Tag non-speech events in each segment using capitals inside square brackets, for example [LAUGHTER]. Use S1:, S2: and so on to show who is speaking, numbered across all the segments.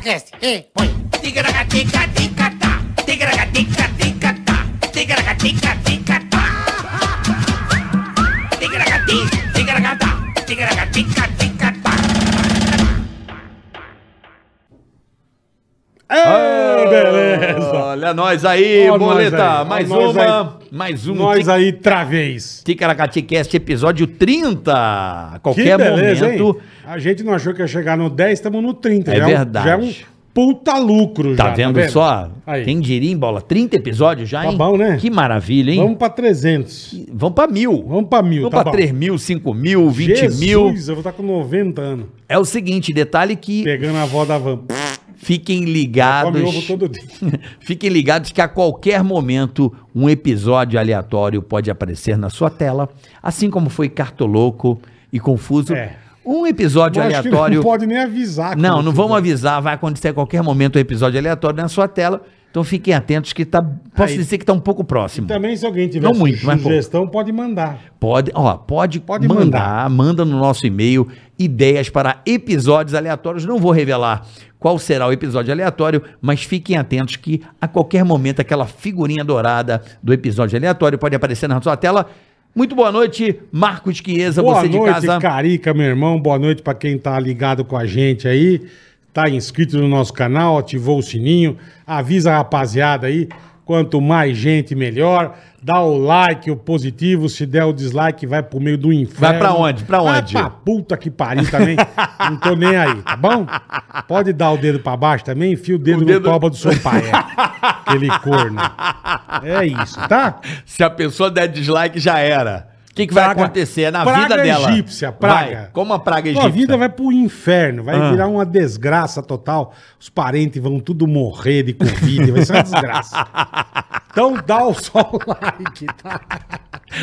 S1: podcast. E põe. Tigaragatica-ticatá. Tigaragatica-ticatá. Tigaragatica-ticatá. Tigaragati, tigaragatá. Tigaragatica-ticatá.
S2: Ei, Ah, beleza!
S3: Oh, Olha nós aí,
S2: Olha nós
S3: boleta.
S2: aí,
S3: mais
S2: olha nós
S3: uma, mais um.
S2: Nós aí, travês.
S3: Ticaracaticast, episódio 30. A
S2: Que
S3: qualquer
S2: beleza,
S3: momento.
S2: hein? A gente não achou que ia chegar no 10, estamos no 30.
S3: É
S2: já um-
S3: verdade.
S2: Já é um puta lucro
S3: Tá,
S2: já.
S3: vendo, só?
S2: Aí.
S3: Quem diria, em bola? 30 episódios já,
S2: Tá
S3: hein?
S2: bom, né?
S3: Que maravilha, hein?
S2: Vamos pra 300.
S3: Vamos pra mil.
S2: Vamos pra mil,
S3: Vamos
S2: tá
S3: pra
S2: bom.
S3: 3 mil, 5 mil, 20 mil.
S2: eu vou estar com 90 anos.
S3: É o seguinte, detalhe que
S2: Pegando a avó da van. Tá
S3: fiquem
S2: Come ovo
S3: ligados.
S2: todo dia.
S3: [LAUGHS] Fiquem ligados que a qualquer momento um episódio aleatório pode aparecer na sua tela, assim como foi Cartoloco e Confuso.
S2: É.
S3: Um episódio
S2: Mas acho que
S3: aleatório.
S2: Não pode né? nem avisar.
S3: Não,
S2: quando
S3: não
S2: tiver.
S3: vamos avisar, vai acontecer a qualquer momento um episódio aleatório na sua tela. Então fiquem atentos que tá, posso
S2: Aí.
S3: dizer que tá um pouco próximo.
S2: Também se alguém tiver
S3: Não muito, mas pouco.
S2: sugestão, pode mandar.
S3: Pode, ó, pode,
S2: Pode
S3: mandar, manda no nosso e-mail ideias para episódios aleatórios. Não vou revelar qual será o episódio aleatório, mas fiquem atentos que a qualquer momento aquela figurinha dourada do episódio aleatório pode aparecer na sua tela. Muito boa noite, Marcos Chiesa,
S2: Boa
S3: você
S2: noite,
S3: de casa.
S2: Carica, meu irmão. Boa noite pra quem tá ligado com a gente aí. Tá inscrito no nosso canal, ativou o sininho. Avisa a rapaziada aí. Quanto mais gente, melhor. Dá o like, o positivo. Se der o dislike, vai pro meio do inferno.
S3: Vai pra onde? Pra onde?
S2: Vai pra puta que pariu também. Não tô nem aí, tá bom? Pode dar o dedo pra baixo também. Enfia o dedo,
S3: dedo-
S2: no toba do seu pai. é. Aquele corno. É isso, tá?
S3: Se a pessoa der dislike, já era. O que, que
S2: Praga-
S3: vai acontecer na
S2: praga
S3: vida dela?
S2: egípcia, praga.
S3: Vai, como a praga
S2: Tua
S3: egípcia. Ah.
S2: vida vai pro inferno, vai virar uma desgraça total. Os parentes vão tudo morrer de Covid, vai ser uma
S3: [LAUGHS]
S2: desgraça. Então dá o só o like, tá?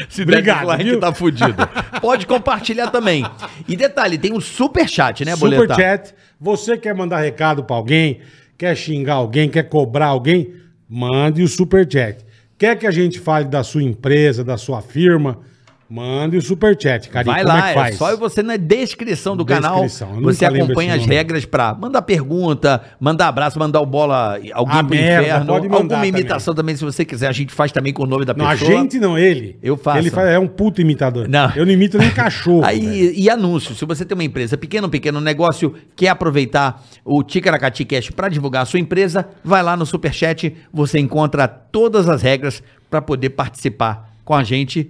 S3: Se
S2: Obrigado,
S3: der dislike,
S2: viu?
S3: tá fudido.
S2: [LAUGHS]
S3: Pode compartilhar também. E detalhe, tem um superchat, né, Boleta?
S2: Superchat. Você quer mandar recado pra alguém, quer xingar alguém, quer cobrar alguém, mande o superchat. Quer que a gente fale da sua empresa, da sua firma, mande o superchat, cara.
S3: Vai lá, é, só e você na descrição do
S2: Descrição, eu
S3: canal,
S2: nunca
S3: você
S2: lembro
S3: acompanha
S2: esse
S3: as
S2: nome.
S3: regras pra mandar pergunta, mandar abraço, mandar o bola, alguém
S2: Ah,
S3: pro
S2: merda,
S3: inferno,
S2: pode mandar
S3: alguma
S2: também.
S3: imitação também. se você quiser, a gente faz também com o nome da
S2: Não,
S3: pessoa.
S2: a gente não, ele.
S3: Eu faço.
S2: Ele faz- é um puto imitador.
S3: Não.
S2: Eu não imito nem cachorro. velho.
S3: [LAUGHS] Aí, e anúncio, se você tem uma empresa pequena, um pequeno negócio, quer aproveitar o Ticaracati Cash para divulgar a sua empresa, vai lá no Superchat, você encontra todas as regras para poder participar com a gente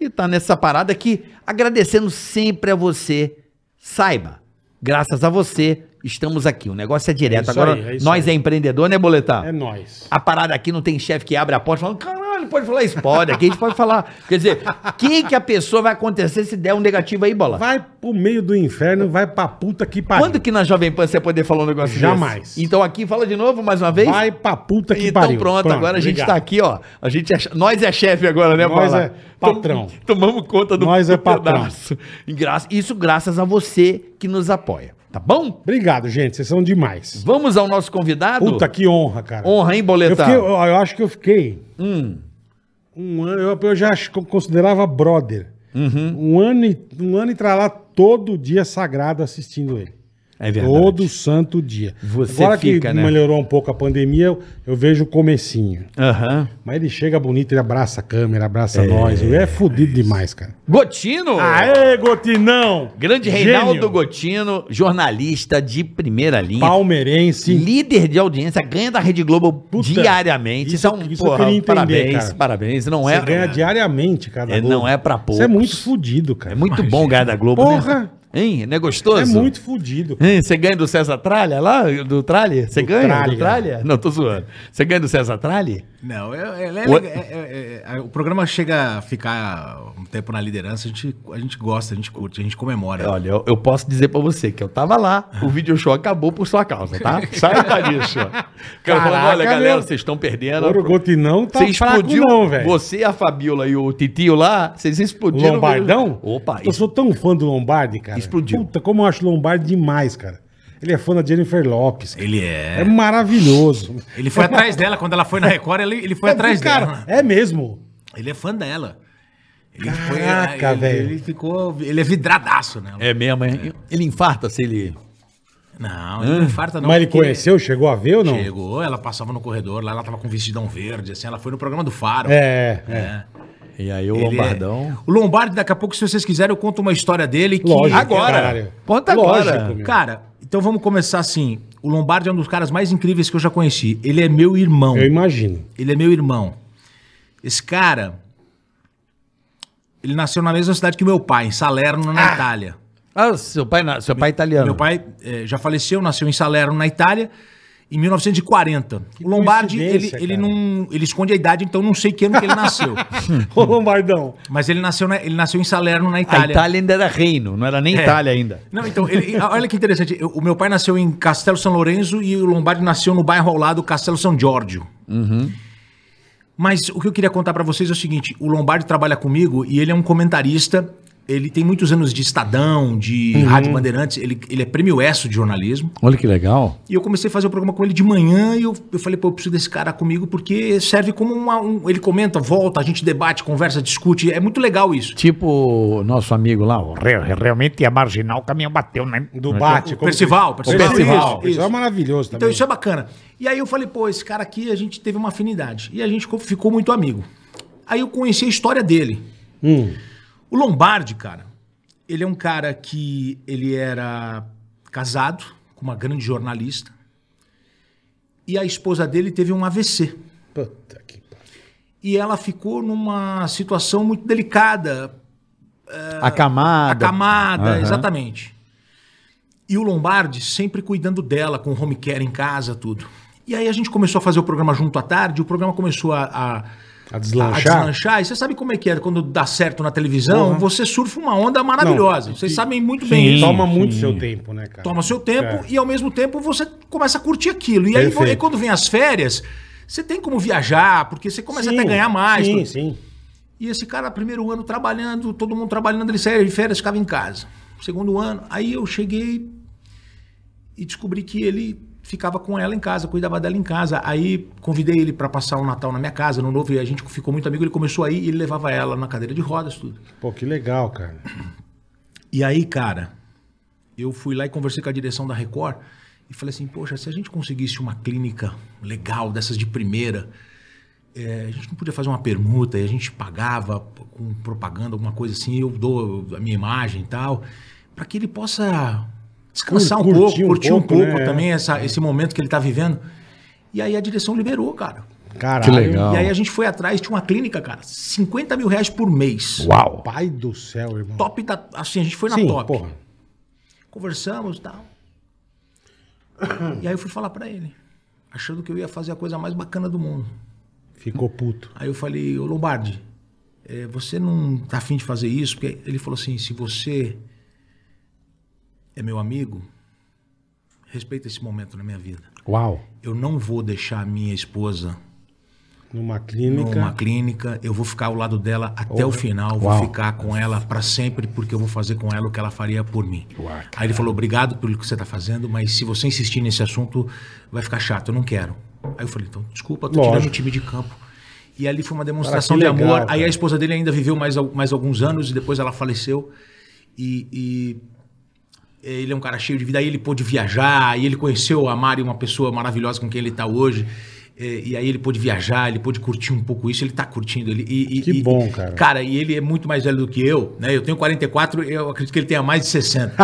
S3: e tá nessa parada aqui, agradecendo sempre a você. Saiba, graças a você, estamos aqui. O negócio é direto.
S2: isso
S3: Agora,
S2: aí, é isso
S3: nós
S2: aí.
S3: é empreendedor, né, Boletar?
S2: É nóis.
S3: A parada aqui não tem chefe que abre a porta falando, caralho, pode falar isso? Pode, aqui a gente pode falar. Quer dizer, o que, que a pessoa vai acontecer se der um negativo aí, bola?
S2: Vai pro meio do inferno, vai pra puta que pariu.
S3: Quando que na Jovem Pan você vai poder falar um negócio
S2: Jamais.
S3: desse? Então aqui, fala de novo, mais uma vez.
S2: Vai pra puta que
S3: então
S2: pariu.
S3: pronto, agora a gente
S2: obrigado.
S3: tá aqui, ó. A gente é, che- nós é chefe agora, né,
S2: Nós
S3: Bola?
S2: é patrão.
S3: Tom- tomamos conta do,
S2: Nós é
S3: do
S2: patrão.
S3: pedaço. E graça- Isso graças a você que nos apoia, tá bom?
S2: Obrigado, gente. Vocês são demais.
S3: Vamos ao nosso convidado.
S2: Puta que honra, cara.
S3: Honra, hein, Hum.
S2: eu,
S3: Boletar?
S2: fiquei- eu- eu acho que eu fiquei. Um ano. Eu, eu já acho que eu considerava brother.
S3: Uhum.
S2: Um ano e, um ano e tra lá todo dia sagrado assistindo ele.
S3: É
S2: Todo santo dia.
S3: Você
S2: Agora
S3: fica,
S2: que
S3: né?
S2: melhorou um pouco a pandemia, eu, eu vejo o comecinho.
S3: Aham.
S2: Mas ele chega bonito, ele abraça a câmera, abraça nós. Ele é fudido demais, cara.
S3: Gotino!
S2: Aê, Gotinão!
S3: Grande
S2: Gênio.
S3: Reinaldo Gotino, jornalista de primeira linha,
S2: Palmeirense.
S3: líder de audiência, ganha da Rede Globo
S2: Puta,
S3: diariamente. Isso,
S2: isso-
S3: é um
S2: isso eu
S3: porra,
S2: queria entender,
S3: parabéns,
S2: cara.
S3: parabéns. Não
S2: Você
S3: é,
S2: ganha diariamente, cara.
S3: É, não é pra
S2: Você é
S3: poucos.
S2: muito fudido, cara.
S3: é muito bom ganhar da Globo, né?
S2: Porra!
S3: Hein? Não é gostoso?
S2: É muito fudido.
S3: Hein? Você ganha do César Tralha lá? Do Tralha? Você
S2: Do
S3: ganha
S2: Tralha.
S3: do Tralha? Não, tô zoando. Você ganha do César Tralha?
S4: Não, é, é, é,
S3: O-
S4: é- é- é- é- o programa chega a ficar um tempo na liderança, a gente, a gente gosta, a gente curte, a gente
S2: É
S4: comemora.
S3: Olha, eu, eu posso dizer pra você que eu tava lá, o video show acabou por sua
S2: [LAUGHS]
S3: causa, tá? Saiba disso. Cara, falando,
S2: Caraca,
S3: olha, galera,
S2: meu.
S3: vocês estão perdendo.
S2: Agora o Gotinão tá
S3: você
S2: fraco
S3: explodiu,
S2: não, velho.
S3: você, a Fabiola e o Titio lá, vocês explodiram.
S2: Lombardão?
S3: Opa,
S2: Eu sou tão fã do Lombardi, cara.
S3: Explodiu.
S2: Puta, como eu acho o Lombardi demais, cara. Ele é fã da Jennifer Lopes. cara.
S4: Ele
S2: É,
S4: é.
S2: maravilhoso.
S4: Ele foi atrás dela, quando ela foi na Record, ele, ele foi
S2: É,
S4: atrás
S2: cara,
S4: dela. né?
S2: é mesmo.
S4: Ele é fã dela. Ele
S2: Caraca,
S4: ele-
S2: velho.
S4: Ele ficou. Ele é vidradaço, né?
S3: É mesmo, hein? Ele infarta se ele.
S4: Não, ele não infarta não.
S2: Hum, Mas ele
S4: porque-
S2: conheceu, chegou a ver ou não?
S4: Chegou, ela passava no corredor, lá ela tava com um vestidão verde, assim, ela foi no programa do Faro.
S2: É, é.
S5: E aí o
S4: Ele é-
S5: Lombardão.
S4: O Lombardi, daqui a pouco, se vocês quiserem, eu conto uma história dele que...
S2: Lógico.
S3: Agora.
S2: caralho.
S3: Conta agora.
S2: Lógico, meu.
S4: Cara, então vamos começar assim. O Lombardi é um dos caras mais incríveis que eu já conheci. Ele é meu irmão.
S2: Eu imagino.
S4: Ele é meu irmão. Esse cara, ele nasceu na mesma cidade que meu pai, em Salerno, na Itália.
S3: Ah, seu pai, na- seu pai é italiano.
S4: Meu pai eh, já faleceu, nasceu em Salerno, na Itália, em 1940. o Lombardi, ele,
S2: coincidência,
S4: ele
S2: cara.
S4: não. Ele esconde a idade, então não sei que ano que ele
S2: [LAUGHS]
S4: nasceu.
S2: Ô, Lombardão.
S4: Mas ele nasceu, na- ele nasceu em Salerno, na
S3: A
S4: Itália.
S3: Ah, Itália ainda era reino, não era nem
S4: É.
S3: Itália ainda.
S4: Não, então, ele- olha que interessante. Eu- o meu pai nasceu em Castelo São Lourenço e o Lombardi nasceu no bairro ao lado, Castelo São Giorgio. Mas o que eu queria contar pra vocês é o seguinte: o Lombardi trabalha comigo e ele é um comentarista. Ele tem muitos anos de Estadão, de Rádio Bandeirantes. Ele, ele é prêmio ESSO de jornalismo.
S5: Olha que legal.
S4: E eu comecei a fazer o programa com ele de manhã e eu, eu falei, pô, eu preciso desse cara comigo porque serve como uma. um- ele comenta, volta, a gente debate, conversa, discute. É muito legal isso.
S5: Tipo o nosso amigo lá, o Re- realmente a marginal caminhão bateu, né?
S2: Do Bate. como
S4: Percival,
S2: que-
S4: Percival,
S2: Percival.
S4: isso,
S2: Percival é
S4: isso.
S2: maravilhoso
S4: Então
S2: também.
S4: isso é bacana. E aí eu falei, pô, esse cara aqui a gente teve uma afinidade. E a gente ficou- ficou muito amigo. Aí eu conheci a história dele.
S2: Hum.
S4: O Lombardi, cara, ele é um cara que ele era casado com uma grande jornalista. E a esposa dele teve um AVC.
S2: Puta que pariu.
S4: E ela ficou numa situação muito delicada,
S3: é
S5: A camada.
S4: acamada,
S5: Aham.
S4: exatamente. E o Lombardi sempre cuidando dela, com home care em casa, tudo. E aí a gente começou a fazer o programa junto à tarde, o programa começou a, a,
S2: A
S4: a
S2: deslanchar?
S4: deslanchar. E você sabe como é que é, quando dá certo na televisão,
S2: Porra.
S4: você surfa uma onda maravilhosa.
S2: Não,
S4: Vocês
S2: que-
S4: sabem muito
S2: Sim,
S4: bem isso.
S2: Toma muito seu tempo, né, cara?
S4: Toma seu
S2: É.
S4: tempo e ao mesmo tempo você começa a curtir aquilo. E aí,
S2: Perfeito.
S4: aí quando vem as férias, você tem como viajar, porque você começa até a ganhar mais.
S2: Sim,
S4: tudo.
S2: sim.
S4: E esse cara, primeiro ano trabalhando, todo mundo trabalhando, ele saía de férias, ficava em casa. Segundo ano, aí eu cheguei e descobri que ele ficava com ela em casa, cuidava dela em casa. Aí convidei ele para passar o Natal na minha casa, no novo, e a gente ficou muito amigo. Ele começou aí e ele levava ela na cadeira de rodas, tudo.
S2: Pô, que legal, cara.
S4: E aí, cara, eu fui lá e conversei com a direção da Record e falei assim: poxa, se a gente conseguisse uma clínica legal, dessas de primeira, é, a gente não podia fazer uma permuta e a gente pagava p- com propaganda, alguma coisa assim, eu dou a minha imagem e tal, para que ele possa descansar
S2: Cur-
S4: um pouco,
S2: curtir um
S4: curtir um pouco,
S2: pouco, né?
S4: também essa- esse momento que ele tá vivendo. E aí a direção liberou, cara.
S2: Caralho.
S5: Que legal.
S4: E aí a gente foi atrás, tinha uma clínica, cara, 50 mil reais por mês.
S5: Uau.
S2: Pai do céu, irmão.
S4: Top da. Assim, a gente foi na
S2: sim,
S4: top
S2: porra.
S4: conversamos e tal. E aí eu fui falar pra ele, achando que eu ia fazer a coisa mais bacana do mundo.
S2: Ficou puto.
S4: Aí eu falei, ô Lombardi, eh, você não tá afim de fazer isso? Porque ele falou assim, se você é meu amigo, respeita esse momento na minha vida.
S5: Uau.
S4: Eu não vou deixar a minha esposa
S2: Numa clínica.
S4: numa clínica, eu vou ficar ao lado dela até o final, vou ficar com ela pra sempre, porque eu vou fazer com ela o que ela faria por mim. Aí ele falou: obrigado pelo que você tá fazendo, mas se você insistir nesse assunto, vai ficar chato, eu não quero. Aí eu falei: então, desculpa, tô
S2: Lógico.
S4: tirando o time de campo. E ali foi uma demonstração
S2: Cara,
S4: de
S2: que legal,
S4: amor. Aí
S2: cara.
S4: a esposa dele ainda viveu mais, al- mais alguns anos e depois ela faleceu. E. e ele é um cara cheio de vida, aí ele pôde viajar, e ele conheceu a Mari, uma pessoa maravilhosa com quem ele está hoje. eh, E aí ele pôde viajar, ele pôde curtir um pouco isso, ele tá curtindo. Ele, e- e-
S2: Que
S4: e-
S2: bom, cara.
S4: Cara, e ele é muito mais velho do que eu, né? Eu tenho 44, eu acredito que ele tenha mais
S2: [LAUGHS]
S4: de 60.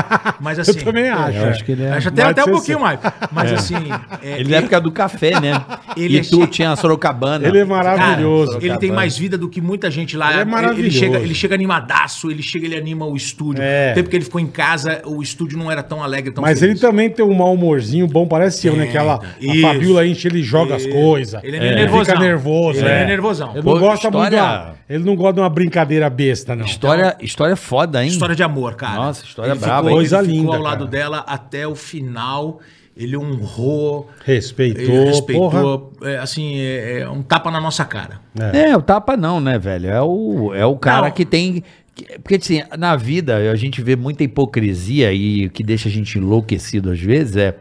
S4: Mas assim.
S2: Eu também acho.
S5: eu acho que ele é.
S4: Acho até,
S2: Mais de
S4: até
S2: 60.
S4: um pouquinho mais. Mas assim. é,
S3: Ele é época do café, né?
S4: Ele é
S3: e tu
S4: che-
S3: tinha a Sorocabana.
S2: Ele é
S4: Cara,
S2: maravilhoso.
S4: ele tem mais vida do que muita gente lá.
S2: Ele é maravilhoso.
S4: chega, ele chega animadaço, ele chega, ele anima o estúdio.
S2: É.
S4: O tempo que ele ficou em casa, o estúdio não era tão alegre, tão
S2: Mas ele também tem um mau humorzinho bom, parece eu, né? Que ela,
S4: Isso.
S2: a Fabiola enche, ele joga as coisas.
S4: Ele é meio
S2: Ele
S4: nervosão.
S2: Fica nervoso.
S4: Ele é meio nervosão.
S2: Ele
S3: Pô,
S2: não gosta muito.
S3: história-
S2: da- Ele não gosta de uma brincadeira besta, não.
S3: História, história foda, hein?
S4: História de amor, cara.
S3: Nossa, história
S4: ele
S3: braba,
S4: Ficou,
S2: hein? Coisa
S4: ele ficou
S2: linda,
S4: ao lado
S2: cara.
S4: dela até o final. Ele honrou.
S2: Respeitou,
S4: ele
S2: porra.
S4: respeitou. é, assim, é, é um tapa na nossa cara.
S3: É, o tapa não, né, velho? É o, é o cara
S4: Não.
S3: que tem. que- Porque, assim, na vida a gente vê muita hipocrisia e o que deixa a gente enlouquecido às vezes é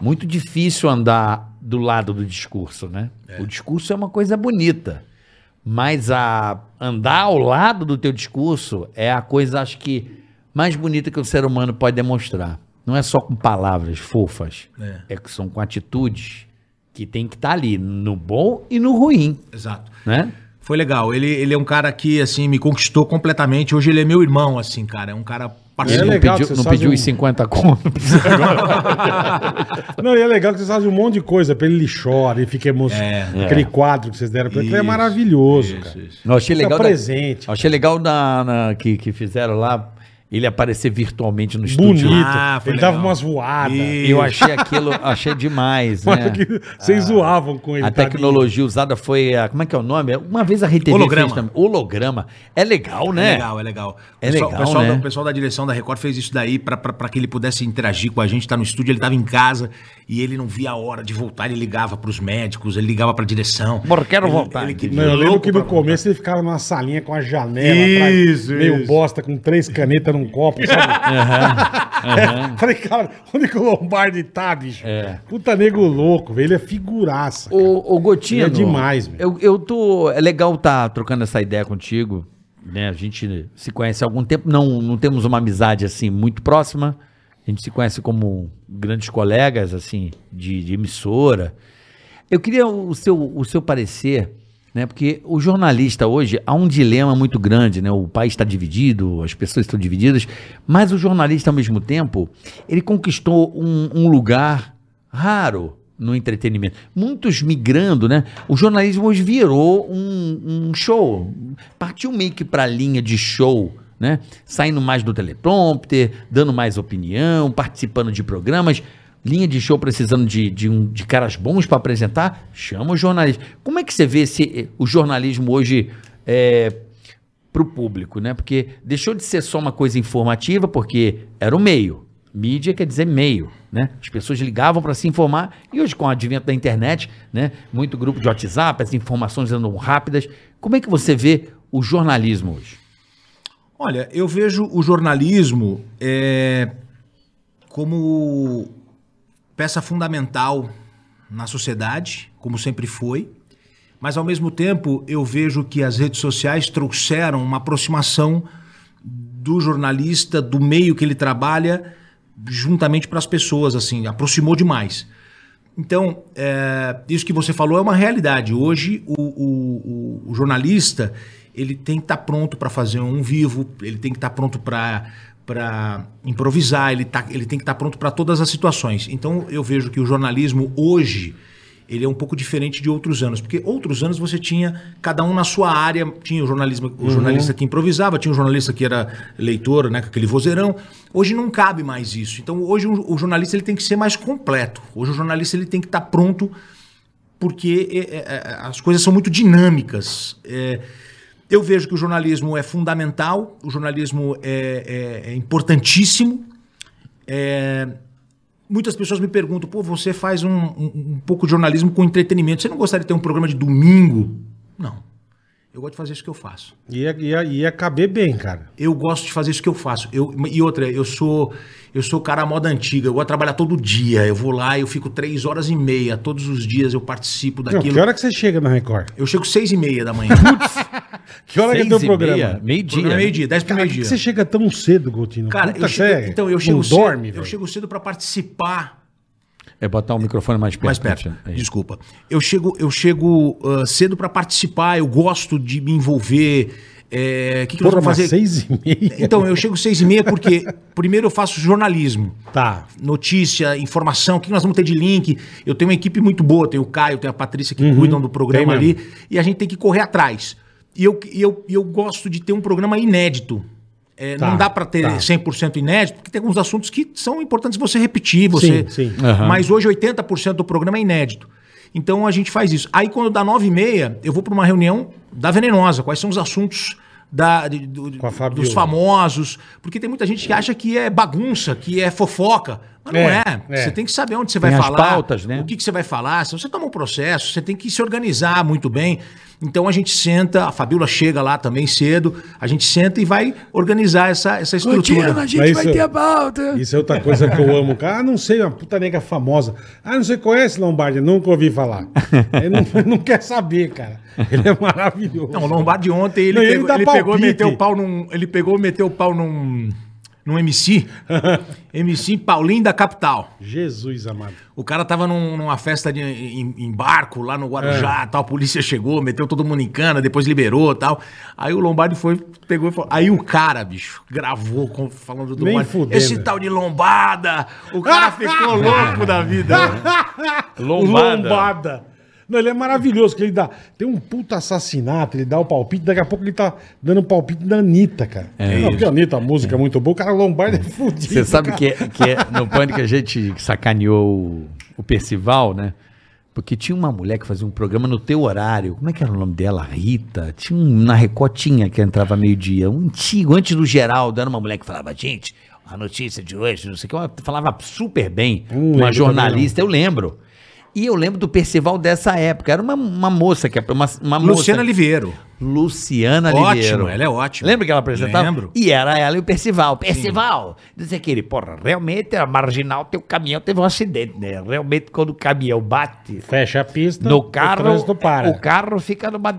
S3: muito difícil andar do lado do discurso, né? O discurso é uma coisa bonita, mas a andar ao lado do teu discurso é a coisa, acho que, mais bonita que o ser humano pode demonstrar. não é só com palavras fofas,
S4: É.
S3: é que são com atitudes que tem que estar ali, no bom e no ruim,
S4: Exato.
S3: né?
S4: Foi legal. Ele, ele é um cara que, assim, me conquistou completamente. Hoje ele é meu irmão, assim, cara. É um cara
S2: É
S4: parceiro.
S2: Ele- legal que
S3: pediu,
S2: vocês
S3: não
S2: fazem
S3: pediu
S2: um- [LAUGHS]
S3: os 50 contos.
S2: Não, e é legal que vocês fazem um monte de coisa pra ele, ele chora, ele fica emocionado. Aquele quadro que vocês deram pra ele, aquilo é
S4: É. Isso,
S2: maravilhoso,
S4: Isso,
S2: cara.
S4: isso.
S3: Eu
S2: Isso
S3: achei
S2: é
S3: legal.
S2: presente.
S3: Da, eu achei legal na, na- que, que fizeram lá ele aparecer virtualmente no
S2: Bonito.
S3: estúdio.
S4: Ah, foi
S2: ele
S4: legal.
S2: dava umas voadas.
S4: E-
S3: Eu achei aquilo, achei [LAUGHS] demais,
S2: Mas
S4: É.
S3: né?
S2: que vocês
S4: Ah.
S2: zoavam com ele.
S3: A
S2: tadinho.
S3: tecnologia usada foi a. Como é que é o nome? Uma vez a RTV
S4: Holograma.
S3: fez também. Holograma. É legal,
S4: É
S3: né?
S4: legal, é legal.
S3: É
S4: O
S3: legal,
S4: pessoal- o pessoal,
S3: né?
S4: da, o pessoal da direção da Record fez isso daí pra- pra pra que ele pudesse interagir com a gente. Tá no estúdio, ele tava em casa e ele não via a hora de voltar. Ele ligava pros médicos, ele ligava pra direção.
S3: Amor, quero
S4: Ele-
S3: voltar.
S4: ele queria-
S2: Não, eu lembro
S4: louco
S2: que no
S4: pra-
S2: começo ele ficava numa salinha com a janela
S4: Isso,
S2: meio
S4: isso.
S2: bosta, com três canetas num copo, sabe? É, [LAUGHS] falei, cara, onde que o Lombardi tá, bicho?
S4: É.
S2: Puta nego louco, velho, ele é figuraça.
S3: O, o Gotinho.
S2: Ele é demais, meu.
S3: Eu, eu tô. É legal tá trocando essa ideia contigo. Né? A gente se conhece há algum tempo. Não, não temos uma amizade assim muito próxima. A gente se conhece como grandes colegas, assim, de, de emissora. Eu queria o seu, o seu parecer, né? Porque o jornalista hoje há um dilema muito grande, né? O país está dividido, as pessoas estão divididas, mas o jornalista, ao mesmo tempo, ele conquistou um, um lugar raro no entretenimento. Muitos migrando, né? O jornalismo hoje virou um, um show. Partiu meio que para a linha de show. Né? Saindo mais do teleprompter, dando mais opinião, participando de programas linha de show precisando de, de, um- de caras bons para apresentar, chama o jornalista. Como é que você vê esse, o jornalismo hoje é, para o público? Né? Porque deixou de ser só uma coisa informativa, porque era o meio. Mídia quer dizer meio, né? As pessoas ligavam para se informar e hoje com o advento da internet, né? Muito grupo de WhatsApp, as informações andam rápidas. Como é que você vê o jornalismo hoje?
S4: Olha, eu vejo o jornalismo é, como peça fundamental na sociedade, como sempre foi, mas ao mesmo tempo eu vejo que as redes sociais trouxeram uma aproximação do jornalista, do meio que ele trabalha, juntamente para as pessoas, assim, aproximou demais. Então, é, isso que você falou é uma realidade. Hoje, o, o- o- o jornalista ele tem que estar pronto para fazer um vivo, ele tem que estar pronto para para improvisar, ele, tá, ele tem que estar pronto para todas as situações. Então, eu vejo que o jornalismo hoje ele é um pouco diferente de outros anos, porque outros anos você tinha cada um na sua área, tinha o jornalismo, o jornalista que improvisava, tinha o jornalista que era leitor, né, com aquele vozeirão. Hoje não cabe mais isso. Então hoje o o jornalista ele tem que ser mais completo. Hoje o jornalista ele tem que estar pronto porque é, é, é, as coisas são muito dinâmicas. É, eu vejo que o jornalismo é fundamental, o jornalismo é- é- é importantíssimo. Muitas pessoas me perguntam, pô, você faz um, um- um pouco de jornalismo com entretenimento. Você não gostaria de ter um programa de domingo? Não. Eu gosto de fazer isso que eu faço.
S2: Ia, ia, ia caber bem, cara.
S4: Eu gosto de fazer isso que eu faço. Eu, e outra, eu sou eu sou o cara à moda antiga. Eu vou trabalhar todo dia. Eu vou lá, eu fico três horas e meia. Todos os dias eu participo
S2: Não,
S4: daquilo.
S2: que hora que você chega na Record?
S4: Eu chego seis e meia
S2: [LAUGHS]
S4: da manhã.
S2: Que hora que é teu
S3: Seis e meia,
S2: programa?
S3: Meio-dia. né?
S4: Programa é meio-dia, dez para
S2: Cara, por que
S4: meio-dia.
S2: você chega tão cedo, Gotino?
S4: Cara,
S2: Puta,
S4: eu chego,
S2: você
S4: então eu
S2: não
S4: chego cedo,
S2: dorme,
S4: eu
S2: velho.
S4: chego cedo para participar
S3: É botar o microfone mais perto.
S4: mais perto.
S3: né? É isso.
S4: Desculpa. Eu chego, eu chego ah, cedo para participar, eu gosto de me envolver. É, que que nós
S2: Porra,
S4: vamos
S2: mas
S4: fazer?
S2: seis e meia.
S4: [LAUGHS] Então, eu chego seis e meia porque [LAUGHS] primeiro eu faço jornalismo.
S2: Tá.
S4: Notícia, informação, o que nós vamos ter de link. Eu tenho uma equipe muito boa, tenho o Caio, tenho a Patrícia que cuidam do programa
S2: Uhum. tem
S4: ali. E a gente tem que correr atrás. E eu, e eu, e eu gosto de ter um programa inédito. É,
S2: Tá,
S4: não dá para ter
S2: tá.
S4: 100% inédito, porque tem alguns assuntos que são importantes você repetir, você.
S2: Sim, sim.
S3: Aham.
S4: Mas hoje 80% do programa é inédito. Então a gente faz isso. Aí quando dá 9h30, eu vou para uma reunião da Venenosa. Quais são os assuntos da, de- do-
S2: Com a Fabiola.
S4: dos famosos? Porque tem muita gente que acha que é bagunça, que é fofoca. Mas não
S2: É,
S4: é.
S2: é.
S4: Você tem que saber onde você
S3: Tem
S4: vai
S3: as
S4: falar.
S3: pautas, né?
S4: O que, que você vai falar. Se você toma um processo, você tem que se organizar muito bem. Então a gente senta, a Fabiola chega lá também cedo, a gente senta e vai organizar essa, essa estrutura.
S2: gente vai ter a pauta. Isso é outra coisa que eu amo, cara. Ah, não sei, uma puta nega famosa. Ah, não sei, conhece Lombardi? Nunca ouvi falar. Ele não, ele não quer saber, cara. Ele é maravilhoso.
S4: Não, o Lombardi ontem ele,
S2: Não, ele
S4: pegou,
S2: dá
S4: ele pegou e
S2: palpite.
S4: meteu o pau num. Ele pegou e meteu o pau num.
S2: [LAUGHS]
S4: num MC. MC Paulinho da Capital.
S2: Jesus amado.
S4: O cara tava num- numa festa de, em, em barco lá no
S2: É.
S4: Guarujá, tal, a polícia chegou, meteu todo mundo em cana, depois liberou tal. Aí o Lombardi foi, pegou e falou. Aí o cara, bicho, gravou com- falando do
S2: Nem
S4: Lombardi.
S2: fudendo.
S4: Esse tal de lombada!
S2: [LAUGHS]
S4: O cara ficou louco da
S3: Então,
S4: vida.
S6: Lombada.
S2: Lombada. Não, ele é maravilhoso, que ele dá. Tem um puta assassinato, ele dá o palpite, daqui a pouco ele tá dando palpite da Anitta, cara. É não, porque a Anitta, a música é muito boa, o cara Lombardi é fudido.
S3: Você sabe
S2: cara.
S3: que, que é- no Pânico a gente sacaneou o, o Percival, né? Porque tinha uma mulher que fazia um programa no teu horário. Como é que era o nome dela? Rita? Tinha um na Recotinha que entrava meio-dia. Um antigo, antes do Geraldo. Era uma mulher que falava, gente, a notícia de hoje, não sei o que. Ela falava super bem.
S2: Hum, lembro
S3: uma
S2: também
S3: jornalista, eu lembro. E eu lembro do Percival dessa época. Era uma, uma moça que... é Uma, uma moça-
S4: Luciana Oliveiro.
S3: Luciana
S4: Ótimo,
S3: Oliveiro.
S4: ela é ótima.
S3: Lembra que ela apresentava?
S4: Lembro.
S3: E era ela e o Percival. Percival, diz aquele, porra, realmente a marginal teu caminhão teve um acidente, né? Realmente quando o caminhão bate
S2: Fecha a pista,
S3: no carro,
S2: o trânsito para.
S3: o carro fica numa...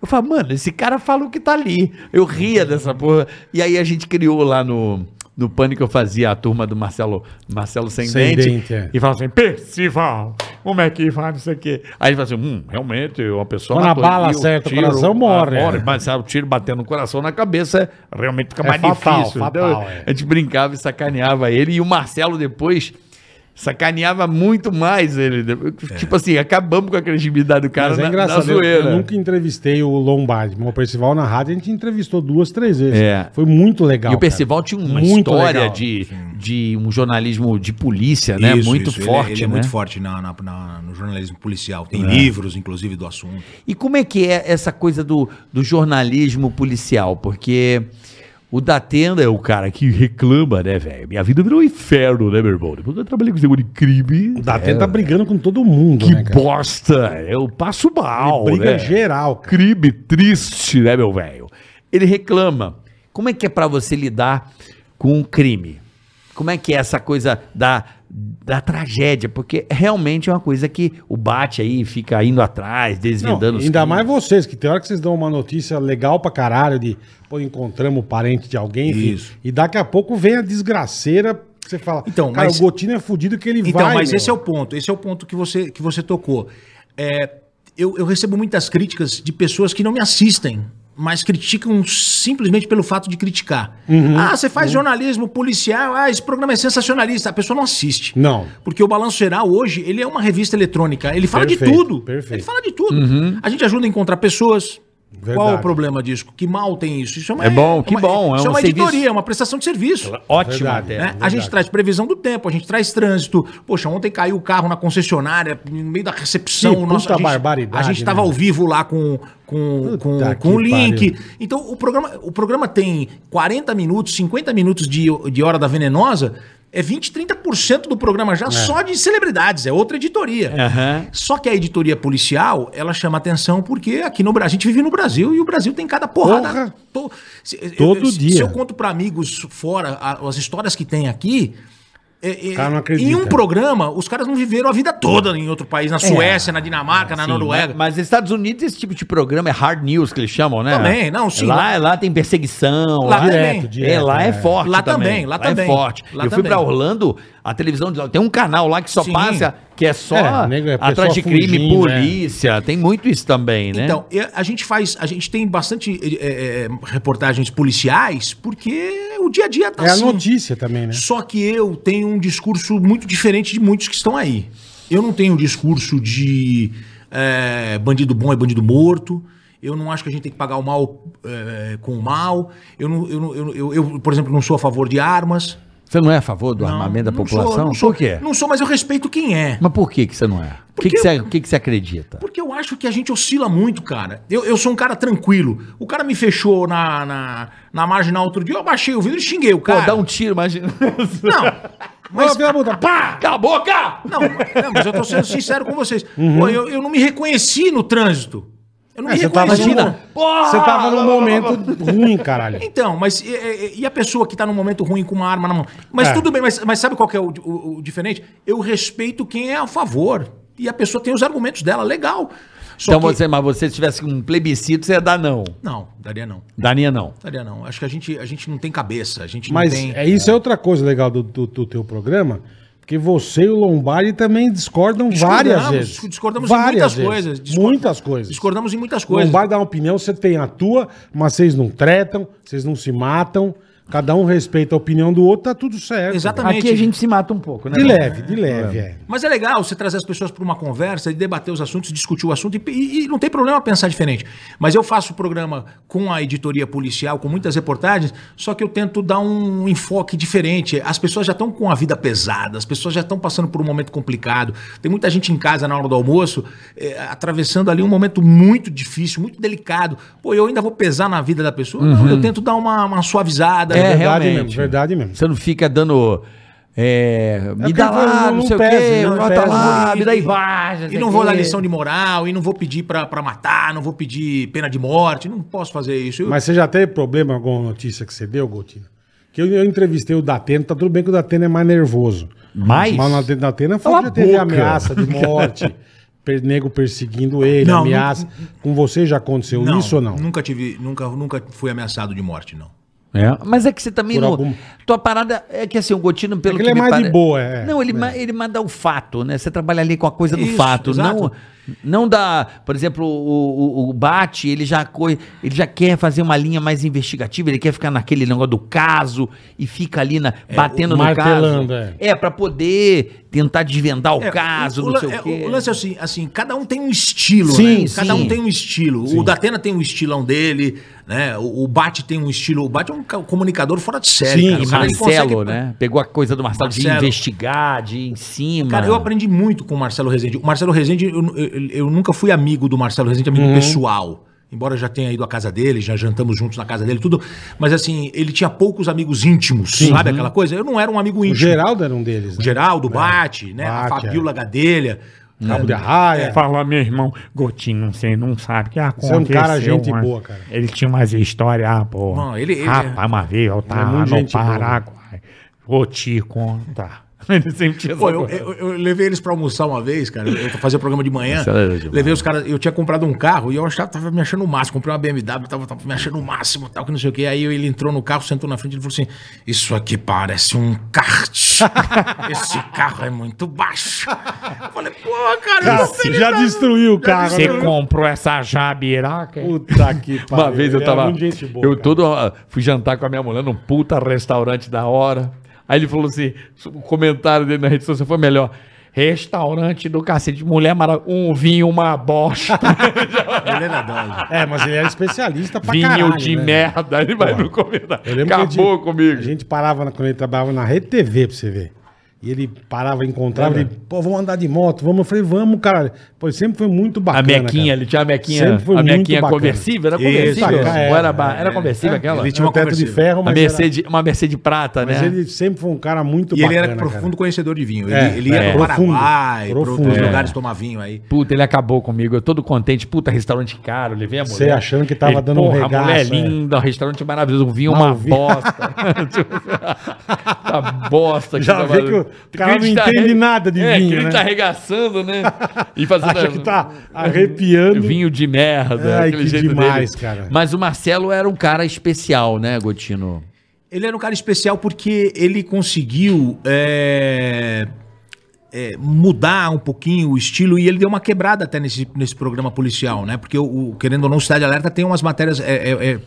S3: Eu falo, mano, esse cara fala o que tá ali. Eu ria dessa porra. E aí a gente criou lá no... No pânico eu fazia a turma do Marcelo Marcelo Sem,
S2: Sem
S3: Dente,
S2: Dente, é.
S3: e falava assim, Percival, como é que vai, não sei o quê. Aí ele fala assim, hum, realmente, uma pessoa...
S2: Quando a
S3: matou,
S2: bala
S3: e o
S2: acerta o
S3: tiro-
S2: coração, morre.
S3: Morre, mas sabe, o tiro batendo no coração, na cabeça, realmente fica
S2: É
S3: mais
S2: fatal,
S3: difícil.
S2: fatal,
S3: entendeu?
S2: é.
S3: A gente brincava e sacaneava ele. E o Marcelo depois sacaneava muito mais ele. Tipo assim, acabamos com a credibilidade do cara
S2: É. Mas
S3: na,
S2: é
S3: na
S2: engraçado, eu,
S3: zoeira.
S2: eu nunca entrevistei o Lombardi, mas o Percival na rádio a gente entrevistou duas, três vezes.
S3: É.
S2: Foi muito legal.
S3: E o
S2: cara.
S3: Percival tinha uma
S2: Muito
S3: história
S2: legal.
S3: de, de um jornalismo de polícia, né?
S4: Isso,
S3: muito
S4: isso, ele é-
S3: forte,
S4: Ele, é
S3: né? É.
S4: muito forte na- na- na- no jornalismo policial. Tem livros, inclusive, do assunto.
S3: E como é que é essa coisa do, do jornalismo policial? Porque o Datena é o cara que reclama, né, velho? Minha vida virou um inferno, né, meu irmão? Depois que eu trabalhei com seguro de crime.
S2: O Datena tá brigando com todo mundo,
S3: é Que
S2: né, cara?
S3: bosta! Eu passo mal.
S2: Ele briga
S3: né?
S2: geral, cara.
S3: Crime triste, né, meu velho? Ele reclama. Como é que é pra você lidar com o crime? Como é que é essa coisa da, da tragédia? Porque realmente é uma coisa que o bate aí fica indo atrás,
S2: Não,
S3: desvendando os
S2: ainda
S3: crimes.
S2: mais vocês, que tem hora que vocês dão uma notícia legal pra caralho de, pô, encontramos o parente de alguém, enfim,
S4: Isso.
S2: e daqui a pouco vem a desgraceira, que você fala,
S4: Então,
S2: cara,
S4: mas-
S2: o Gotino é fudido que ele
S4: Então,
S2: vai.
S4: mas
S2: meu.
S4: esse é o ponto. Esse é o ponto que você, que você tocou. É, eu, eu recebo muitas críticas de pessoas que não me assistem, mas criticam simplesmente pelo fato de criticar. Ah, você faz jornalismo policial, ah, esse programa é sensacionalista. A pessoa não assiste.
S2: Não.
S4: Porque o Balanço Geral hoje, ele é uma revista eletrônica. Ele fala de
S2: Perfeito,
S4: tudo.
S2: perfeito.
S4: Ele fala de tudo. A gente ajuda a encontrar pessoas. Qual
S2: Verdade.
S4: o problema disso? Que mal tem isso? Isso é, uma,
S3: É bom, que
S4: uma-
S3: bom, é
S4: isso é
S3: um
S4: uma
S3: serviço.
S4: editoria, é uma prestação de serviço.
S3: Ótimo,
S2: Verdade.
S3: até.
S4: né? A
S2: É, verdade.
S4: gente traz previsão do tempo, a gente traz trânsito. Poxa, ontem caiu o carro na concessionária, no meio da recepção.
S2: Que
S4: nossa,
S2: puta
S4: a gente,
S2: barbaridade,
S4: A gente estava
S2: né?
S4: ao vivo lá com,
S2: Puta
S4: com, com,
S2: que
S4: com o link.
S2: pariu.
S4: Então, o programa, o programa tem 40 minutos, 50 minutos de, de Hora da Venenosa. É 20, 30% do programa
S2: É.
S4: já só de celebridades, é outra editoria. Só que a editoria policial, ela chama atenção porque aqui no Brasil, a gente vive no Brasil e o Brasil tem cada porrada.
S2: Porra!
S4: To- se- eh,
S2: Todo
S4: se-
S2: dia.
S4: Se eu conto para amigos fora a- as histórias que tem aqui. é- é-
S2: cara não acredita. É.
S4: em um programa, os caras não viveram a vida toda em outro país, na Suécia, na Dinamarca, na Noruega.
S3: Mas, né? mas nos Estados Unidos esse tipo de programa é hard news que eles chamam, né?
S4: Também, não, sim.
S3: Lá, lá tem perseguição.
S4: Lá
S3: é-
S4: também.
S3: é, lá é,
S2: é.
S3: forte.
S4: Lá também, lá também.
S3: É forte.
S4: Lá
S3: Eu fui
S4: também.
S3: pra Orlando, a televisão de lá, tem um canal lá que só
S4: Sim.
S3: passa, que é só
S2: É, nego, é pessoa
S3: atrás de crime,
S2: fugindo,
S3: polícia. Tem muito isso também, né?
S4: Então, e- a gente faz, a gente tem bastante é, é, é, reportagens policiais, porque o dia a dia tá
S2: É a
S4: assim.
S2: notícia também, né?
S4: Só que eu tenho um discurso muito diferente de muitos que estão aí. Eu não tenho um discurso de é, bandido bom é bandido morto. Eu não acho que a gente tem que pagar o mal é, com o mal. Eu, não, eu, não- eu, eu- eu, por exemplo, não sou a favor de armas.
S3: Você não é a favor do armamento da
S4: Não
S3: população?
S4: Sou, não sou,
S3: por quê?
S4: Não sou, mas eu respeito quem é.
S3: Mas por que, que você não é? O que,
S4: Porque
S3: que, você, o que, que você acredita?
S4: Porque eu acho que a gente oscila muito, cara. Eu, eu sou um cara tranquilo. O cara me fechou na, na, na marginal outro dia, eu abaixei o vidro e xinguei o cara.
S3: Pô, dá um tiro,
S4: [LAUGHS]
S3: imagina.
S4: Não,
S2: Mas...
S4: mas
S2: Ô, filha da puta, pá!
S3: Cala a boca!
S4: Não, não, mas eu tô sendo sincero com vocês. Pô, eu, eu não me reconheci no trânsito. Eu não
S2: Uhum. É,
S4: me
S2: você tava,
S4: reconheci.
S2: num,
S3: Imagina. Porra!
S2: você tava num momento ruim, caralho.
S4: Então, mas e, e- e a pessoa que tá num momento ruim com uma arma na mão? Mas
S2: É.
S4: tudo bem, mas, mas sabe qual que é o, o- o diferente? Eu respeito quem é a favor. e a pessoa tem os argumentos dela, legal. Só
S3: Então,
S4: que-
S3: você, mas você se tivesse um plebiscito, você ia dar não.
S4: Não, daria não.
S3: Daria não.
S4: Daria não. Acho que a gente, a gente não tem cabeça, a gente
S2: Mas
S4: não tem...
S2: é, isso é outra coisa legal do, do- do teu programa, porque você e o Lombardi também discordam
S4: Discordamos,
S2: várias vezes.
S4: Discordamos
S2: várias
S4: em muitas coisas. discor-
S2: Muitas coisas.
S4: Discordamos em muitas
S2: O
S4: coisas.
S2: Lombardi dá uma opinião, você tem a tua, mas vocês não tretam, vocês não se matam, cada um respeita a opinião do outro, tá tudo certo.
S4: Exatamente.
S3: se mata um pouco, né?
S2: De leve, de leve, é.
S4: Mas é legal você trazer as pessoas para uma conversa e debater os assuntos, discutir o assunto e, e- e não tem problema pensar diferente. Mas eu faço o programa com a editoria policial, com muitas reportagens, só que eu tento dar um enfoque diferente. As pessoas já estão com a vida pesada, as pessoas já estão passando por um momento complicado. Tem muita gente em casa na hora do almoço, eh, atravessando ali um momento muito difícil, muito delicado. Pô, eu ainda vou pesar na vida da pessoa? Não, eu tento dar uma, uma
S3: É,
S4: suavizada. Eu-
S2: Verdade
S3: realmente.
S2: mesmo, verdade mesmo.
S3: Você não fica dando. é, me
S2: É
S3: dá
S2: porque
S3: lá,
S2: não-
S3: não,
S2: não
S3: sei o
S2: pesa,
S3: quê,
S2: não
S3: bota
S2: pesa.
S3: lá, me dá
S4: é, E-
S3: imagem.
S4: um E não vou dar lição de moral, e não vou pedir pra, pra matar, não vou pedir pena de morte, não posso fazer isso. Eu-
S2: Mas você já teve problema com alguma notícia que você deu, Gotina? Que eu, eu entrevistei o Datena, tá tudo bem que o Datena é mais nervoso.
S3: Mais?
S2: Mas o Datena foi
S3: Cala
S2: já
S3: a
S2: teve
S3: boca.
S2: ameaça de morte, per- nego perseguindo ele,
S4: Não,
S2: ameaça. Com você já aconteceu
S4: Não,
S2: isso ou não?
S4: Nunca tive, nunca, nunca fui ameaçado de morte, não.
S3: É, Mas é que você também
S2: Por
S3: não.
S2: algum-
S3: Tua parada é que assim, o Gotino,
S2: É
S3: pelo
S2: que ele é
S3: me
S2: mais de boa, é.
S3: Não, ele,
S2: É.
S3: ma- ele manda o fato, né? Você trabalha ali com a coisa do
S4: Isso,
S3: fato.
S4: exato.
S3: Não, não dá. Por exemplo, o, o, o Bate, ele já, co- ele já quer fazer uma linha mais investigativa, ele quer ficar naquele negócio do caso e fica ali na, batendo no caso.
S2: martelando, é.
S3: É, pra poder tentar desvendar o
S4: É,
S3: caso,
S4: o,
S3: não
S4: lan-
S3: sei
S4: é,
S3: o quê.
S4: o lance é assim, assim, cada um tem um estilo,
S2: Sim,
S4: né? Cada
S3: sim.
S4: um tem um estilo. O Datena tem um estilão dele, né? O, o Bate tem um estilo. O Bate é um ca- comunicador fora de série,
S2: Sim,
S3: E
S4: cara. O cara, ele
S3: Marcelo,
S4: consegue-
S3: né? Pegou a coisa do Marcelo, de
S4: Marcelo.
S3: investigar, de ir em cima.
S4: Cara, eu aprendi muito com o Marcelo Rezende. O Marcelo Rezende, eu, eu- eu nunca fui amigo do Marcelo Rezende, amigo pessoal. Embora eu já tenha ido à casa dele, já jantamos juntos na casa dele, tudo. Mas assim, ele tinha poucos amigos íntimos, sabe aquela coisa? Eu não era um amigo
S2: O
S4: íntimo.
S2: Geraldo era um deles.
S4: O Geraldo, Bate, né? a
S2: Bate,
S4: Fabiola Gadelha.
S2: Cabo de
S5: É.
S2: Arraia.
S5: Fala, meu irmão, Gotinho, você não sabe o que aconteceu.
S2: é um cara gente
S5: mas
S2: boa, cara.
S5: Ele tinha umas histórias, ah, pô.
S4: Não, ele- ele-
S5: Rapaz, uma vez eu tava
S2: É muito
S5: no
S2: gente boa.
S5: Paraguai. Vou te contar. [LAUGHS] Ele
S2: [LAUGHS]
S5: sempre tinha essa
S4: Pô, eu,
S5: coisa.
S4: eu- eu levei eles pra almoçar uma vez, cara. Eu fazia programa de manhã.
S3: Isso era demais.
S4: Levei os caras. Eu tinha comprado um carro e eu achava, tava me achando o máximo. Comprei uma BMW, tava, tava me achando o máximo, tal, que não sei o quê. Aí ele entrou no carro, sentou na frente e falou assim: Isso aqui parece um kart. Esse carro é muito baixo. Eu falei, pô, cara, eu não sei
S2: já
S4: lidar,
S2: destruiu o carro.
S5: Você
S2: né?
S5: comprou essa jabiraca?
S2: Puta que pariu.
S3: Uma vez eu
S2: Ele era
S3: tava.
S2: muito gente boa,
S3: eu
S2: cara.
S3: todo. ah, Fui jantar com a minha mulher num puta restaurante da hora. Aí ele falou assim: o comentário dele na rede social foi melhor. Restaurante do cacete, mulher maravilhosa, um vinho, uma bosta, [LAUGHS]
S4: não. Ele era doido.
S2: É, mas ele era especialista pra
S5: vinho
S2: caralho,
S5: de
S2: né?
S5: merda. Ele vai no comentário.
S2: Eu lembro que a
S5: Acabou
S2: gente,
S5: comigo.
S2: A gente parava na- quando ele trabalhava na Rede TV, pra você ver. E ele parava, encontrava, ele, pô, vamos andar de moto, vamos. Eu falei, vamos, cara. Pô, ele sempre foi muito
S3: A
S2: bacana.
S3: mequinha,
S2: cara.
S3: ele tinha a mequinha,
S2: Sempre foi
S3: a
S2: muito
S3: mequinha
S2: bacana.
S3: conversível, era
S4: Isso,
S3: conversível?
S2: isso.
S3: Ou era, ba-
S4: É,
S3: era conversível aquela?
S4: ele
S2: Tinha um teto de
S4: conversível.
S2: ferro,
S3: a
S2: mas. era-
S3: Mercedes, uma Mercedes prata,
S2: mas
S3: né?
S2: ele sempre foi um cara muito
S4: E ele
S2: bacana.
S4: era profundo conhecedor de vinho. Ele,
S2: É,
S4: ele ia
S2: é.
S4: pro
S2: Profundo,
S4: Paraguai, para
S2: profundo.
S4: outros
S2: É.
S4: lugares tomar vinho aí.
S3: Puta, ele acabou comigo. Eu todo contente. Puta, restaurante caro. Levei a mulher.
S2: Você achando que tava dando um
S3: A
S2: regaço,
S3: mulher
S2: é.
S3: é linda, um restaurante maravilhoso. Um vinho,
S2: Não,
S3: uma
S2: o vinho-
S3: bosta. [LAUGHS] Tipo, a bosta.
S2: Já
S3: tava-
S2: vê que o cara não
S3: Crente tá
S2: entende
S3: arre-
S2: nada de
S3: é,
S2: vinho,
S3: crente
S2: né?
S3: tá arregaçando, né? E
S2: cara.
S3: [LAUGHS] fazendo...
S2: Acha que tá arrepiando.
S3: Vinho de merda.
S2: Ai,
S3: aquele
S2: que
S3: jeito
S2: demais,
S3: dele.
S2: cara.
S3: Mas o Marcelo era um cara especial, né, Gotino?
S4: Ele era um cara especial porque ele conseguiu é, é, mudar um pouquinho o estilo e ele deu uma quebrada até nesse, nesse programa policial, né? Porque, o, o- querendo ou não, Cidade Alerta tem umas matérias é, é, é,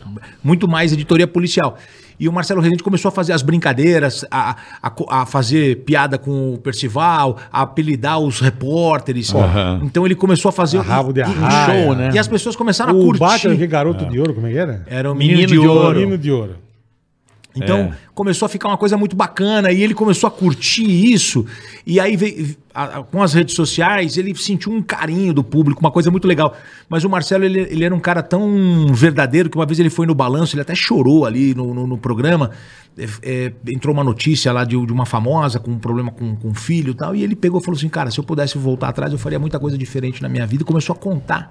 S4: muito mais editoria policial. E o Marcelo Rezende começou a fazer as brincadeiras, a, a co- a fazer piada com o Percival, a apelidar os repórteres. Então ele começou a fazer
S2: A rabo de
S4: e- e-
S2: arraia.
S4: show, né? E as pessoas começaram a
S2: O
S4: curtir.
S2: Batman, que garoto de ouro, como é que era?
S4: Ah. Era o
S3: Menino
S4: menino,
S3: de
S4: de
S3: ouro.
S4: ouro.
S2: Menino de ouro.
S4: Então começou a ficar uma coisa muito bacana e ele começou a curtir isso. E aí, veio- a- a- com as redes sociais, ele sentiu um carinho do público, uma coisa muito legal. Mas o Marcelo, ele, ele era um cara tão verdadeiro que uma vez ele foi no balanço, ele até chorou ali no, no- no programa. É, é, entrou uma notícia lá de, de uma famosa com um problema com, com o filho e tal. E ele pegou e falou assim: Cara, se eu pudesse voltar atrás, eu faria muita coisa diferente na minha vida. E começou a contar.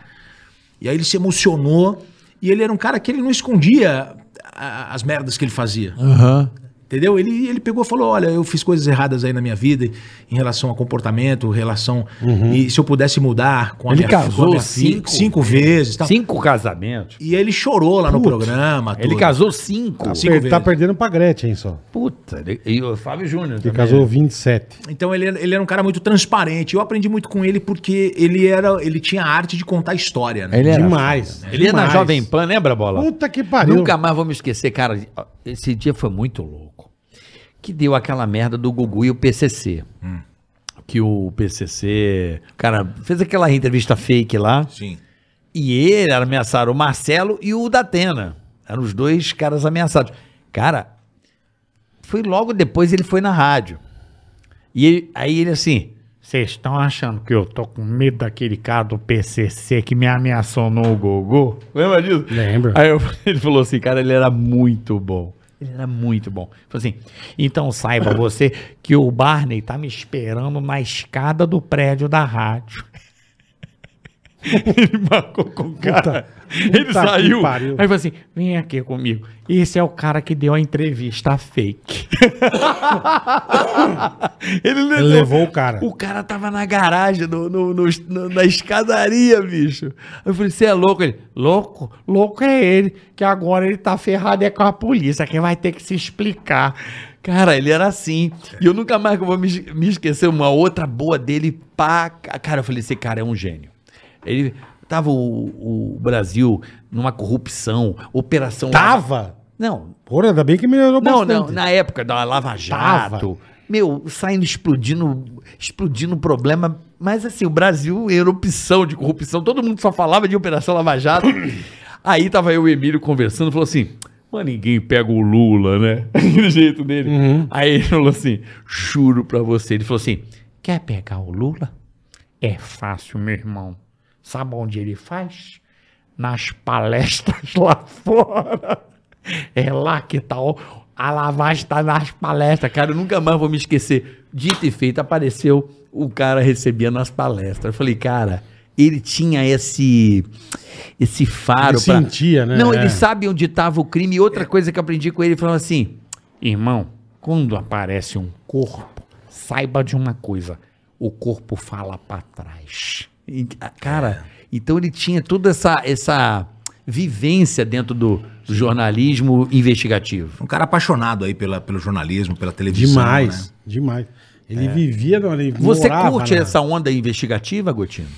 S4: E aí ele se emocionou. E ele era um cara que ele não escondia a- as merdas que ele fazia. Entendeu? Ele, ele pegou e falou: olha, eu fiz coisas erradas aí na minha vida em relação a comportamento, relação. E se eu pudesse mudar com a
S5: Uhum. Ele
S4: minha fi- com a
S5: casou
S4: minha filha-
S5: cinco
S4: cinco vezes. Tal.
S5: Cinco casamentos.
S4: E aí ele chorou lá no programa.
S5: Ele
S4: tudo.
S5: casou cinco.
S4: Tá cinco
S2: Ele tá
S4: vezes.
S2: perdendo pra Gretchen só.
S3: Puta, ele- e o Fábio Júnior
S2: Que
S3: também.
S4: é.
S2: casou 27.
S4: Então ele, ele era um cara muito transparente. Eu aprendi muito com ele porque ele era ele tinha a arte de contar história, né?
S5: Ele era
S2: Demais.
S3: Ele ia na
S2: demais.
S3: Jovem Pan, lembra, Bola?
S2: Puta que pariu.
S3: Nunca mais vou me esquecer, cara. Esse dia foi muito louco. Que deu aquela merda do Gugu e o PCC.
S5: Hum.
S3: Que o PCC, cara, fez aquela entrevista fake lá.
S4: Sim.
S3: E ele ameaçaram o Marcelo e o Datena. Eram os dois caras ameaçados. Cara, foi logo depois ele foi na rádio. E ele- aí ele assim,
S5: Vocês estão achando que eu tô com medo daquele cara do PCC que me ameaçou no Gogô?
S3: Lembra disso?
S2: Lembro.
S3: Aí eu-
S5: [LAUGHS]
S3: ele falou assim, cara, ele era muito bom. Ele era muito bom. Falou assim,
S5: Então saiba você que o Barney tá me esperando na escada do prédio da rádio. [LAUGHS] Ele marcou com o cara. ele
S2: que
S5: saiu. Aí
S2: pariu.
S5: ele falou assim: vem aqui comigo. Esse é o cara que deu a entrevista fake. [LAUGHS]
S3: ele levou,
S2: Ele levou o cara.
S3: O cara tava na garagem, no, no- no- no- na escadaria, bicho. Aí eu falei, você é louco? Ele,
S5: Louco, louco é ele, que agora ele tá ferrado é com a polícia, que vai ter que se explicar.
S3: Cara, ele era assim. E eu nunca mais que eu vou me, es- me esquecer uma outra boa dele. Pá, ca- cara, eu falei, esse cara é um gênio. Ele tava o, o Brasil numa corrupção, operação...
S2: Tava?
S3: Não,
S2: Porra, ainda bem que melhorou
S3: não,
S2: bastante.
S3: não. Na época da Lava Jato.
S2: Tava.
S3: Meu, saindo explodindo, explodindo problema. Mas assim, o Brasil em erupção de corrupção. Todo mundo só falava de Operação Lava
S2: [COUGHS]
S3: Jato. Aí tava eu e o Emílio conversando, falou assim. Mas ninguém pega o Lula, né? [LAUGHS] Do jeito dele.
S2: Uhum.
S3: Aí ele falou assim: juro pra você. Ele falou assim: quer pegar o Lula?
S5: É fácil, meu irmão. Sabe onde ele faz? Nas palestras lá fora. É lá que tá. o- A lavagem tá nas palestras.
S3: Cara, eu nunca mais vou me esquecer. Dito e feito, apareceu o cara recebendo as palestras. Eu falei, cara, ele tinha esse esse faro
S2: Ele sentia, né?
S3: Não,
S2: É.
S3: ele sabe onde estava o crime. E outra coisa que eu aprendi com ele, ele falou assim,
S5: Irmão, quando aparece um corpo, saiba de uma coisa: o corpo fala pra trás.
S3: e- a- ah, cara, então ele tinha toda essa essa vivência dentro do jornalismo investigativo.
S4: Um cara apaixonado aí pela, pelo jornalismo, pela televisão.
S2: Demais,
S4: né?
S2: demais. Ele vivia, não, ele
S3: Você
S2: morava
S3: curte
S2: na-
S3: essa onda investigativa, Gotino?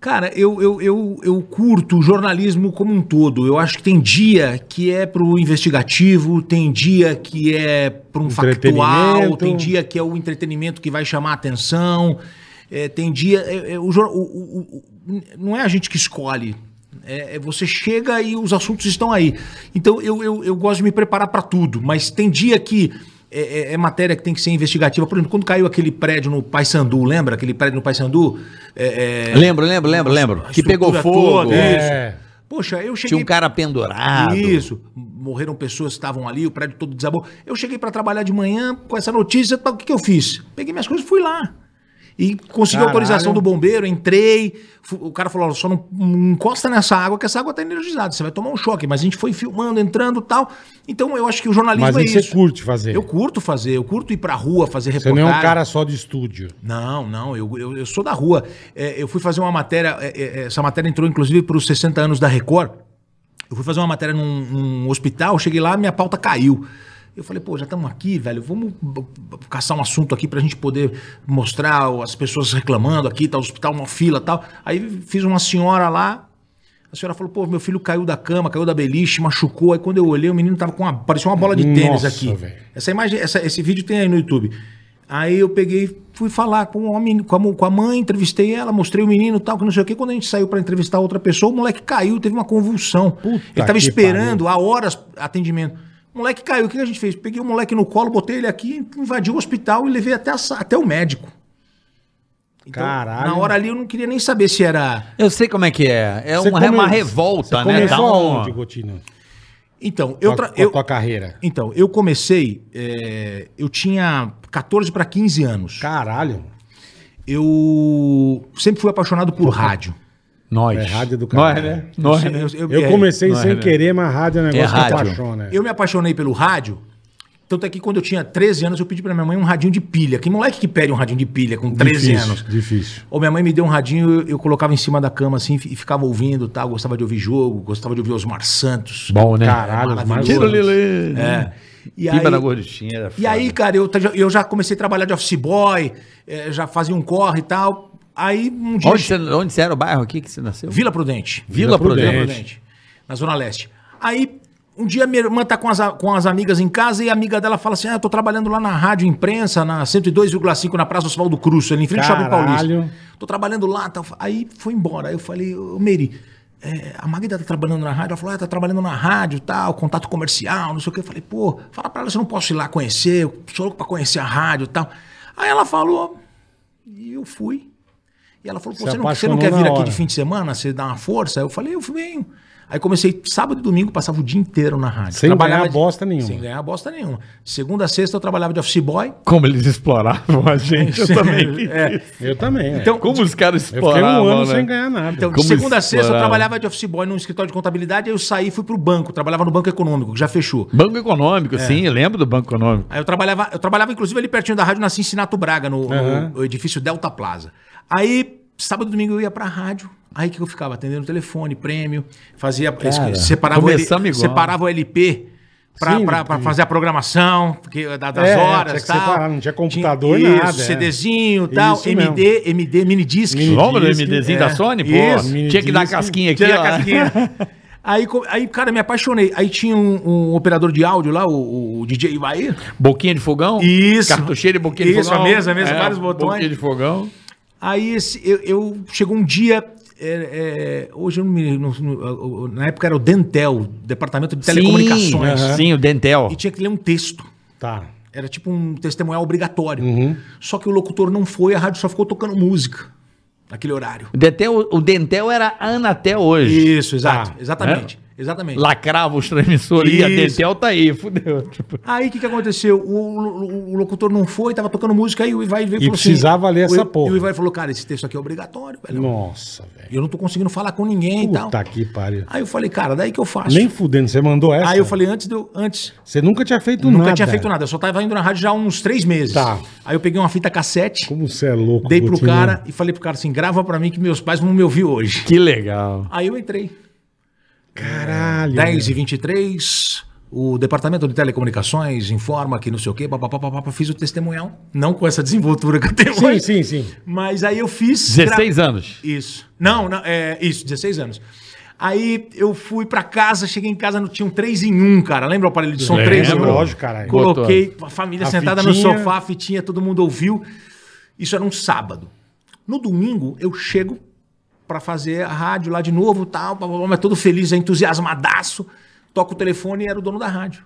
S4: Cara, eu, eu, eu, eu curto o jornalismo como um todo. Eu acho que tem dia que é pro investigativo, tem dia que é pro um factual,
S2: Entretenimento.
S4: tem dia que é o entretenimento que vai chamar a atenção. É, tem dia. é- é o jor- o- o- o- não é a gente que escolhe. É, é você chega e os assuntos estão aí. Então eu, eu, eu gosto de me preparar para tudo, mas tem dia que. É, é- é matéria que tem que ser investigativa. Por exemplo, quando caiu aquele prédio no Paysandu, lembra? Aquele prédio no Paysandu? É, é,
S3: Lembro, lembro, lembro, lembro.
S4: a
S3: Que pegou
S4: estrutura
S3: fogo.
S4: toda,
S3: é.
S4: isso.
S2: É.
S4: Poxa, eu cheguei.
S3: Tinha um cara pendurado.
S4: Isso. Morreram pessoas que estavam ali, o prédio todo desabou. Eu cheguei pra trabalhar de manhã com essa notícia. tá, O que, que eu fiz? Peguei minhas coisas e fui lá. E consegui a
S2: Caralho.
S4: autorização do bombeiro, entrei. fu- O cara falou: "Olha, só não, não encosta nessa água, que essa água tá energizada, você vai tomar um choque. Mas a gente foi filmando, entrando e tal. Então eu acho que o jornalismo
S2: Mas
S4: é
S2: aí você
S4: isso.
S2: curte fazer.
S4: Eu curto fazer, eu curto ir pra rua fazer
S2: Você
S4: reportagem.
S2: não é um cara só de estúdio.
S4: Não, não, eu, eu, eu sou da rua. É, eu fui fazer uma matéria, é, é, essa matéria entrou inclusive para os 60 anos da Record. Eu fui fazer uma matéria num, num hospital, cheguei lá, minha pauta caiu. Eu falei, pô, já estamos aqui, velho, vamos b- b- caçar um assunto aqui pra gente poder mostrar o- as pessoas reclamando aqui, tá, o hospital, uma fila tal. Aí fiz uma senhora lá, a senhora falou, pô, meu filho caiu da cama, caiu da beliche, machucou. Aí quando eu olhei, o menino tava com uma, parecia uma bola de tênis
S2: Nossa,
S4: aqui.
S2: velho.
S4: Essa imagem, essa- esse vídeo tem aí no YouTube. Aí eu peguei, fui falar com o homem, com a, mu- com a mãe, entrevistei ela, mostrei o menino e tal, que não sei o quê. Quando a gente saiu pra entrevistar outra pessoa, o moleque caiu, teve uma convulsão. ele tava
S2: que
S4: esperando há horas atendimento. O moleque caiu, o que a gente fez? Peguei o moleque no colo, botei ele aqui, invadi o hospital e levei até, a sa- até o médico. Então,
S2: Caralho.
S4: Na hora ali eu não queria nem saber se era
S3: Eu sei como é que é. É
S2: Você
S3: uma,
S2: come-
S3: uma revolta,
S2: você
S3: né? Dá
S5: Tá
S2: Começou
S3: um-
S2: aonde, Gotino?
S4: Então, eu, tra-
S2: com a
S4: eu,
S2: tua carreira.
S4: então, eu comecei, é, eu tinha 14 para 15 anos.
S2: Caralho.
S4: Eu sempre fui apaixonado por rádio.
S3: Nós.
S2: É rádio do caralho.
S3: né?
S5: Nós,
S4: Eu-
S5: né?
S4: eu-
S2: Eu
S4: é,
S2: comecei
S3: não é,
S2: sem
S3: né?
S2: querer, mas rádio é um negócio
S3: rádio.
S2: que apaixona.
S4: Eu me apaixonei pelo rádio Tanto é que quando eu tinha 13 anos, eu pedi pra minha mãe um radinho de pilha. Que moleque que pede um radinho de pilha com 13
S2: difícil,
S4: anos?
S2: Difícil.
S4: Ou minha mãe me deu um radinho, eu, eu colocava em cima da cama assim e ficava ouvindo, tá? Eu Gostava de ouvir jogo, gostava de ouvir Osmar Santos.
S5: Bom, né?
S2: Caralho,
S4: É
S2: mas...
S4: maravilhoso.
S3: Lele.
S4: É. E
S3: Pipa
S4: aí-
S3: na gorduchinha. era
S4: e
S3: foda.
S4: aí, cara, eu, tra- eu já comecei a trabalhar de office boy, eh, já fazia um corre e tal. Aí um dia.
S3: Onde você, onde você era o bairro aqui que você nasceu?
S4: Vila Prudente.
S3: Vila
S2: Prudente.
S3: Prudente.
S4: na Zona Leste. Aí, um dia minha irmã tá com as, a- com as amigas em casa e a amiga dela fala assim: Ah, eu tô trabalhando lá na Rádio Imprensa, na 102,5, na Praça Oswaldo Cruz, ali em frente ao Shopping
S2: Caralho.
S4: Paulista. Tô trabalhando lá. tal. Aí foi embora. Aí eu falei: Ô, Meire, é, a Magda tá trabalhando na rádio. Ela falou: ah, tá trabalhando na rádio, tal, contato comercial, não sei o quê. Eu falei: pô, fala pra ela se eu não posso ir lá conhecer, eu sou louco pra conhecer a rádio tal. Aí ela falou, e eu fui. E ela falou: pô,
S2: Se
S4: você, não, você não
S2: apaixonou
S4: quer
S2: na
S4: vir aqui
S2: hora.
S4: de fim de semana? Você dá uma força? Eu falei: eu venho. Aí comecei sábado e domingo, passava o dia inteiro na rádio.
S2: Sem ganhar
S4: de-
S2: bosta nenhuma.
S4: Sem ganhar bosta nenhuma. Segunda a sexta eu trabalhava de office boy.
S5: Como eles exploravam a gente, [LAUGHS] eu também fiz
S4: É.
S5: isso.
S2: Eu também. é.
S4: Então,
S3: Como os caras
S2: eu fiquei um
S3: exploravam,
S2: ano
S3: né?
S2: sem ganhar nada.
S4: Então, de
S3: Como
S4: segunda a sexta eu
S3: explorar.
S4: trabalhava de office boy num escritório de contabilidade, aí eu saí e fui pro banco, trabalhava no Banco Econômico, que já fechou.
S5: Banco Econômico, sim, eu lembro do Banco Econômico.
S4: Aí eu trabalhava, eu trabalhava inclusive ali pertinho da rádio na Cincinnato Braga, no, no
S2: Aham.
S4: edifício Delta Plaza. Aí, sábado e domingo eu ia pra rádio. Aí que eu ficava atendendo o telefone, prêmio, fazia es- separava o, L-
S3: começamos igual.
S4: separava o LP pra,
S2: Sim,
S4: pra- pra
S2: sim.
S4: fazer a programação porque, da- das
S2: É,
S4: horas,
S2: tinha que
S4: tal.
S2: separar, não tinha computador,
S4: isso,
S2: nada, é.
S4: CDzinho, tal,
S2: Isso mesmo.
S4: MD, MD, mini disc.
S5: Lembra do
S2: Disque,
S5: MDzinho
S4: é.
S5: da Sony, pô?
S4: Isso.
S5: Tinha que dar
S2: Minidisque.
S5: casquinha aqui,
S4: Tirei a
S5: ó.
S4: casquinha.
S2: [LAUGHS]
S4: Aí, co- aí, cara, me apaixonei. Aí tinha um, um operador de áudio lá, o, o DJ Ivair.
S5: Boquinha de fogão?
S4: Isso.
S5: Cartucheira e boquinha de
S4: Isso,
S5: fogão. É,
S4: a mesa, a mesa, vários botões.
S5: Boquinha de fogão.
S4: Aí esse, eu, eu- chegou um dia. é, é, hoje eu não me. não- não- na época era o Dentel, Departamento de Telecomunicações.
S5: Sim, sim, o Dentel.
S4: E tinha que ler um texto.
S2: Tá.
S4: Era tipo um testemunhal obrigatório.
S2: Uhum.
S4: Só que o locutor não foi, a rádio só ficou tocando música naquele horário.
S3: O Dentel, o Dentel era a Anatel hoje.
S4: Isso, exato.
S2: Tá.
S4: exatamente.
S2: É?
S4: Exatamente.
S5: Lacrava os transmissores e a
S4: Isso.
S5: Dentel tá aí, fudeu. Tipo,
S4: Aí o que, que aconteceu? O, o- o locutor não foi, tava tocando música, aí o Ivaí veio assim,
S2: E precisava ler essa
S4: o,
S2: porra.
S4: E o Ivaí falou, cara, esse texto aqui é obrigatório, velho.
S2: Nossa, velho.
S4: Eu não tô conseguindo falar com ninguém
S3: Então-
S4: e
S2: Puta
S4: tal.
S2: que pariu.
S4: Aí eu falei, cara, daí que eu faço.
S2: Nem fudendo, você mandou essa?
S4: Aí eu falei, antes de eu. Antes.
S2: Você nunca tinha feito nada.
S4: Nunca tinha feito nada, eu só tava indo na rádio já há uns três meses.
S2: Tá.
S4: Aí eu peguei uma fita cassete,
S2: Como você é louco,
S4: dei pro
S2: Coutinho.
S4: cara e falei pro cara assim: grava pra mim que meus pais não me ouviram hoje.
S5: que legal.
S4: Aí eu entrei.
S2: Caralho.
S4: 10 e 23 o Departamento de Telecomunicações informa que não sei o quê, papapá, papapá, fiz o testemunhal. Não com essa desenvoltura que eu tenho
S2: Sim,
S4: hoje.
S2: sim, sim.
S4: Mas aí eu fiz.
S5: 16
S4: gra-
S5: anos.
S4: Isso. Não, não, é isso, 16 anos. Aí eu fui pra casa, cheguei em casa, não tinha um 3 em 1, cara. Lembra o aparelho de som
S5: Lembro,
S4: 3 em 1?
S2: lógico, caralho.
S4: Coloquei a família
S2: A
S4: sentada
S2: fitinha.
S4: no sofá, a fitinha, todo mundo ouviu. Isso era um sábado. No domingo, eu chego pra fazer a rádio lá de novo, tal, blá, blá, blá, mas todo feliz, entusiasmadaço. Toco o telefone e era o dono da rádio.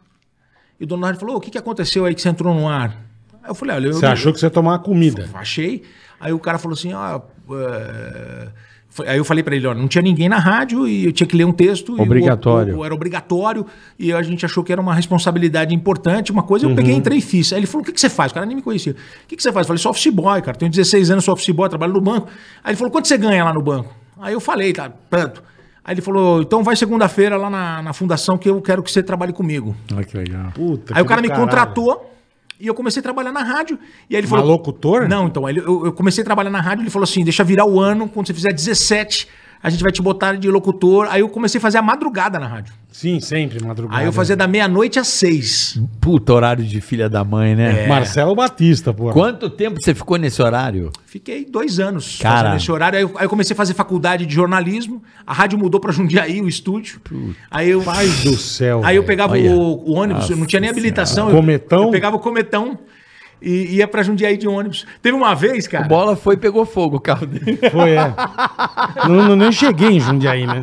S4: E o dono da rádio falou: "Ô, o que, que aconteceu aí que você entrou no ar? Aí eu falei: olha, eu.
S2: Você achou que você ia tomar uma comida.
S4: Achei. Aí o cara falou assim, ó. é, foi- Aí eu falei pra ele, ó, não tinha ninguém na rádio e eu tinha que ler um texto. e o-
S5: Obrigatório.
S4: o- o- era obrigatório e a gente achou que era uma responsabilidade importante, uma coisa. Eu peguei, entrei e fiz. Aí ele falou, o que, que você faz? O cara nem me conhecia. O que, que você faz? Eu falei, sou office boy, cara. Tenho 16 anos, sou office boy, trabalho no banco. Aí ele falou, quanto você ganha lá no banco? Aí eu falei, tá, tanto. Aí ele falou, então vai segunda-feira lá na, na fundação que eu quero que você trabalhe comigo.
S5: Olha que legal.
S2: Puta
S4: Aí
S2: que
S4: o cara
S2: Tá do
S4: me
S2: caralho.
S4: contratou e eu comecei a trabalhar na rádio. E aí ele falou.
S2: locutor?
S4: Não, então. aí ele- eu, eu comecei a trabalhar na rádio, ele falou assim: deixa virar o ano, quando você fizer 17, a gente vai te botar de locutor. Aí eu comecei a fazer a madrugada na rádio.
S2: Sim, sempre, madrugada.
S4: Aí eu fazia da meia-noite às seis.
S2: Hum.
S3: Puta horário de filha da mãe, né?
S4: É.
S5: É.
S2: Marcelo Batista, pô.
S3: Quanto tempo você ficou nesse horário?
S4: Fiquei dois anos
S3: Cara.
S4: fazendo esse horário. Aí eu, aí eu comecei a fazer faculdade de jornalismo. A rádio mudou pra Jundiaí, o estúdio. Aí eu.
S2: Pai do céu.
S4: Aí eu
S2: velho.
S4: pegava
S3: Olha.
S4: o, o ônibus, eu não tinha nem habilitação. eu-
S2: Cometão?
S4: Eu, pegava o cometão e ia pra Jundiaí de ônibus. Teve uma vez, cara.
S3: Bola foi e pegou fogo o carro dele.
S2: Foi, é. não, não, nem cheguei em Jundiaí, né?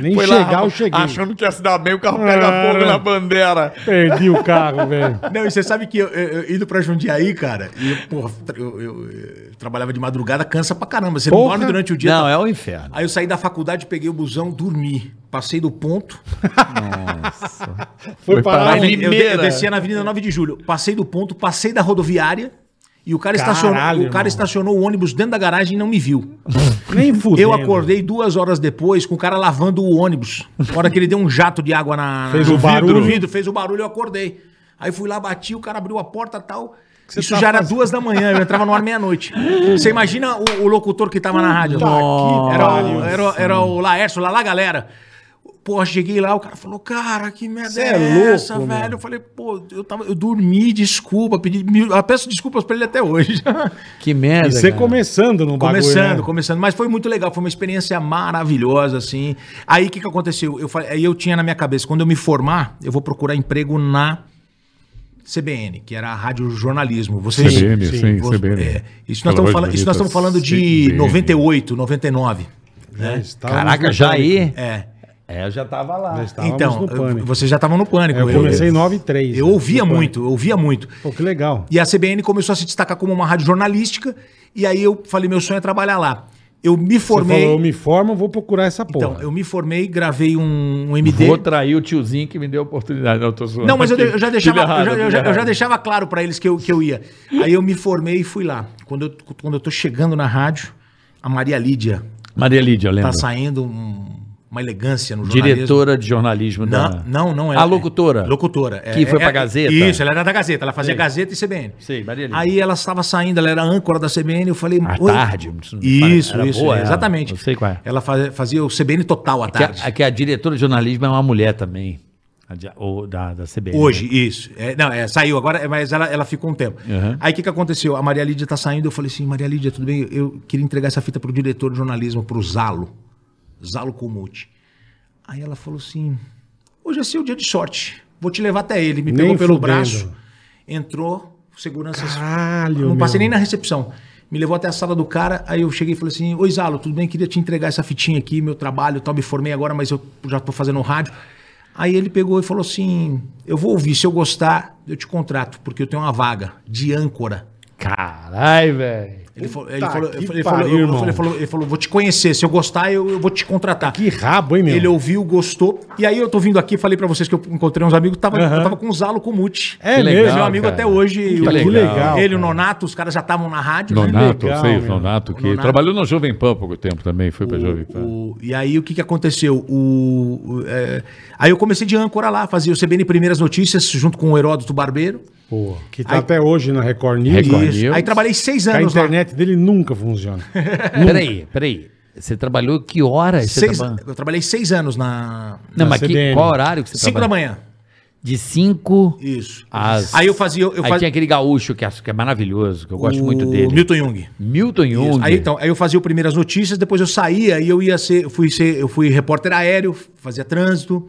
S2: Nem
S5: [LAUGHS] Foi lá,
S2: chegar eu cheguei.
S5: Achando que ia se dar bem, o carro pega
S3: Ah.
S5: fogo na bandeira.
S2: Perdi o carro, velho.
S4: Não, e você sabe que eu, eu- eu indo pra Jundiaí, cara, e eu, porra, tra- eu, eu- eu trabalhava de madrugada, cansa pra caramba. Você
S2: Porra.
S4: não dorme durante o dia.
S3: Não,
S4: tá?
S3: é o inferno.
S4: Aí eu saí da faculdade, peguei o busão, dormi. Passei do ponto.
S2: Foi parar
S5: parar
S2: onde?
S5: em
S4: Eu, eu
S5: Limeira.
S4: descia na Avenida 9 de Julho. Passei do ponto, passei da rodoviária. E o cara,
S2: Caralho,
S4: estacionou, o
S2: irmão.
S4: cara estacionou o ônibus dentro da garagem e não me viu.
S2: Nem fudendo.
S4: Eu acordei duas horas depois com o cara lavando o ônibus. Na hora que ele deu um jato de água na.
S2: Fez
S4: no
S2: o
S4: vidro,
S2: barulho.
S4: no vidro, fez o barulho, eu acordei. Aí fui lá, bati, o cara abriu a porta tal.
S2: você
S4: Isso
S2: tá
S4: já era
S2: fazendo?
S4: duas da manhã, eu entrava no ar meia-noite. Você imagina o, o locutor que tava na rádio.
S2: Puta que
S4: era,
S2: pariu.
S4: o, era, era o Laércio, lá, lá, galera. Pô, cheguei lá, o cara falou, cara, que merda
S2: Cê
S4: é,
S2: é louco,
S4: essa,
S2: meu.
S4: velho? Eu falei, pô, eu, tava, eu dormi, desculpa, pedi, mil- eu peço desculpas pra ele até hoje. [LAUGHS]
S3: Que merda.
S2: E você
S3: cara.
S2: começando no bagulho,
S4: Começando,
S2: né?
S4: começando. Mas foi muito legal, foi uma experiência maravilhosa, assim. Aí o que, que aconteceu? Eu, falei, aí eu tinha na minha cabeça, quando eu me formar, eu vou procurar emprego na CBN, que era a Rádio Jornalismo. Vocês,
S6: CBN, sim,
S4: vo-
S6: CBN.
S4: é, isso, nós
S6: Pelo
S4: estamos
S6: amor
S4: falando,
S6: de
S4: isso nós
S6: Deus,
S4: estamos falando de
S6: CBN.
S4: 98, 99.
S2: Já estávamos
S3: Caraca,
S2: no
S3: já
S2: pânico.
S3: aí.
S4: É.
S3: É, eu já tava
S2: Já
S3: lá.
S2: estávamos
S4: então,
S2: no
S4: eu-
S2: pânico.
S4: vocês já estavam no pânico. né?
S2: É, eu comecei em 9 e 3.
S4: Eu
S2: né,
S4: ouvia
S2: no
S4: muito, eu ouvia muito.
S2: pânico. Pô, que legal.
S4: E a CBN começou a se destacar como uma rádio jornalística. E aí eu falei, meu sonho é trabalhar lá. Eu me
S2: Você
S4: formei.
S2: falou, eu me formo, vou procurar essa porra.
S4: Então, eu me formei, gravei um, um MD.
S5: Vou trair o tiozinho que me deu a oportunidade. Não, eu tô zoando.
S4: Não, mas eu, de- eu já,
S5: Filho
S4: deixava, eu, já,
S5: errado,
S4: eu já-
S5: filho
S4: eu já
S5: errado.
S4: deixava claro pra eles que eu, que eu ia. Aí eu me formei e fui lá. Quando eu, quando eu tô chegando na rádio, a Maria Lídia
S3: Maria Lídia, eu lembro.
S4: tá saindo um- uma elegância no jornalismo.
S3: Diretora de jornalismo
S4: Não,
S3: da...
S4: não, não.
S3: A locutora.
S4: é, locutora. é,
S3: Que foi
S4: é,
S3: pra
S4: é,
S3: Gazeta.
S4: Isso, ela era da Gazeta. Ela fazia Gazeta e CBN.
S3: Sei, Maria Lídia.
S4: Aí ela estava saindo, ela era âncora da CBN, eu falei...
S3: À
S4: "Oi".
S3: tarde, isso não me
S4: Isso,
S3: parece. Era
S4: isso,
S3: boa
S4: é,
S3: ela,
S4: exatamente.
S3: eu sei qual é.
S4: Ela fazia, fazia o CBN total à
S3: Que
S4: tarde.
S3: a, que a diretora de jornalismo é uma mulher também. a de- ou da, da CBN.
S4: Hoje, isso. É, não, é, saiu agora, é, mas ela, ela ficou um tempo. Aí o que, que aconteceu? A Maria Lídia tá saindo, eu falei assim, Maria Lídia, tudo bem? Eu queria entregar essa fita pro diretor de jornalismo, pro Zalo. Zalo Kumuti. Aí ela falou assim, hoje é seu dia de sorte, vou te levar até ele. Me
S2: Nem
S4: pegou pelo
S2: fudendo.
S4: braço, entrou, segurança...
S2: Caralho,
S4: Não passei
S2: meu.
S4: nem na recepção. Me levou até a sala do cara, aí eu cheguei e falei assim: Oi, Zalo, tudo bem? Queria te entregar essa fitinha aqui, meu trabalho, e tal, me formei agora, mas eu já tô fazendo rádio. Aí ele pegou e falou assim: Eu vou ouvir, se eu gostar, eu te contrato, porque eu tenho uma vaga de âncora.
S5: Caralho, velho.
S4: Ele falou, ele
S2: Puta
S4: falou,
S2: que
S4: ele falou,
S2: pariu,
S4: eu- eu-
S2: irmão.
S4: ele falou- ele falou, vou te conhecer, se eu gostar, eu, eu vou te contratar.
S2: Que rabo, hein, meu?
S4: Ele é ouviu, gostou. E aí eu tô vindo aqui, falei pra vocês que eu encontrei uns amigos, tava, eu tava com o Zalo com o Muti.
S2: É
S5: Que
S2: mesmo.
S5: legal,
S4: meu amigo
S5: cara.
S4: até hoje.
S5: Que
S4: o-
S5: legal,
S4: Ele, o
S2: cara.
S4: Nonato, os caras já estavam na rádio. né?
S6: Nonato,
S2: legal,
S6: eu sei, o
S2: meu.
S6: Nonato, que
S4: Nonato.
S6: trabalhou na Jovem Pan há pouco tempo também, foi pra Jovem Pan.
S4: O- e aí o que, que aconteceu? O, o- é, aí eu comecei de âncora lá, fazia o CBN Primeiras Notícias junto com o Heródoto Barbeiro.
S2: Pô, que tá até hoje na Record News.
S6: Record
S2: Isso.
S6: News. Deus.
S4: Aí trabalhei seis
S2: A
S4: anos lá.
S2: internet dele nunca
S4: [LAUGHS]
S2: funciona.
S3: Peraí, peraí. Você trabalhou que horas? Você
S4: Seis-
S3: trabalha-
S4: eu trabalhei seis anos na.
S2: Na
S3: Não, mas que,
S2: CBN.
S3: qual horário que você
S4: Cinco da
S3: trabalha?
S4: manhã.
S3: De 5
S4: Isso.
S3: às...
S4: Aí eu fazia. Eu
S3: Aí
S4: fazia
S3: tinha aquele gaúcho que acho que é maravilhoso, que eu gosto muito
S4: o
S3: dele.
S4: Milton Jung.
S3: Milton
S4: Isso.
S3: Jung.
S4: Aí então, aí eu fazia o primeiras notícias, depois eu saía e eu ia ser, eu fui ser, eu fui repórter aéreo, fazia trânsito,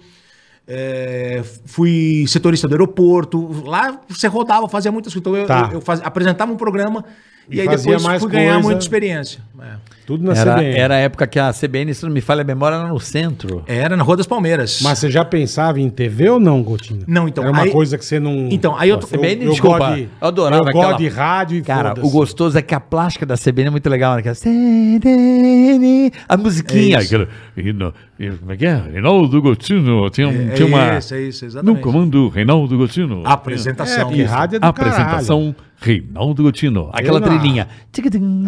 S4: é, fui setorista do aeroporto. Lá você rodava, fazia muitas coisas. Então eu,
S2: Tá.
S4: eu- eu fazia- apresentava um programa e,
S2: E
S4: aí
S2: fazia
S4: depois
S2: mais
S4: fui ganhar
S2: coisa.
S4: muita experiência. É.
S2: Tudo na
S3: era,
S2: CBN.
S3: era a época que a CBN, se não me falha a memória, era no centro.
S4: Era na Rua das Palmeiras.
S2: Mas você já pensava em TV ou não, Gotinha?
S4: Não, então,
S2: Era uma
S4: aí-
S2: coisa que você não.
S4: Então, aí eu tô-
S3: CBN,
S2: eu
S3: desculpa,
S2: gosto de-
S3: eu adorava
S2: eu gosto
S3: aquela-
S2: de rádio e
S3: Cara,
S2: foda-se.
S3: o gostoso é que a plástica da CBN é muito legal, né? Aquela CBN, A musiquinha.
S6: É, aquela- Reina- Como é que é? Reinaldo Gotino. Tinha, um,
S4: É
S6: tinha uma.
S4: isso, é isso, exatamente.
S6: no comando, Reinaldo Gotino.
S4: A apresentação.
S2: É, que rádio é do caralho.
S6: Apresentação, Reinaldo Gotino.
S3: aquela
S2: Eu na-
S3: trilhinha.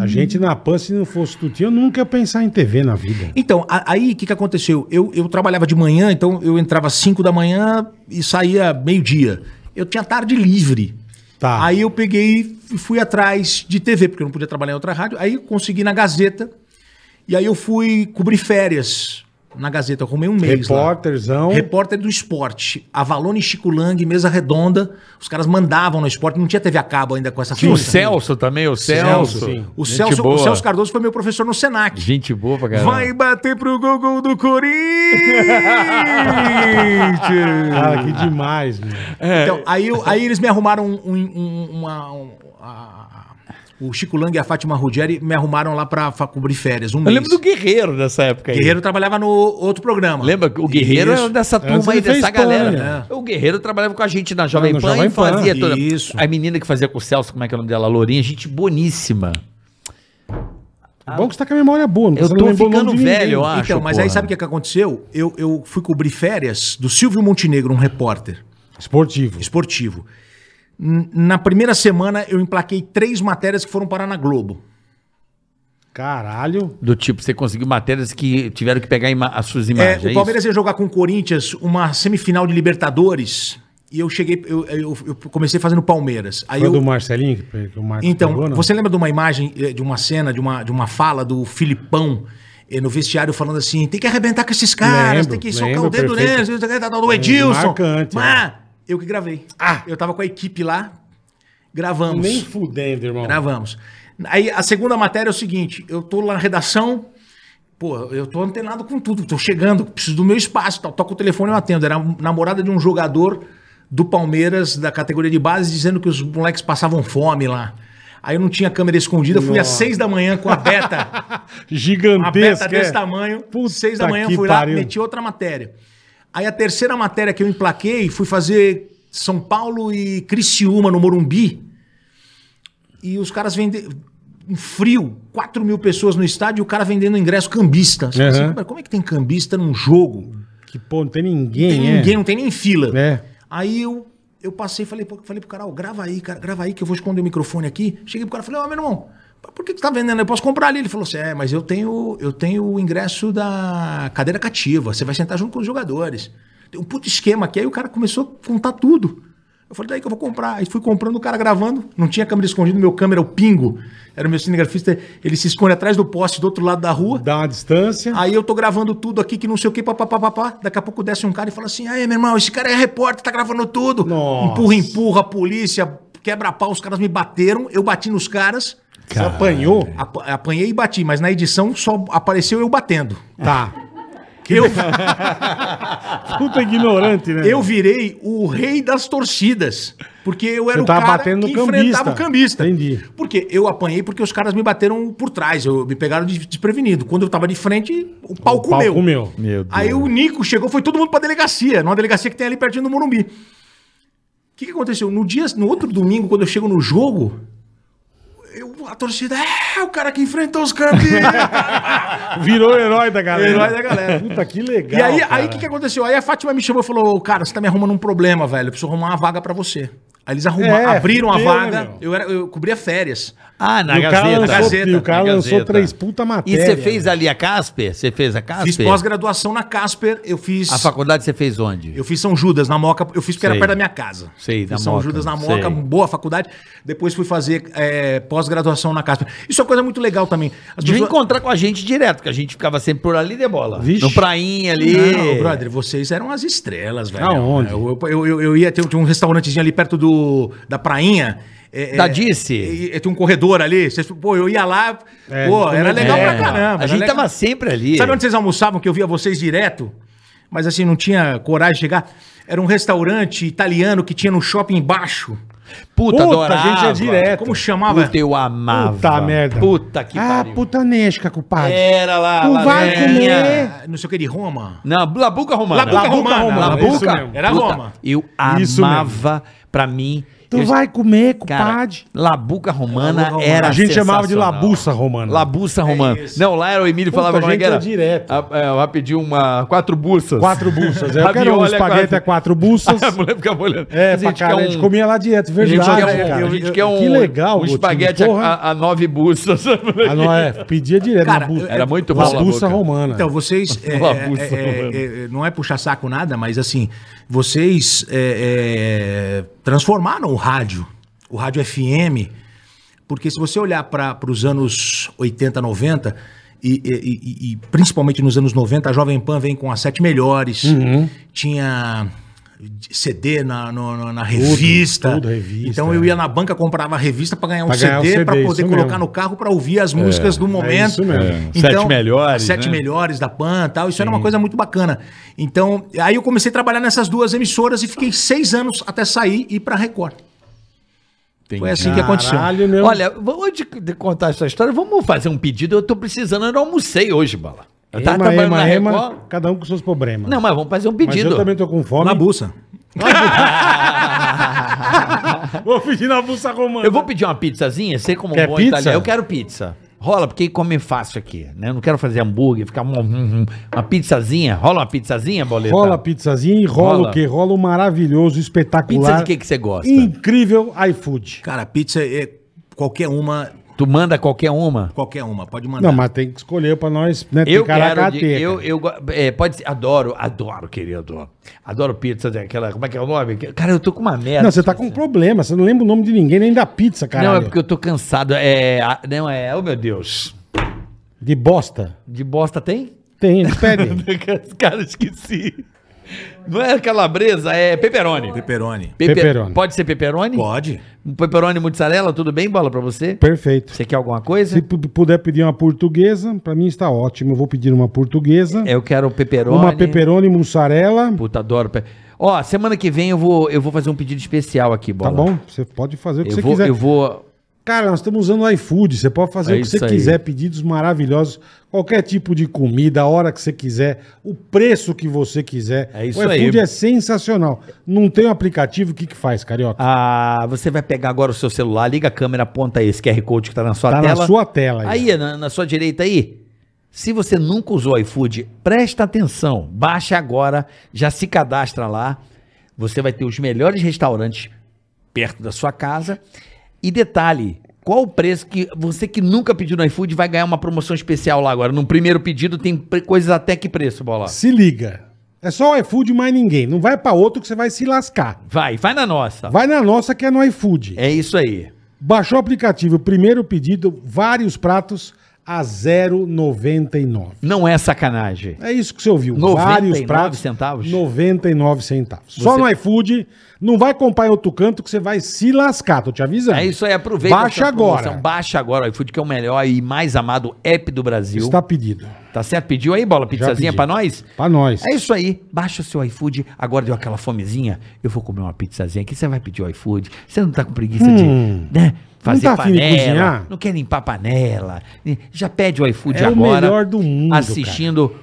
S2: A gente na PAN, se não fosse Tutinha, eu nunca ia pensar em TV na vida.
S4: Então, a- aí o que, que aconteceu? Eu, eu trabalhava de manhã, então eu entrava às 5 da manhã e saía meio-dia. Eu tinha tarde livre.
S2: Tá.
S4: Aí eu peguei e fui atrás de TV, porque eu não podia trabalhar em outra rádio. Aí eu consegui na Gazeta. E aí eu fui cobrir férias na Gazeta. Eu arrumei um mês lá.
S2: Repórterzão.
S4: Repórter do esporte. Avalone Chico Lang, mesa redonda. Os caras mandavam no esporte. Não tinha TV a cabo ainda com essa
S5: Tinha o
S4: força.
S5: Celso também, o Celso.
S2: sim.
S4: O
S5: Gente
S4: Celso,
S5: boa.
S4: o Celso Cardoso foi meu professor no Senac.
S5: Gente boa pra caramba.
S4: Vai bater pro Google
S3: [LAUGHS]
S4: do Corinthians!
S2: Cara, ah, que demais, mano.
S3: É.
S4: Então, aí, eu- aí eles me arrumaram um, um- um- uma. um- a- o Chico Lang e a Fátima Ruggeri me arrumaram lá pra, fa- cobrir férias. Um
S3: Eu
S4: mês.
S3: lembro do Guerreiro nessa época aí.
S4: Guerreiro trabalhava no outro programa.
S3: Lembra? que O Guerreiro é
S4: Isso.
S3: era dessa
S2: Antes
S3: turma aí,
S2: ele fez
S3: dessa
S2: Pan,
S4: né?
S3: galera. né? O Guerreiro trabalhava com a gente na Jovem
S2: Na
S3: Pan
S2: Jovem
S3: e fazia
S4: Pan,
S3: toda.
S4: isso.
S3: A menina que fazia com o Celso, como é que é o nome dela? Lourinha, gente boníssima.
S2: Bom que você tá com a memória boa. não
S3: Eu
S2: precisa
S3: tô
S2: lembrar o nome
S3: ficando
S2: de ninguém.
S3: velho, eu acho.
S4: Então, mas aí sabe o que, que aconteceu? Eu, eu fui cobrir férias do Silvio Montenegro, um repórter
S2: Esportivo.
S4: esportivo. N- Na primeira semana, eu emplaquei três matérias que foram parar na Globo.
S2: Caralho.
S3: Do tipo, você conseguiu matérias que tiveram
S2: é
S3: que pegar ima- as suas imagens.
S4: É, o Palmeiras ia jogar com o Corinthians uma semifinal de Libertadores E eu cheguei, eu, eu- eu comecei fazendo Palmeiras. Aí
S2: Foi
S4: eu,
S2: do Marcelinho que, que o Marcos
S4: então,
S2: pegou, não?
S4: você lembra de uma imagem, eh, de uma cena, de uma, de uma fala do Filipão eh, no vestiário falando assim: tem que arrebentar com esses caras,
S2: Lembro,
S4: tem que socar
S2: lembro,
S4: o dedo
S2: perfeito.
S4: neles, do Edilson.
S2: marcante, é. Ah!
S4: Mas eu que gravei. Eu tava com a equipe lá, gravamos.
S2: Nem fudendo, irmão.
S4: Gravamos. Aí a segunda matéria é o seguinte: eu tô lá na redação, pô, eu tô antenado com tudo, tô chegando, preciso do meu espaço, tal. toco o telefone e eu atendo. Era a namorada de um jogador do Palmeiras, da categoria de base, dizendo que os moleques passavam fome lá. Aí eu não tinha câmera escondida, fui às seis da manhã com a beta. Uma
S2: Gigantesca.
S4: beta
S2: é.
S4: desse tamanho.
S2: Puta
S4: seis da manhã
S2: que
S4: fui lá,
S2: pariu.
S4: meti outra matéria. Aí a terceira matéria que eu emplaquei, fui fazer São Paulo e Criciúma no Morumbi. E os caras vendem um frio, 4 mil pessoas no estádio e o cara vendendo ingresso cambista. Você fala
S2: Uhum.
S4: assim, "Mas como é que tem cambista num jogo?
S2: Que pô, não tem ninguém,
S4: Tem
S2: é.
S4: ninguém, não tem nem fila.
S2: É.
S4: Aí eu, eu passei e falei, pro- falei pro cara, ó, grava aí, cara, grava aí que eu vou esconder o microfone aqui. Cheguei pro cara e falei, ó, meu irmão, por que, que tá vendendo? Eu posso comprar ali. Ele falou assim, é, mas eu tenho, eu tenho o ingresso da cadeira cativa, você vai sentar junto com os jogadores. Tem um puto esquema aqui. Aí o cara começou a contar tudo. Eu falei, daí que eu vou comprar. Aí fui comprando, o cara gravando. Não tinha câmera escondida, meu câmera, o Pingo, era o meu cinegrafista, ele se esconde atrás do poste do outro lado da rua.
S2: Dá uma distância.
S4: Aí eu tô gravando tudo aqui, que não sei o que, papapá. Daqui a pouco desce um cara e fala assim: aí, meu irmão, esse cara é repórter, tá gravando tudo.
S2: Nossa.
S4: Empurra, empurra, a polícia, quebra-pau, os caras me bateram, eu bati nos caras,
S2: Você apanhou?
S4: ap- apanhei e bati, mas na edição só apareceu eu batendo.
S2: Tá.
S4: Eu,
S2: Puta ignorante, né?
S4: eu virei o rei das torcidas. Porque eu era
S2: Você
S4: o
S2: tava
S4: cara
S2: batendo
S4: que
S2: no
S4: enfrentava
S2: cambista.
S4: o cambista.
S2: Entendi.
S4: Porque eu apanhei porque os caras me bateram por trás, eu, me pegaram de- desprevenido. Quando eu tava de frente, o pau
S2: O pau
S4: comeu.
S2: comeu.
S6: Meu Deus.
S4: Aí o Nico chegou, foi todo mundo pra delegacia, numa delegacia que tem ali pertinho do Morumbi. O que, que aconteceu? No dia, no outro domingo, quando eu chego no jogo, eu- a torcida é o cara que enfrentou os [LAUGHS] campeões.
S2: Virou herói da galera.
S4: Herói da galera.
S2: Puta que legal.
S4: e aí,
S2: cara.
S4: aí o que, que aconteceu? Aí a Fátima me chamou e falou: Cara, você tá me arrumando um problema, velho. Eu preciso arrumar uma vaga pra você. Aí eles arrumaram,
S2: É,
S4: abriram a
S2: fudeu, né,
S4: vaga.
S2: meu?
S4: eu, era, eu cobria férias.
S3: Ah, na
S2: E o cara
S3: Gazeta.
S2: lançou,
S4: Gazeta,
S2: e o cara
S3: na
S2: lançou
S3: Gazeta.
S2: três puta
S3: E
S2: matéria. né?
S3: você fez ali a Casper? Você fez a Casper?
S4: Fiz pós-graduação na Casper, eu fiz.
S3: Ah, A faculdade você fez onde?
S4: Eu fiz São Judas na Moca, eu fiz porque
S3: Sei.
S4: era perto da minha casa.
S3: Sei, na
S4: fiz São
S3: Moca,
S4: Judas na Moca,
S3: sei.
S4: boa faculdade. Depois fui fazer eh, pós-graduação na Casper. Isso é uma coisa muito legal também. As
S3: De
S4: pessoas-
S3: encontrar com a gente direto, que a gente ficava sempre por ali de bola.
S2: Vixe.
S3: No prainha ali. É.
S4: Não, brother, vocês eram as estrelas, velho.
S2: Aonde?
S4: Eu, eu, eu, eu ia ter um restaurantezinho ali perto do, da prainha. eh,
S3: Da
S4: eh,
S3: Dice?
S4: e- e Tinha um corredor ali. vocês- pô, eu ia lá.
S2: É,
S4: pô, era
S2: comendo.
S4: legal
S2: É,
S4: pra caramba.
S3: a
S4: era
S3: gente
S4: legal.
S3: tava assim. sempre ali.
S4: Sabe onde vocês almoçavam que eu via vocês direto? Mas assim, não tinha coragem de chegar. Era um restaurante italiano que tinha no shopping embaixo.
S2: Puta,
S3: Puta, adorava.
S2: a gente é direto.
S4: Como chamava?
S3: Puta, eu amava.
S2: Puta merda.
S3: Puta que
S2: Ah,
S3: pariu.
S2: putanesca, compadre.
S3: Era lá.
S2: Tu vai
S3: lasanha.
S2: comer.
S4: Ah, Não sei o que de Roma.
S3: Não, Labuca Romana.
S4: Labuca Romana,
S2: Labuca.
S3: Labuca.
S2: Isso mesmo.
S4: Era
S3: Puta,
S4: Roma.
S3: Eu
S2: Isso mesmo.
S3: amava, pra mim...
S2: Tu
S3: eu-
S2: vai comer,
S3: Cara,
S2: compadre.
S3: Labuca Romana
S4: Labuca Romana.
S3: era
S2: A gente chamava de
S3: sensacional.
S2: labuça romana.
S3: Labuça Romana.
S4: isso.
S3: não, lá era o Emílio
S2: É Puta,
S3: falava
S2: a
S3: como é que
S2: gente
S3: era.
S2: é direto.
S3: A- é, ela pediu uma quatro buças. [LAUGHS]
S2: Quatro buças. Eu quero um
S3: Raviola é
S2: espaguete
S3: quatro-
S2: a quatro buças.
S3: [LAUGHS] A mulher ficava olhando.
S2: É, pra
S3: A gente quer um-
S2: caralho. A gente comia lá direto,
S3: a gente
S2: verdade,
S3: quer um,
S2: cara.
S3: a gente quer um,
S2: que legal,
S3: um
S2: Gotinho,
S3: espaguete a,
S2: porra.
S3: a- a nove buças. [LAUGHS]
S2: Ah, não, é, pedia direto.
S4: Cara,
S2: labu-
S3: era muito bom
S2: Labuça
S3: Labuca.
S2: romana.
S4: Então,
S2: [LAUGHS]
S4: vocês. é,
S3: Labuça,
S4: é, é,
S3: mano.
S4: é, é, não é puxar saco nada, mas assim, vocês é, é, transformaram o rádio, o rádio FM. Porque se você olhar para os anos 80, 90, e, e- e- e principalmente nos anos 90, a Jovem Pan vem com as sete melhores.
S2: Uhum.
S4: Tinha CD na, no- no- na revista.
S2: tudo revista,
S4: Então eu
S2: é.
S4: ia na banca, comprava a revista para ganhar um
S2: Pra ganhar o
S4: CD,
S2: CD,
S4: para poder
S2: isso
S4: colocar
S2: mesmo. É.
S4: no carro para ouvir as músicas do momento.
S2: isso mesmo.
S6: Sete melhores,
S4: as Sete
S6: né?
S4: melhores da PAN e tal. Isso era uma coisa muito bacana. Então, aí eu comecei a trabalhar nessas duas emissoras e fiquei seis anos até sair e ir pra Record. Foi assim que aconteceu.
S2: Caralho, meu.
S3: Olha, vamos de, de contar essa história, vamos fazer um pedido. Eu tô precisando, eu não almocei hoje, Bala. Eu tava
S2: Ema,
S3: tá trabalhando
S2: ema,
S3: na
S2: ema,
S3: Record.
S2: cada um com seus problemas.
S3: Não, mas vamos fazer um
S2: Mas
S3: pedido.
S2: eu também tô com fome.
S4: Na Bussa.
S2: Vou pedir na buça romana.
S3: Eu vou pedir uma pizzazinha, sei como
S2: Quer
S3: um bom
S2: pizza?
S3: italiano. Eu quero pizza. Rola, porque come fácil aqui, né? Eu não quero fazer hambúrguer, ficar uma, um- um- uma pizzazinha. Rola uma pizzazinha, boleta?
S2: Rola a pizzazinha e rola,
S3: Rola.
S2: o quê? Rola o maravilhoso, espetacular.
S3: Pizza de que que você gosta?
S2: Incrível iFood.
S4: Cara, pizza é qualquer uma
S3: Tu manda qualquer uma.
S4: Qualquer uma, pode mandar.
S2: Não, mas tem que escolher pra nós, né?
S3: Eu quero.
S2: Ticaracateca.
S3: de- eu, eu, go- é, pode ser. Adoro, adoro, querido. Adoro, adoro pizza daquela. Como é que é o nome? Cara, eu tô com uma merda.
S2: Não, você tá com um problema, você não lembra o nome de ninguém, nem da pizza, caralho.
S3: assim. Não, é porque eu tô cansado. É. a- Não, é. Oh, meu Deus.
S2: De bosta.
S3: De bosta tem?
S2: Tem,
S3: [LAUGHS]
S2: eles pedem.
S3: Cara, esqueci. Não é calabresa, é peperoni.
S4: Pepperoni.
S3: Pepe-
S2: Pepperoni.
S3: Pode ser peperoni?
S4: Pode.
S3: Um Peperoni mussarela, tudo bem, bola pra você?
S2: Perfeito.
S3: Você quer alguma coisa?
S2: Se pu- puder pedir uma portuguesa, pra mim está ótimo. Eu vou pedir uma portuguesa,
S3: Eu quero peperoni.
S2: uma peperoni mussarela.
S3: Puta, adoro. pe- Ó, semana que vem eu vou, eu vou fazer um pedido especial aqui, bola.
S2: Tá bom? Você pode fazer o que
S3: Eu
S2: você
S3: vou,
S2: quiser.
S3: eu vou.
S2: Cara, nós estamos usando o iFood. Você pode fazer
S3: É
S2: o que você
S3: isso aí.
S2: quiser, pedidos maravilhosos, qualquer tipo de comida, a hora que você quiser, o preço que você quiser.
S3: É isso
S2: o iFood
S3: aí.
S2: é sensacional. Não tem um aplicativo, o que, que faz, Carioca?
S3: Ah, você vai pegar agora o seu celular, liga a câmera, aponta esse QR Code que tá na sua
S2: tá
S3: tela.
S2: na sua tela aí.
S3: Aí, na, na sua direita aí. Se você nunca usou iFood, presta atenção. Baixa agora, já se cadastra lá. Você vai ter os melhores restaurantes perto da sua casa. E detalhe, qual o preço que você que nunca pediu no iFood vai ganhar uma promoção especial lá agora? No primeiro pedido tem pre- coisas até que preço, bola.
S2: Se liga. É só o iFood mais ninguém. Não vai pra outro que você vai se lascar.
S3: Vai, vai na nossa.
S2: Vai na nossa que é no iFood.
S3: É isso aí.
S2: Baixou o aplicativo, primeiro pedido, vários pratos a 0,99.
S3: Não é sacanagem.
S2: É isso que você ouviu.
S3: 99
S2: Vários pratos.
S3: centavos?
S2: 99 centavos. Só no iFood. Não vai comprar em outro canto que você vai se lascar. Tô te avisando.
S3: É isso aí, aproveita.
S2: Baixa
S3: essa promoção,
S2: agora.
S3: Baixa agora o iFood, que é o melhor e mais amado app do Brasil.
S2: Está pedido.
S3: Tá certo? Pediu aí, bola, pizzazinha
S2: pedi.
S3: pra nós?
S2: Pra nós.
S3: É isso aí. Baixa o seu iFood. Agora deu aquela fomezinha. Eu vou comer uma pizzazinha aqui. Você vai pedir o iFood. Você não tá com preguiça
S2: Hum.
S3: de né, fazer
S2: tá afim de
S3: panela.
S2: cozinhar?
S3: Não quer limpar panela. Já pede o iFood
S2: É o
S3: agora.
S2: melhor do mundo,
S3: Assistindo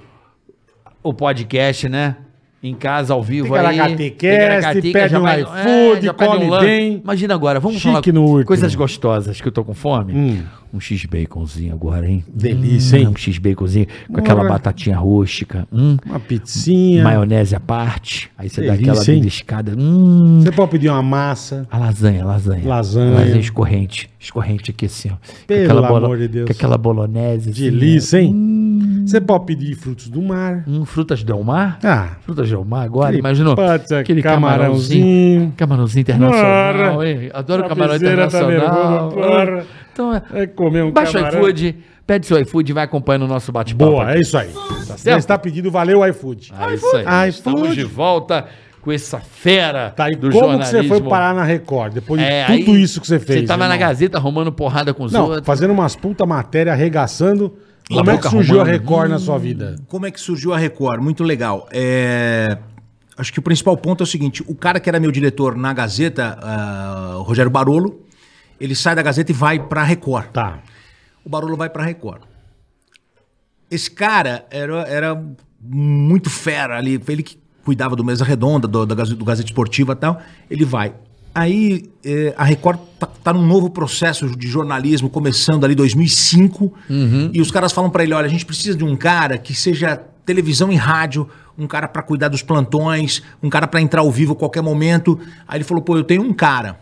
S3: o podcast, né? Em casa, ao vivo aí.
S2: Ticaracatecast, pede
S3: já
S2: um
S3: vai-
S2: iFood,
S3: já pede
S2: come
S3: lanche.
S2: bem.
S3: Imagina agora, vamos
S2: Chique
S3: falar
S2: no último.
S3: coisas gostosas que eu tô com fome.
S2: Hum.
S3: Um x-baconzinho agora, hein?
S2: Delícia,
S3: Hum,
S2: hein?
S3: Um x-baconzinho com aquela
S2: Bora.
S3: batatinha rústica. Hum
S2: Uma pizzinha.
S3: maionese à parte. Aí você
S2: Delícia,
S3: dá aquela
S2: é. hein?
S3: beliscada. Hum,
S2: Você pode pedir uma massa.
S3: a lasanha, lasanha.
S2: Lasanha.
S3: escorrente. Escorrente aqui assim, ó. Com
S2: Pelo
S5: aquela bolo-
S2: amor de Deus.
S5: Com aquela bolonese. assim,
S2: Delícia, hein? Você pode pedir frutos do mar.
S3: Hum, frutas Del Mar?
S2: Ah.
S3: Frutas Del Mar agora,
S2: Aquele
S3: imaginou?
S2: putz,
S5: aquele
S2: camarãozinho.
S5: camarãozinho.
S3: Camarãozinho internacional, hein? Adoro
S2: A
S3: camarão
S2: piseira tá
S3: internacional.
S2: nervosa, porra.
S3: então, é,
S2: É comer um
S3: baixa
S2: camarão.
S3: o iFood, pede seu iFood e vai acompanhando o nosso bate-papo.
S2: Boa, é
S3: aqui.
S2: isso aí. Você
S3: Tá certo?
S2: está pedido, valeu iFood.
S3: É isso
S2: iFood.
S3: aí. Estamos de volta com essa fera
S2: Tá, e
S3: do
S2: como que você foi
S3: jornalismo.
S2: parar na Record? Depois
S3: É,
S2: de tudo
S3: aí
S2: isso que você fez.
S3: Você tava na
S2: irmão?
S3: Gazeta arrumando porrada com os
S2: Não,
S3: outros.
S2: fazendo umas puta matéria, arregaçando.
S3: Lá
S2: Como é que
S3: boca
S2: surgiu a
S3: arrumando.
S2: Record na sua vida?
S4: Como é que surgiu a Record? Muito legal. É, Acho que o principal ponto é o seguinte: o cara que era meu diretor na Gazeta, ah, o Rogério Barolo, ele sai da Gazeta e vai pra Record.
S2: Tá.
S4: O Barolo vai pra Record. Esse cara era, era muito fera ali, foi ele que cuidava do Mesa Redonda, do, da Gaze- do Gazeta Esportiva e tal. Ele vai. Aí eh, a Record tá, tá num novo processo de jornalismo, começando ali 2005. E os caras falam pra ele: olha, a gente precisa de um cara que seja televisão e rádio, um cara pra cuidar dos plantões, um cara pra entrar ao vivo a qualquer momento. Aí ele falou: pô, eu tenho um cara.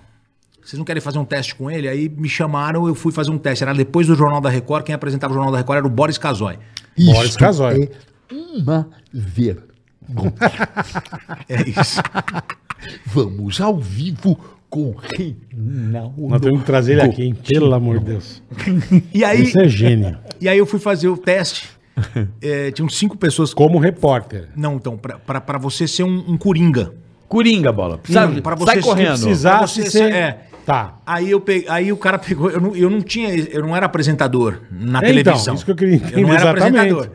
S4: Vocês não querem fazer um teste com ele? Aí me chamaram, eu fui fazer um teste. Era depois do Jornal da Record, quem apresentava o Jornal da Record era o Boris Casoy.
S2: Boris Casoy.
S3: é Uma ver.
S4: É
S3: [LAUGHS]
S4: isso.
S3: Vamos ao vivo com o Reinaldo.
S2: Nós temos que trazer ele aqui, hein? Pelo amor de Deus.
S4: E aí,
S2: Isso é
S3: [LAUGHS]
S2: gênio.
S4: e aí eu fui fazer o teste. É, tinham cinco pessoas.
S2: Como repórter.
S4: Não, então, pra- pra pra você ser um, um coringa.
S3: Coringa, bola. Sabe,
S4: Hum, pra
S3: sai
S4: você
S3: correndo.
S4: precisar.
S2: Precisasse
S4: Você-
S2: ser.
S4: é.
S2: Tá.
S4: Aí, eu pe... aí o cara pegou. Eu não, eu não tinha. Eu não era apresentador na
S2: Então,
S4: televisão.
S2: isso que eu queria entender,
S4: não era
S2: exatamente.
S4: apresentador.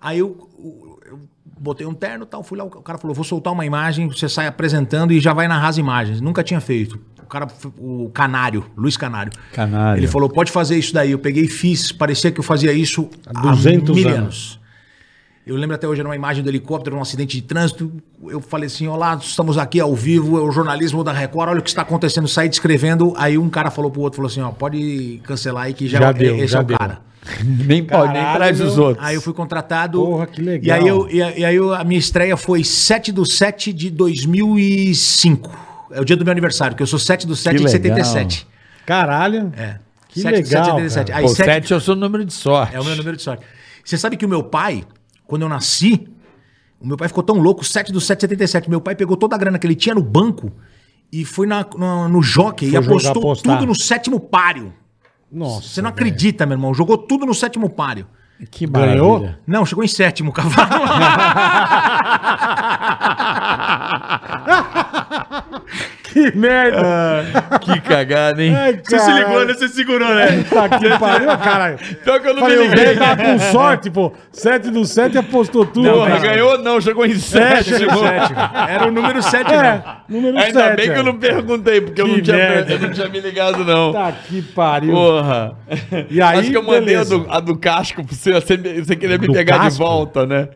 S4: Aí eu, eu- eu botei um terno e tal. Fui lá. O cara falou: vou soltar uma imagem, você sai apresentando e já vai narrar as imagens. Nunca tinha feito. O cara, o Canário, Luiz Canário.
S3: Canário.
S4: Ele falou: pode fazer isso daí. Eu peguei e fiz. Parecia que eu fazia isso há
S2: 200
S4: mil
S2: anos.
S4: eu lembro até hoje era uma imagem do helicóptero, um acidente de trânsito. Eu falei assim: Olá, estamos aqui ao vivo, é o jornalismo da Record, olha o que está acontecendo, saí descrevendo. Aí um cara falou pro outro: falou assim, ó, pode cancelar aí que já,
S2: Já deu,
S4: esse
S2: já
S4: é o
S2: deu.
S4: cara.
S3: Nem pau, nem
S2: Caralho,
S3: traz os
S2: meu.
S3: outros.
S4: Aí eu fui contratado.
S2: Porra, que legal.
S4: E aí, eu- e aí- e aí eu- a minha estreia foi 7 do 7 de 2005. É o dia do meu aniversário, que eu sou 7 do 7
S3: Que
S4: de
S3: legal.
S4: 77.
S2: Caralho.
S4: É.
S2: Que
S4: Sete-
S2: legal,
S4: 777.
S2: cara.
S4: Aí
S5: Pô,
S4: sete-
S5: sete é o seu número de sorte.
S4: É o meu número de sorte. Você sabe que o meu pai, quando eu nasci, o meu pai ficou tão louco, 7 do 777. Meu pai pegou toda a grana que ele tinha no banco e foi na- na- no jockey e
S2: Foi jogar,
S4: apostou
S2: apostar.
S4: tudo no sétimo páreo.
S2: Nossa.
S4: Você não acredita, meu irmão. Jogou tudo no sétimo páreo.
S5: Que
S2: Ganhou?
S5: maravilha.
S4: Não, chegou em sétimo, [LAUGHS] cavalo.
S2: Que merda.
S3: [LAUGHS] Que cagada, hein?
S2: Ai, caralho.
S3: Você segurou, né?
S2: Puta que Tá pariu,
S3: [LAUGHS]
S2: caralho.
S3: Pior que eu não me
S2: Falei, o
S3: liguei.
S2: velho tava com sorte, pô. 7 do 7 apostou tudo.
S3: Porra,
S2: cara.
S3: ganhou não, chegou em sete. chegou.
S4: Era o número né? 7, não.
S2: É, número 7.
S3: Ainda bem que eu não perguntei, porque eu
S2: Que
S3: não, tinha,
S2: merda.
S3: eu não tinha me ligado, não.
S2: Tá que pariu.
S3: Porra.
S2: E aí,
S3: Acho que eu mandei a
S2: beleza.
S3: do, a do casco pra você, você, me- você queria me
S2: Do
S3: pegar de
S2: casco?
S3: volta, né?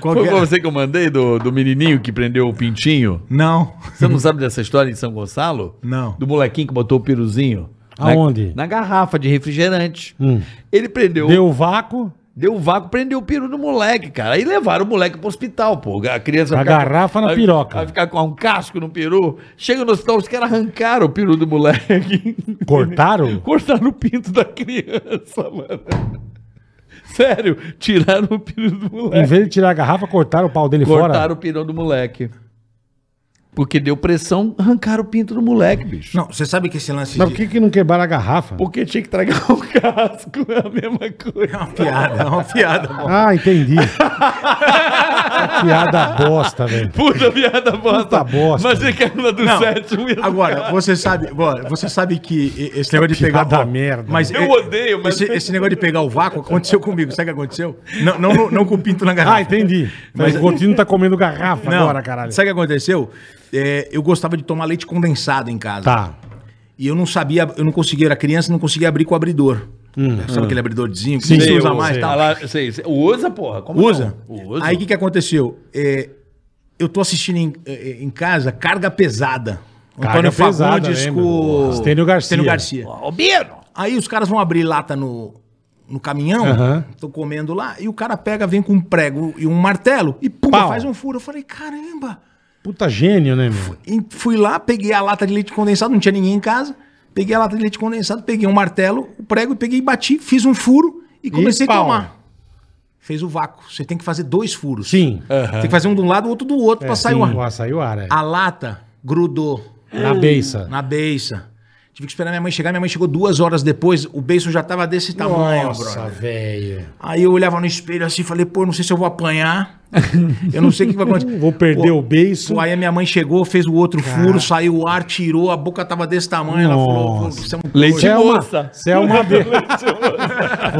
S4: Qual
S3: Foi
S4: que
S3: pra
S4: era?
S3: você que eu mandei, do, do menininho que prendeu o pintinho?
S4: Não.
S3: Você não sabe dessa história de São Gonçalo?
S4: Não.
S3: Do molequinho que botou o piruzinho. na-
S2: Aonde? Hum.
S3: Na, garrafa de refrigerante. Ele prendeu, deu...
S2: Deu vácuo,
S3: o vácuo, prendeu o piru do moleque, cara. Aí levaram o moleque pro hospital, pô. A criança
S2: A
S3: vai ficar com-
S2: garrafa na
S3: vai-
S2: piroca.
S3: Vai ficar com um casco no peru. Chega no hospital, os caras arrancaram o peru do moleque. [LAUGHS]
S2: cortaram?
S3: Cortaram o pinto da criança, mano. Sério, tiraram o peru do moleque.
S2: em vez de tirar a garrafa, cortaram o pau dele
S3: Cortaram
S2: fora.
S3: o pirão do moleque. Porque deu pressão, arrancaram o pinto do moleque, bicho.
S4: Não, você sabe que esse lance
S2: Mas
S4: de-
S2: por que, que não quebraram a garrafa?
S3: Porque tinha que tragar o casco, é a mesma
S4: É
S3: coisa.
S4: uma piada, é uma piada.
S2: [LAUGHS]
S4: pô.
S2: Ah, entendi. Piada bosta, velho.
S3: Puta piada bosta.
S2: Puta bosta.
S3: Mas é que a onda do
S4: Não,
S3: sétimo ia
S4: Agora, você sabe, agora, você sabe que e- esse negócio de pegar.
S2: Piada
S4: ó,
S2: merda. né?
S4: Mas
S3: Eu
S4: e-
S3: odeio, mas-
S4: Esse, esse negócio de pegar o vácuo aconteceu comigo. Sabe o que aconteceu? Não, não, não, não com o pinto na garrafa.
S2: Ah, entendi. Mas o Gotino tá comendo garrafa
S4: Não,
S2: agora, caralho.
S4: Sabe o que aconteceu? É, eu gostava de tomar leite condensado em casa.
S2: Tá.
S4: E eu não sabia, eu não conseguia, eu era criança, não conseguia abrir com o abridor. Sabe aquele abridorzinho que
S2: Hum. Sim,
S4: não se
S2: sei,
S4: usa
S2: eu
S4: mais e
S2: sei.
S6: tá
S4: tal?
S3: sei, sei. Usa, porra. Como
S4: Usa.
S3: não? Usa.
S4: Aí o que, que aconteceu? É, eu tô assistindo em, eh, em casa Carga Pesada.
S2: Carga Pesada, lembro.
S4: com...
S2: Estênio Garcia.
S4: Garcia.
S3: Ó, o Bino.
S4: Aí os caras vão abrir lata no, no caminhão,
S2: Aham.
S4: tô comendo lá, e o cara pega, vem com um prego e um martelo e pum,
S2: Pau.
S4: faz um furo. Eu falei, caramba.
S2: Puta gênio, né, meu?
S4: E fui lá, peguei a lata de leite condensado, não tinha ninguém em casa. Peguei a lata de leite condensado, peguei um martelo, o prego, peguei e bati, fiz um furo e comecei a
S2: pau.
S4: tomar. Fez o vácuo. Você tem que fazer dois furos.
S2: Sim.
S3: É.
S4: Tem que fazer um de um lado, outro do outro pra sair
S2: É, Sim,
S4: o ar.
S2: lá saiu o ar,
S3: Ah,
S2: é.
S4: A lata grudou
S2: Na beiça.
S4: na beiça. Tive que esperar minha mãe chegar. Minha mãe chegou duas horas depois. O beiço já tava desse tamanho, brother.
S2: velho.
S4: Aí eu olhava no espelho assim e falei, pô, não sei se eu vou
S2: [LAUGHS]
S4: apanhar. eu não sei o que vai acontecer.
S2: Vou perder o beiço.
S4: Pô, aí a minha mãe chegou, fez o outro furo, saiu o ar, tirou, a boca tava desse tamanho. Ela falou, pô,
S2: Nossa.
S4: você é um
S3: Leite
S2: Você é uma,
S3: moça.
S2: você é
S3: [LAUGHS]
S2: uma besta.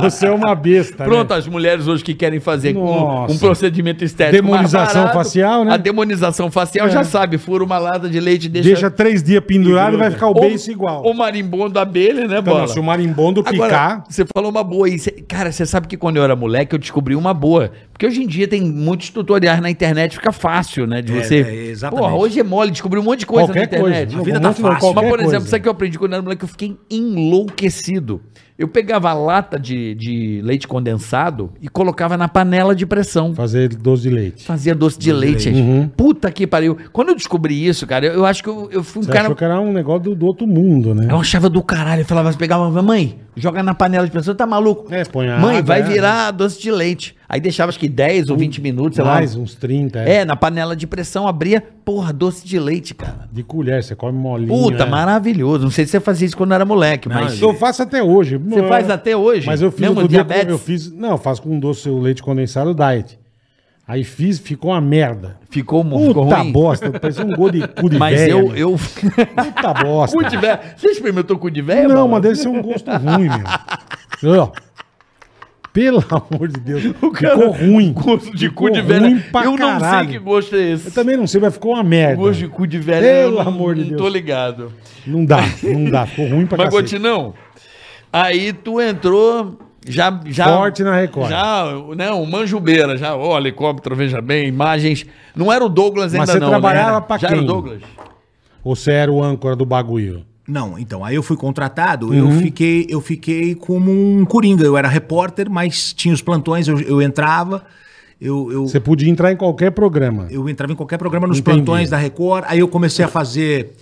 S2: Você é uma besta. né?
S3: Pronto, as mulheres hoje que querem fazer com-
S2: Nossa.
S3: um procedimento estético.
S2: Demonização
S3: mais
S2: facial, né? É.
S3: A demonização facial já sabe, fura uma lata de leite, deixa.
S2: Deixa três dias pendurado e vai ficar o
S3: ou-
S2: beijo igual.
S3: Ou marimbondo da abelha, né,
S2: Então,
S3: bola?
S2: se o marimbondo
S3: Agora,
S2: picar.
S3: você falou uma boa aí. Cê- cara, você sabe que quando eu era moleque eu descobri uma boa. Porque hoje em dia tem muitos tutoriais na internet, fica fácil, né? De
S4: É,
S3: você.
S4: é, exatamente.
S3: Porra, hoje é mole, descobri um monte de coisa na
S2: qualquer
S3: internet.
S2: coisa. né?
S4: A vida tá
S2: Não,
S4: fácil.
S2: qualquer
S3: Mas, por exemplo,
S2: coisa.
S3: sabe o que eu aprendi quando eu era moleque? Eu fiquei enlouquecido. Eu pegava a lata de, de leite condensado e colocava na panela de pressão.
S2: Fazer doce de leite.
S3: Fazia doce de leite.
S2: Uhum.
S3: Puta que pariu. Quando eu descobri isso, cara, eu, eu acho que eu, eu fui um
S2: Você
S3: cara. É um
S2: achou que era um negócio do, do outro mundo, né?
S3: Eu achava do caralho. Eu falava, eu pegava, mãe, joga na panela de pressão, tá maluco?
S2: É, põe a
S3: Mãe,
S2: água,
S3: vai
S2: é. Uh,
S3: virar doce de leite. Aí deixava acho que 10 ou 20 minutos, sei
S2: Mais
S3: lá.
S2: uns 30.
S3: É, na panela de pressão abria, porra, doce de leite, cara.
S2: De colher, você come molinho.
S3: Puta,
S2: é.
S3: maravilhoso. Não sei se você fazia isso quando era moleque, mas.
S2: Ah, Eu faço até hoje.
S3: Você faz até hoje?
S2: é. Mas eu fiz
S3: Mesmo
S2: outro dia com-
S3: diabetes?
S2: eu fiz, não, eu faço com doce o leite condensado diet. Aí fiz, ficou uma merda.
S3: Ficou, mu- ficou
S2: Puta
S3: ruim.
S2: bosta, parecia um gol de cu de
S3: Mas
S2: véia,
S3: eu.
S2: meu.
S3: eu... [LAUGHS]
S2: Puta bosta.
S3: cu de véia. Você experimentou cu de velho?
S2: Não, mas deve ser um gosto ruim, meu. Ó. Pelo amor de Deus. ficou ruim.
S3: Gosto de
S2: Ficou
S3: cu de velho.
S2: ruim pra
S3: Eu não sei
S2: caralho.
S3: que gosto é esse.
S2: Eu também não sei, mas ficou uma merda.
S3: Gosto de cu de velho.
S2: Pelo
S3: eu não-
S2: amor de
S3: não
S2: Deus.
S3: Tô ligado.
S2: Não dá, não dá. Ficou ruim pra
S3: Mas,
S2: cacete.
S3: Gotinão, aí tu entrou já... já
S2: Forte na Record.
S3: Já, né, um manjubeira, já, ó, helicóptero, veja bem, imagens. Não era o Douglas
S2: Mas
S3: ainda
S2: você
S3: não,
S2: trabalhava
S3: né?
S2: pra
S3: já
S2: quem?
S3: era o Douglas.
S2: Ou você era o âncora do bagulho?
S4: Não, então, aí eu fui contratado,
S2: Uhum.
S4: eu, fiquei, eu fiquei como um coringa. Eu era repórter, mas tinha os plantões, eu, eu entrava, eu, eu,
S2: Você podia entrar em qualquer programa.
S4: eu entrava em qualquer programa nos
S2: Entendi.
S4: plantões da Record. Aí eu comecei a fazer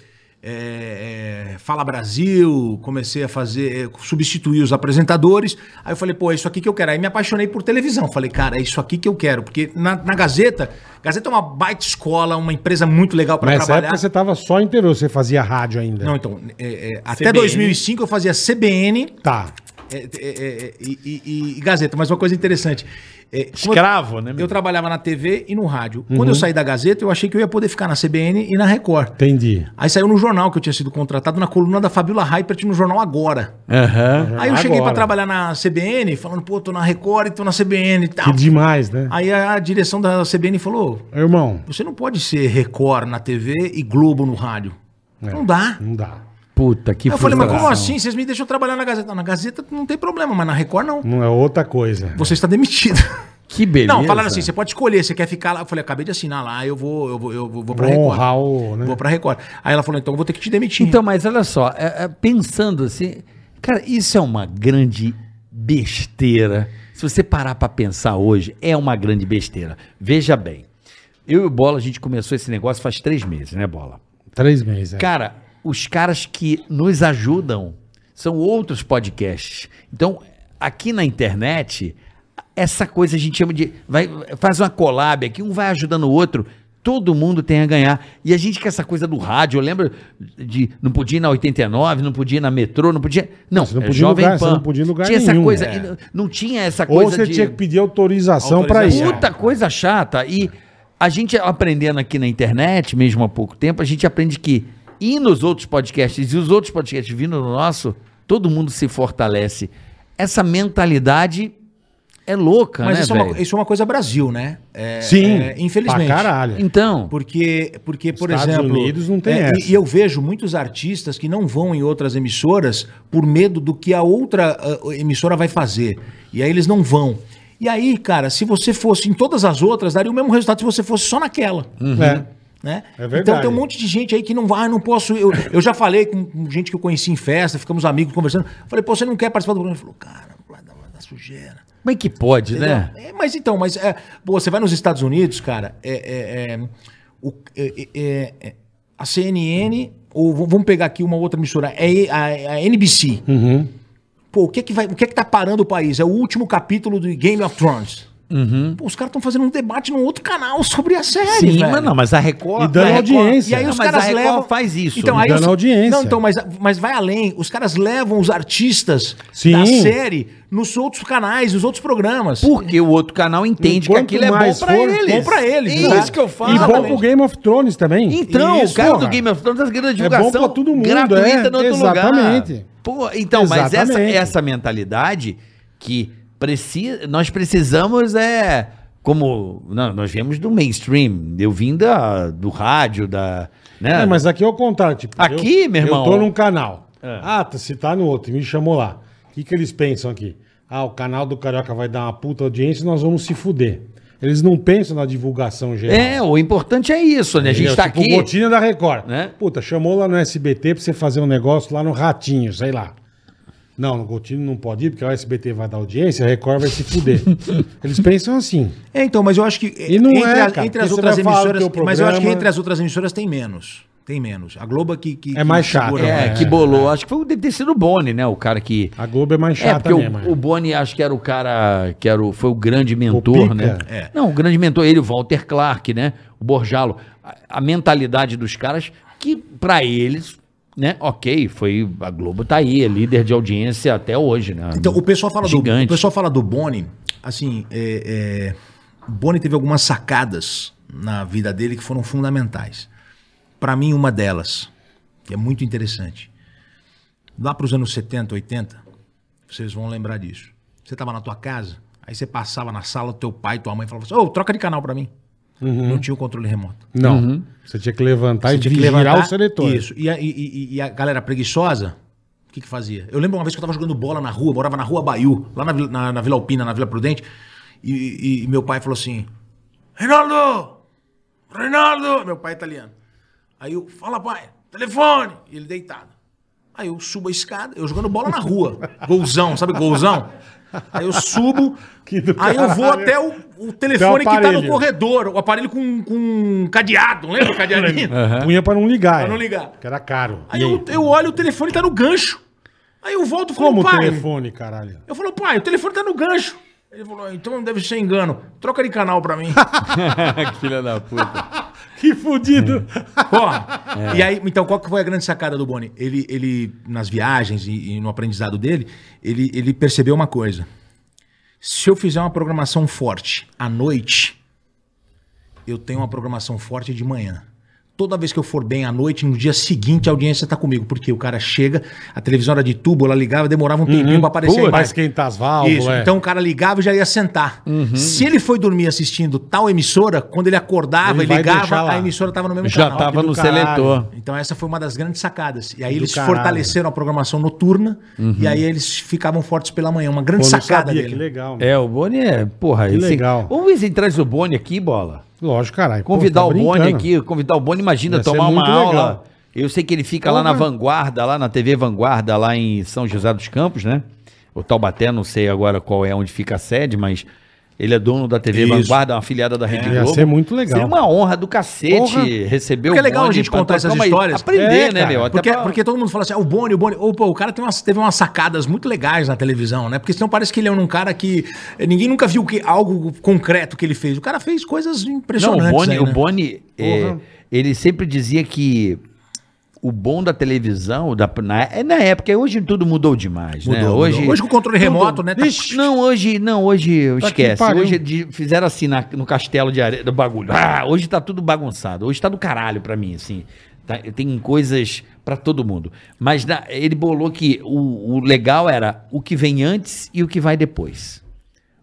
S4: é, é, Fala Brasil, comecei a fazer, é, substituir os apresentadores. Aí eu falei, pô, é isso aqui que eu quero. Aí me apaixonei por televisão. Falei, cara, é isso aqui que eu quero. Porque na, na Gazeta, Gazeta é uma baita escola, uma empresa muito legal para
S2: Nessa
S4: trabalhar.
S2: época você tava só interior, você fazia rádio ainda.
S4: Não, então, é, é, até 2005 eu fazia CBN
S2: Tá.
S4: é, é, é, é, e, e- e- e Gazeta, mas uma coisa interessante. É, como
S5: Escravo,
S4: eu,
S5: né, meu?
S4: Eu trabalhava na TV e no rádio. Quando eu saí da Gazeta, eu achei que eu ia poder ficar na CBN e na Record.
S2: Entendi.
S4: Aí saiu no jornal que eu tinha sido contratado, na coluna da Fabiola Hypert no jornal Agora.
S3: Aham.
S4: Aí eu cheguei pra
S2: Agora.
S4: trabalhar na CBN, falando, pô, tô na Record e tô na CBN e tal.
S2: Que demais, né?
S4: Aí a direção da CBN falou:
S2: Irmão,
S4: você não pode ser Record na TV e Globo no rádio. Não dá.
S2: não dá.
S3: Puta que
S4: Aí eu falei, mas como
S3: frustração.
S4: assim? Vocês me deixam trabalhar na Gazeta? Na Gazeta não tem problema, mas na Record não.
S2: Não é outra coisa.
S4: Você está demitido.
S3: Que beleza.
S4: Não, falaram assim, você pode escolher, você quer ficar lá. Eu falei, acabei de assinar lá, eu vou, eu vou, eu vou, vou pra
S2: Vou
S4: Record.
S2: honrar o. Né?
S4: Vou pra Record. Aí ela falou, então eu vou ter que te demitir.
S3: Então, mas olha só, é, é, pensando assim, cara, isso é uma grande besteira. Se você parar pra pensar hoje, é uma grande besteira. Veja bem, eu e o Bola, a gente começou esse negócio faz três meses, né, Bola?
S2: Três meses. é.
S3: Cara, os caras que nos ajudam são outros podcasts. Então, aqui na internet, essa coisa a gente chama de. Vai, faz uma collab aqui, um vai ajudando o outro. Todo mundo tem a ganhar. E a gente com essa coisa do rádio, eu lembro de não podia ir na 89, não podia ir na metrô, não podia. Não,
S2: Você não
S3: é
S2: podia em
S3: Jovem
S2: lugar, você
S3: Pan.
S2: não podia em lugar
S3: tinha
S2: nenhum.
S3: essa coisa,
S2: É.
S3: e não- não tinha essa
S2: Ou
S3: coisa
S2: você
S3: de
S2: tinha que pedir autorização pra isso.
S4: Autorização.
S3: Puta coisa chata. E a gente aprendendo aqui na internet, mesmo há pouco tempo, a gente aprende que ir nos outros podcasts e os outros podcasts vindo no nosso, todo mundo se fortalece. Essa mentalidade é louca,
S4: Mas
S3: né,
S4: isso, é uma,
S3: velho?
S4: isso é uma coisa Brasil, né? É,
S2: Sim.
S4: é, infelizmente.
S2: Pra caralho.
S3: Então,
S4: Porque, porque por
S2: Estados
S4: exemplo.
S2: Unidos não tem
S4: é,
S2: essa.
S4: E, e eu vejo muitos artistas que não vão em outras emissoras por medo do que a outra ah, emissora vai fazer. E aí eles não vão. E aí, cara, se você fosse em todas as outras, daria o mesmo resultado se você fosse só naquela.
S2: É.
S4: né?
S2: É verdade.
S4: Então tem um monte de gente aí que não vai, não posso. Eu, eu já falei com com gente que eu conheci em festa, ficamos amigos conversando. Falei, pô, você não quer participar do programa? Ele falou, cara, vai dar uma- dar sujeira.
S3: como é que pode, né?
S4: É, mas então, mas é, pô, você vai nos Estados Unidos, cara, é, é, é, o- é, é, é, a CNN, ou v- vamos pegar aqui uma outra emissora, é a, a NBC.
S3: Uhum.
S4: Pô, o que é que, vai, o que é que tá parando o país? É o último capítulo do Game of Thrones. Pô, os caras estão fazendo um debate num outro canal sobre a série,
S3: Uhum. Sim,
S4: velho.
S3: mas não, mas a Record.
S2: E dando
S3: a Record-
S2: audiência.
S4: E aí
S3: é. Não,
S4: os
S3: mas
S4: caras
S3: a Record
S4: levam.
S3: faz isso. né?
S4: Então, aí
S2: dando
S4: os-
S2: audiência.
S4: Não, então, mas, mas vai além. Os caras levam os artistas
S2: Sim.
S4: da série nos outros canais, nos outros programas.
S3: porque o outro canal entende que
S2: Enquanto
S3: aquilo é bom
S2: mais
S3: pra
S2: for,
S3: eles.
S4: bom pra eles,
S3: É
S4: né?
S3: isso que eu falo.
S2: E bom pro Game of Thrones também.
S3: Então,
S2: Isso,
S3: o cara
S2: porra. É
S3: do Game of Thrones tá ganhando
S2: bom
S3: divulgação
S2: pra todo mundo,
S3: gratuita
S2: é.
S3: no outro
S2: Exatamente.
S3: lugar. Pô, então, mas essa,
S2: Exatamente.
S3: essa mentalidade que precisa, nós precisamos é como não, nós viemos do mainstream, eu vim da, do rádio, da, né?
S2: É, mas aqui é o contrário. Tipo,
S3: Aqui,
S2: eu,
S3: meu irmão. É.
S2: Eu tô num canal. Ah, tá- se tá no outro, me chamou lá. O que, que eles pensam aqui? Ah, o canal do Carioca vai dar uma puta audiência e nós vamos se fuder. Eles não pensam na divulgação geral.
S3: É, o importante é isso, né? A gente
S2: Entendeu?
S3: tá
S2: Tipo,
S3: aqui.
S2: Botina da Record.
S3: Né?
S2: Puta, chamou lá no SBT pra você fazer um negócio lá no Ratinho, sei lá. Não, no Gotino não pode ir, porque o SBT vai dar audiência, a Record vai se
S4: [LAUGHS]
S2: fuder. Eles pensam assim.
S4: É, então, mas eu acho que
S2: E não
S4: entre,
S2: é,
S4: a-
S2: cara, porque
S4: entre as
S2: você
S4: outras
S2: vai falar do
S4: emissoras,
S2: teu
S4: mas eu acho que
S2: programa-
S4: entre as outras emissoras tem menos, tem menos. A Globo é que, que
S2: É mais
S4: que segura
S2: chato,
S3: É,
S4: mais.
S2: né?
S3: que bolou. Acho que foi, deve ter sido o Boni, né? O cara que.
S2: A Globo é mais
S3: É,
S2: chata
S3: porque
S2: mesmo.
S3: o, o Boni acho que era o cara que era o, foi o grande mentor,
S2: Pica?
S3: né?
S4: É.
S3: Não, o grande mentor, ele, o Walter Clark, né? O Borjalo. A, a mentalidade dos caras, que pra eles, né? Ok, foi. A Globo tá aí, é líder de audiência até hoje, né?
S4: Então, o pessoal fala
S3: Gigante.
S4: do o pessoal fala do Boni, assim, é, é, Boni teve algumas sacadas na vida dele que foram fundamentais. Pra mim, uma delas, que é muito interessante. Lá pros anos 70, 80, vocês vão lembrar disso. Você tava na tua casa, aí você passava na sala do teu pai, tua mãe falava assim: "Ô, troca de canal pra mim". Não tinha o controle remoto.
S2: Não. Você tinha que levantar
S4: Uhum. Você
S2: e
S4: tinha que
S2: vigiar
S4: levantar,
S2: o seletor.
S4: Isso. E a, e- e- e a galera preguiçosa, o que, que fazia? Eu lembro uma vez que eu tava jogando bola na rua, morava na rua Baiu, lá na, Vila- na- na Vila Alpina, na Vila Prudente, e, e- e meu pai falou assim: Reinaldo! Reinaldo! Meu pai é italiano. Aí eu, fala, pai, telefone! E ele deitado. Aí eu subo a escada, eu jogando bola na rua. golzão, sabe golzão? Aí eu subo,
S2: Que do
S4: aí eu vou
S2: caralho.
S4: até o, o telefone
S2: Até o
S4: que tá no
S2: aparelho.
S4: corredor, o aparelho com, com um cadeado, lembra [LAUGHS] o cadeadinho?
S2: Punha pra não ligar.
S4: Pra
S2: é.
S4: não ligar.
S2: Que era caro.
S4: Aí
S2: E
S4: eu, eu olho, o telefone tá no gancho. Aí eu volto e falo,
S2: Como o
S4: pai.
S2: telefone, caralho?
S4: Eu falo, pai, o telefone tá no gancho. Ele falou, "Ah, então deve ser engano. Troca de canal
S2: [LAUGHS]
S4: pra mim.
S3: Filha da puta.
S2: Que fudido. [LAUGHS]
S4: Porra.
S2: É.
S4: E aí, então, qual que foi a grande sacada do Boni? Ele, ele nas viagens e, e no aprendizado dele, ele, ele percebeu uma coisa. Se eu fizer uma programação forte à noite, eu tenho uma programação forte de manhã. Toda vez que eu for bem à noite, no dia seguinte a audiência tá comigo, porque o cara chega, a televisão era de tubo, ela ligava, demorava
S2: Uhum.
S4: um tempinho pra aparecer. a
S2: Vai
S4: imagem.
S2: esquentar as válvulas.
S4: Isso,
S2: é. Uhum.
S4: então o cara ligava e já ia sentar. Se ele foi dormir assistindo tal emissora, quando ele
S2: Ele
S4: acordava e
S2: vai deixar
S4: ligava,
S2: lá.
S4: a emissora estava no mesmo
S3: Já
S4: canal.
S3: tava
S2: do
S3: no
S2: caralho.
S3: seletor.
S4: Então essa foi uma das grandes sacadas. E aí
S2: Do
S4: eles
S2: caralho.
S4: fortaleceram a programação noturna
S3: Uhum.
S4: e aí eles ficavam fortes pela manhã. Uma grande
S2: Pô, não
S4: sacada
S2: sabia, que
S4: dele.
S2: legal. né?
S3: É, o Boni é, porra,
S2: Que
S3: esse-
S2: legal.
S3: Ô, Luiz, traz o Boni aqui, bola.
S2: Lógico, caralho. Pô,
S3: Convidar
S2: tá
S3: o Boni
S2: brincando.
S3: aqui, convidar o Boni, imagina,
S2: Ia ser
S3: tomar uma
S2: muito legal.
S3: aula. Eu sei que ele fica lá na Vanguarda, lá na TV Vanguarda, lá em São José dos Campos, né? O Taubaté, não sei agora qual é onde fica a sede, mas ele é dono da TV
S4: Isso.
S3: Vanguarda, é uma afiliada da Rede
S2: É. Ia
S3: Globo.
S2: ser muito legal.
S3: Seria uma honra do cacete
S2: Porra.
S3: receber
S4: Porque é legal a
S3: Boni
S4: gente
S3: pra
S4: contar essas
S3: trocar uma-
S4: histórias.
S3: Aprender,
S2: É,
S3: né,
S2: cara,
S3: meu? Até
S4: Porque,
S3: pra-
S4: porque todo mundo fala assim, ah, o Boni, o Boni. Ô, pô, o cara tem umas- teve umas sacadas muito legais na televisão, né? Porque senão parece que ele é um cara que. eh, Ninguém nunca viu que, algo concreto que ele fez. O cara fez coisas
S3: Não,
S4: impressionantes.
S3: o Boni,
S4: aí,
S3: o
S4: né?
S3: Boni é,
S2: Porra.
S3: ele sempre dizia que o bom da televisão, da, na, é na época, hoje tudo mudou demais, né?
S4: Mudou,
S3: Hoje,
S4: mudou. Hoje com o controle remoto, né? Tá-
S3: Ixi, Não, hoje, não, hoje
S2: Tá que
S3: esquece.
S2: pariu.
S3: Hoje de- fizeram assim na- no castelo de areia do bagulho. Ah, hoje tá tudo bagunçado. Hoje tá do caralho pra mim, assim. Tá- tem coisas pra todo mundo. Mas na- ele bolou que o, o legal era o que vem antes e o que vai depois.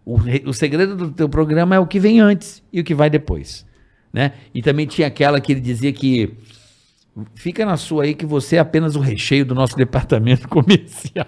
S3: O, re- o segredo do teu programa é o que vem antes e o que vai depois. Né? E também tinha aquela que ele dizia que Fica na sua aí que você é apenas o recheio do nosso [LAUGHS] departamento comercial.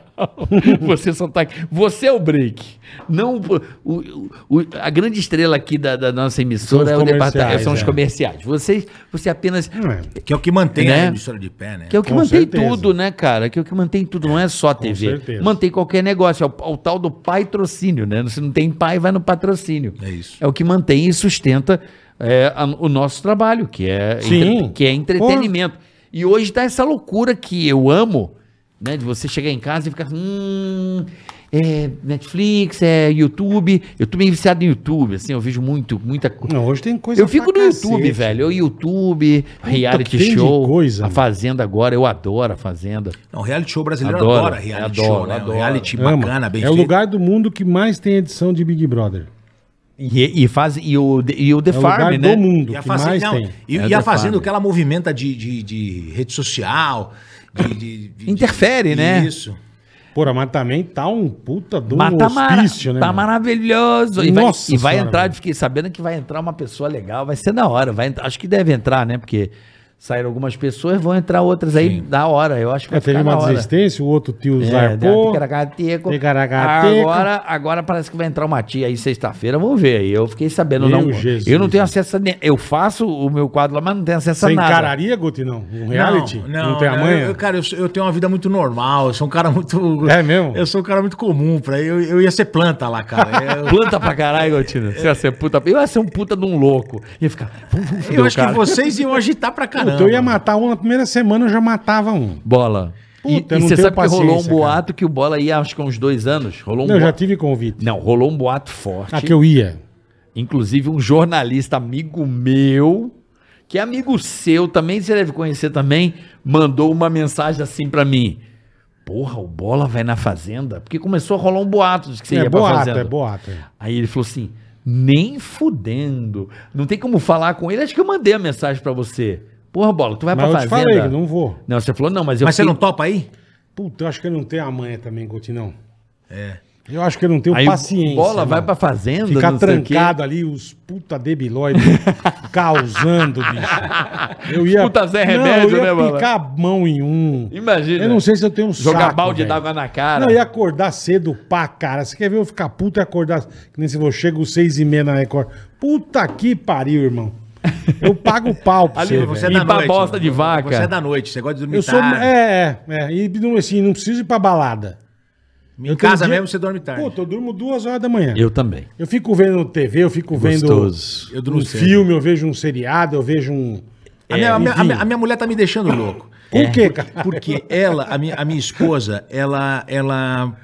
S2: [LAUGHS]
S3: você só tá aqui. Você é o break. Não o- o- o- a grande estrela aqui da, da nossa emissora
S2: São
S3: é
S2: os
S3: o departamento,
S2: comerciais,
S3: são os
S2: é.
S3: comerciais. Você, você apenas
S2: É.
S4: Que é o que mantém
S3: Né?
S4: a emissora de pé, né?
S3: que é o que
S2: Com
S3: mantém
S2: certeza.
S3: tudo, né, cara? Que é o que mantém tudo, não é só a TV.
S2: certeza.
S3: Mantém qualquer negócio, é o, o tal do patrocínio, né? Se não tem pai, vai no patrocínio.
S4: É isso.
S3: É o que mantém e sustenta é, a- o nosso trabalho, que é,
S2: Sim.
S3: entre- que é entretenimento. E hoje tá essa loucura que eu amo, né? De você chegar em casa e ficar. Hum, é Netflix, é YouTube. Eu tô meio viciado em YouTube, assim, eu vejo muito, muita coisa.
S2: Não, hoje tem coisa
S3: Eu fico
S2: pra
S3: no
S2: cacete.
S3: YouTube, velho. Eu YouTube, reality
S2: que tem de
S3: show,
S2: coisa,
S3: a
S2: mano.
S3: Fazenda agora, eu adoro a Fazenda.
S4: Não, reality show brasileiro
S3: Adoro,
S4: adora reality
S3: adoro,
S4: show, né?
S3: adoro. um
S4: Reality
S2: Ama.
S4: bacana, bem
S2: é o lugar do mundo que mais tem edição de Big Brother.
S3: E, e faz e o e o The
S2: É o
S3: Farm,
S2: lugar
S3: né?
S2: do mundo
S4: E a
S2: que
S4: fazenda,
S2: mais
S4: não,
S2: tem.
S4: e,
S3: É
S4: e
S3: da
S4: a fazenda,
S3: Fábio.
S4: o que ela movimenta de, de, de rede social, de, de- de-
S3: Interfere,
S4: de-
S3: né?
S4: Isso.
S2: Porra, mas também tá um puta do
S3: Mas tá, mara-
S2: hospício, né?
S3: tá
S2: mano?
S3: maravilhoso. E vai,
S2: Nossa
S3: e vai
S2: Senhora,
S3: entrar,
S2: velho.
S3: fiquei sabendo que vai entrar uma pessoa legal, vai ser da hora. Vai, entrar- acho que deve entrar, né? Porque saíram algumas pessoas, vão entrar outras aí da hora. Eu acho que
S2: É,
S3: vai
S2: teve
S3: ficar tá da
S2: uma
S3: hora.
S2: desistência, o outro tio
S3: É, deu um
S2: zarpou.
S3: ticaracateco.
S2: ticaracateco.
S3: Agora, agora parece que vai entrar uma tia aí sexta-feira, vamos ver aí. Eu fiquei sabendo,
S2: Meu
S3: não.
S2: Jesus.
S3: Eu não tenho acesso a nem, eu faço o meu quadro lá, mas não tenho acesso a
S2: Você
S3: nada.
S2: encararia, Guti, não? Um reality?
S4: Não, não,
S2: tem
S4: não,
S2: amanhã?
S4: Eu, cara, eu, sou- eu tenho uma vida muito normal, eu sou um cara muito...
S2: [LAUGHS] É mesmo?
S4: Eu sou um cara muito comum, pra, eu, eu ia ser planta lá,
S2: [LAUGHS]
S4: cara. É, Eu,
S3: Planta pra caralho, Gotina. Você ia ser puta. Eu ia ser um puta de um louco. Ia ficar. Vamos, vamos
S4: eu
S3: foder o
S4: acho
S3: cara.
S4: que vocês iam agitar pra
S2: Puta,
S4: caramba.
S2: eu ia matar um na primeira semana, eu já matava um.
S3: Bola.
S2: Puta, eu
S3: e
S2: não
S3: você
S2: tenho
S3: sabe que rolou um
S2: paciência, cara.
S3: boato que o Bola ia, acho que há uns dois anos. Rolou um
S2: Não, eu já
S3: boato.
S2: tive convite.
S3: Não, rolou um boato forte.
S2: Ah, que eu ia.
S3: Inclusive, um jornalista amigo meu, que é amigo seu também, você deve conhecer também, mandou uma mensagem assim pra mim. Porra, o Bola vai na fazenda? Porque começou a rolar um boato de que você
S2: é
S3: ia pra
S2: boato,
S3: fazenda.
S2: é boato. é.
S3: Aí ele falou assim: nem fudendo. Não tem como falar com ele. Acho que eu mandei a mensagem pra você. Porra, bola, tu vai
S2: Mas
S3: pra
S2: eu te
S3: fazenda.
S2: falei que não vou.
S3: Não, você falou, não, mas eu
S4: Mas você
S3: fiquei-
S4: não topa aí?
S2: Puta, eu acho que eu não tenho amanhã também, Guti, não. É. Eu acho que eu não tenho
S3: Aí
S2: paciência.
S3: Bola vai
S2: mano.
S3: pra fazenda,
S2: Ficar
S3: não sei o quê.
S2: trancado ali, os puta debilóides [LAUGHS] causando, bicho. Eu ia.
S3: Puta Zé
S2: não,
S3: Remédio,
S2: eu ia
S3: né, Bola?
S2: picar a mão em um.
S3: Imagina.
S2: Eu não sei se eu tenho um
S3: Jogar
S2: saco,
S3: balde
S2: velho.
S3: d'água na cara.
S2: Não, eu ia acordar cedo pra cara. Você quer ver eu ficar puto e acordar? Que nem se eu chego seis e meia na Record. Puta que pariu, irmão. Eu pago o pau pra
S3: Ali,
S2: você,
S3: você tá
S2: velho.
S3: E pra bosta de
S4: né? você
S3: vaca.
S4: é da noite, você gosta de dormir
S2: Eu sou.
S4: tarde.
S2: É, é, é. E não, assim, não preciso ir pra balada.
S4: Em
S2: Eu tenho
S4: casa
S2: dia-
S4: mesmo você dorme tarde.
S2: Puta, eu durmo duas horas da manhã. Eu,
S3: Eu também.
S2: fico vendo TV, eu fico
S3: Gostoso.
S4: Eu
S2: vendo
S4: durmo
S2: um
S4: cedo.
S2: filme, eu vejo um seriado, eu vejo um.
S4: A, minha, a minha- a
S2: enfim.
S4: minha- a É. minha mulher tá me deixando louco.
S2: Por quê, cara?
S4: Porque ela, a minha, a minha esposa, ela, ela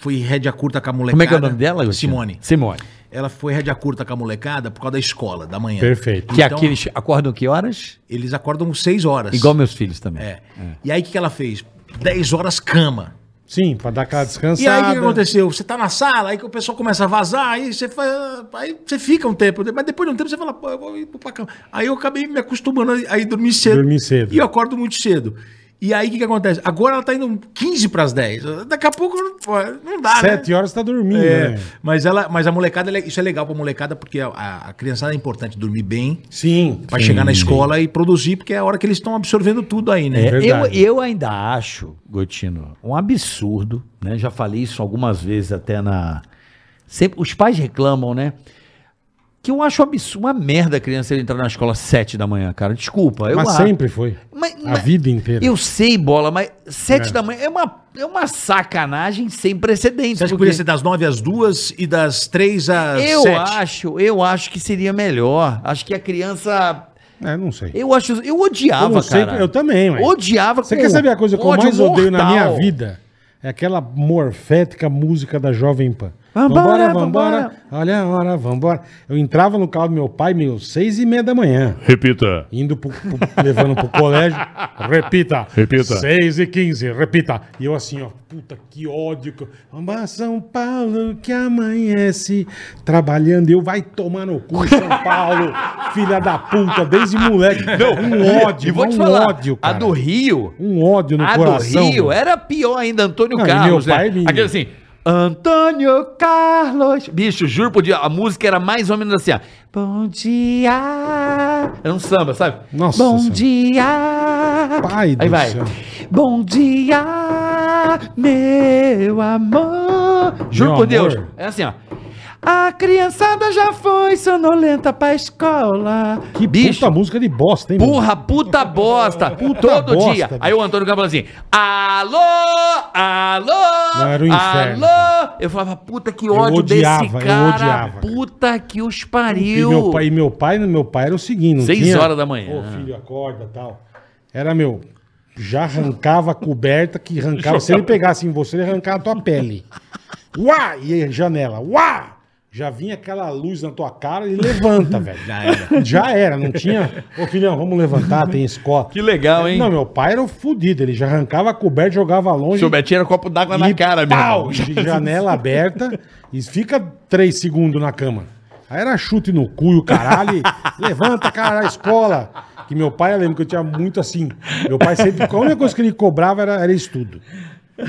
S4: foi rédea curta com a molecada.
S3: Como é que é o nome dela, Agostinho?
S4: Simone.
S3: Simone.
S4: Ela foi rédea curta com a molecada por causa da escola, da manhã.
S2: Perfeito.
S3: Que
S4: Então-
S3: aqui eles acordam que horas?
S4: Eles acordam 6 horas.
S3: Igual meus filhos também.
S4: É. E aí o que, que ela fez? 10 horas cama.
S2: Sim, pra dar aquela descansada.
S4: E aí o que, que aconteceu? Você tá na sala, aí que o pessoal começa a vazar, aí você, fa- aí você fica um tempo, mas depois de um tempo você fala, pô, eu vou ir pra cama. Aí eu acabei me acostumando a ir dormir cedo.
S2: Dormir cedo.
S4: E eu acordo muito cedo. E aí o que, que acontece? Agora ela tá indo 15 pras 10. Daqui a pouco pô, não dá, né?
S2: Sete horas você tá dormindo,
S4: É,
S2: né?
S4: mas, ela, mas a molecada, ela- isso é legal pra molecada, porque a, a- a criançada é importante dormir bem,
S2: Sim.
S4: pra chegar na escola e produzir, porque é a hora que eles estão absorvendo tudo aí, né?
S3: É, eu,
S2: verdade.
S3: eu ainda acho, Gotino, um absurdo, né? Já falei isso algumas vezes até na. Sempre, os pais reclamam, né? Que eu acho um absurdo, uma merda a criança entrar na escola às 7 da manhã, cara. Desculpa. Eu
S2: Mas
S3: acho.
S2: sempre foi.
S3: Mas-
S2: a
S3: mas-
S2: vida inteira.
S3: Eu sei, bola, mas 7
S2: É.
S3: da manhã é uma, é uma sacanagem sem precedentes.
S4: Você acha que
S3: porque-
S4: poderia ser das 9 às 2 e das 3 às
S3: Eu
S4: 7?
S3: acho, eu acho que seria melhor. Acho que a criança.
S2: É, não sei.
S3: Eu acho, eu odiava,
S2: Eu não sei,
S3: cara.
S2: eu também, mas-
S3: Odiava.
S2: Você
S3: com
S2: quer saber a coisa que eu
S3: ódio
S2: mais odeio na minha
S3: mortal.
S2: vida? É aquela morfética música da Jovem Pan.
S3: Vambora, vambora.
S2: Olha a hora, vambora. Eu entrava no carro do meu pai, meu, seis e meia da manhã.
S6: Repita.
S2: Indo pro, pro- levando pro
S3: [LAUGHS]
S2: colégio. Repita.
S6: Repita.
S2: Seis e quinze, repita. E eu assim, ó, puta, que ódio. Que... eu- Vambora, São Paulo que amanhece trabalhando. E eu, vai tomar no cu, São
S3: [LAUGHS]
S2: Paulo. filha da puta, desde moleque. um ódio,
S3: E vou te
S2: um
S3: falar,
S2: ódio,
S3: a
S2: cara.
S3: do Rio,
S2: Um ódio no
S3: a
S2: coração.
S3: Ah, do Rio
S2: meu.
S3: era pior ainda, Antônio
S2: Não, e
S3: Carlos,
S2: meu pai é
S3: né?
S2: me-
S3: Aquele assim, Antônio Carlos. Bicho, juro por dia, a música era mais ou menos assim, ó. Bom dia. Era um samba, sabe?
S2: Nossa
S3: Bom
S2: Senhora.
S3: dia.
S2: Pai do
S3: Aí vai.
S2: céu.
S3: Bom dia, meu amor. Juro
S2: Meu
S3: por Deus.
S2: amor.
S3: É assim, ó. A criançada já foi sonolenta pra escola.
S2: Que puta música de bosta, hein? meu?
S3: é? Porra, puta
S2: [LAUGHS]
S3: bosta. todo
S2: bosta,
S3: dia.
S2: bicho.
S3: Aí o Antônio Campos assim: alô, alô,
S2: Não, era um inferno,
S3: alô. Eu falava, puta que ódio
S2: odiava, eu
S3: desse cara.
S2: odiava, cara.
S3: Puta que os
S2: E
S3: pariu.
S2: meu pai, e meu pai, meu pai era o seguinte, não
S3: Seis
S2: tinha,
S3: horas da manhã.
S2: Ô, filho, acorda, tal. Era meu, já arrancava a coberta que arrancava, se ele pegasse em você, ele arrancava a tua pele. Uá! E a janela, uá! Já vinha aquela luz na tua cara e levanta, velho. Já era. Já era, não tinha. Ô, filhão, vamos levantar, tem escola.
S3: Que legal, hein?
S2: Não, meu pai era o fudido, ele já arrancava a coberta, jogava longe.
S3: Seu Betinho era copo d'água
S2: E
S3: Tá na cara, meu
S2: pau,
S3: irmão.
S2: de janela aberta e fica três segundos na cama. Aí era chute no cu e o caralho. e levanta, cara, a escola. Que meu pai, eu lembro que eu tinha muito assim. Meu pai sempre. A única coisa que ele cobrava era, era estudo.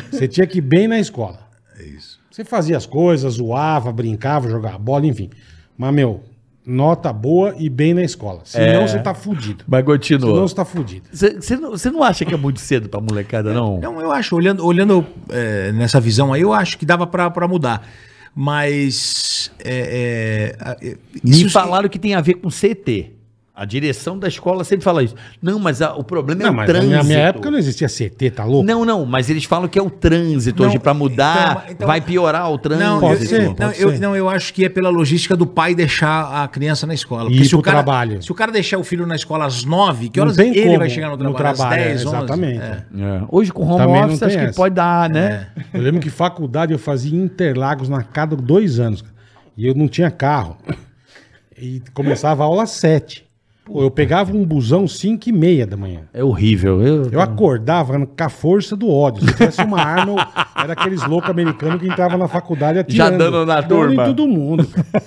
S2: Você tinha que ir bem na escola. É isso. Você fazia as coisas, zoava, brincava, jogava bola, enfim. Mas, meu, nota boa e bem na escola. Senão você tá fudido.
S3: É. Mas
S2: Senão
S3: continua.
S2: você tá fudido.
S3: Você não, cê não acha que é muito cedo pra molecada, não?
S4: Não, eu acho, olhando, olhando é, nessa visão aí, eu acho que dava pra, pra mudar. Mas. É, é, a- é,
S3: Me
S4: isso-
S3: falaram que tem a ver com CT. A direção da escola sempre fala isso. Não, mas a- o problema é
S2: Não,
S3: o
S2: mas na
S3: trânsito.
S2: minha, minha época não existia CT, tá louco?
S3: Não, não, mas eles falam que é o trânsito
S4: Não,
S3: hoje pra mudar,
S4: então- então-
S3: vai piorar o trânsito.
S4: Não,
S2: Pode
S4: eu, é,
S2: ser,
S4: não,
S2: pode
S4: eu-
S2: ser.
S4: não, eu acho que é pela logística do pai deixar a criança na escola.
S2: E ir
S4: se o
S2: pro
S4: cara,
S2: trabalho.
S4: Se o cara deixar o filho na escola às nove, que
S2: Não
S4: horas
S2: tem
S4: ele
S2: como
S4: vai chegar no
S2: no
S4: trabalho? Às
S2: trabalho, é,
S4: 10, 11?
S2: exatamente.
S4: É.
S3: É, Hoje com home
S2: Também não
S3: office
S2: tem
S3: acho que
S2: essa. É.
S3: pode dar, né?
S2: Eu lembro que faculdade eu fazia Interlagos na cada dois anos. cara. E eu não tinha carro. E começava a aula às sete. Pô, eu pegava um busão cinco e meia da manhã.
S3: É, horrível. Eu,
S4: Então.
S2: Eu acordava com a força do ódio. Se tivesse uma arma, eu- era aqueles loucos americanos que entravam na faculdade atirando.
S3: dando na
S2: Dando
S3: turma.
S2: em todo
S3: [LAUGHS]
S2: mundo, cara.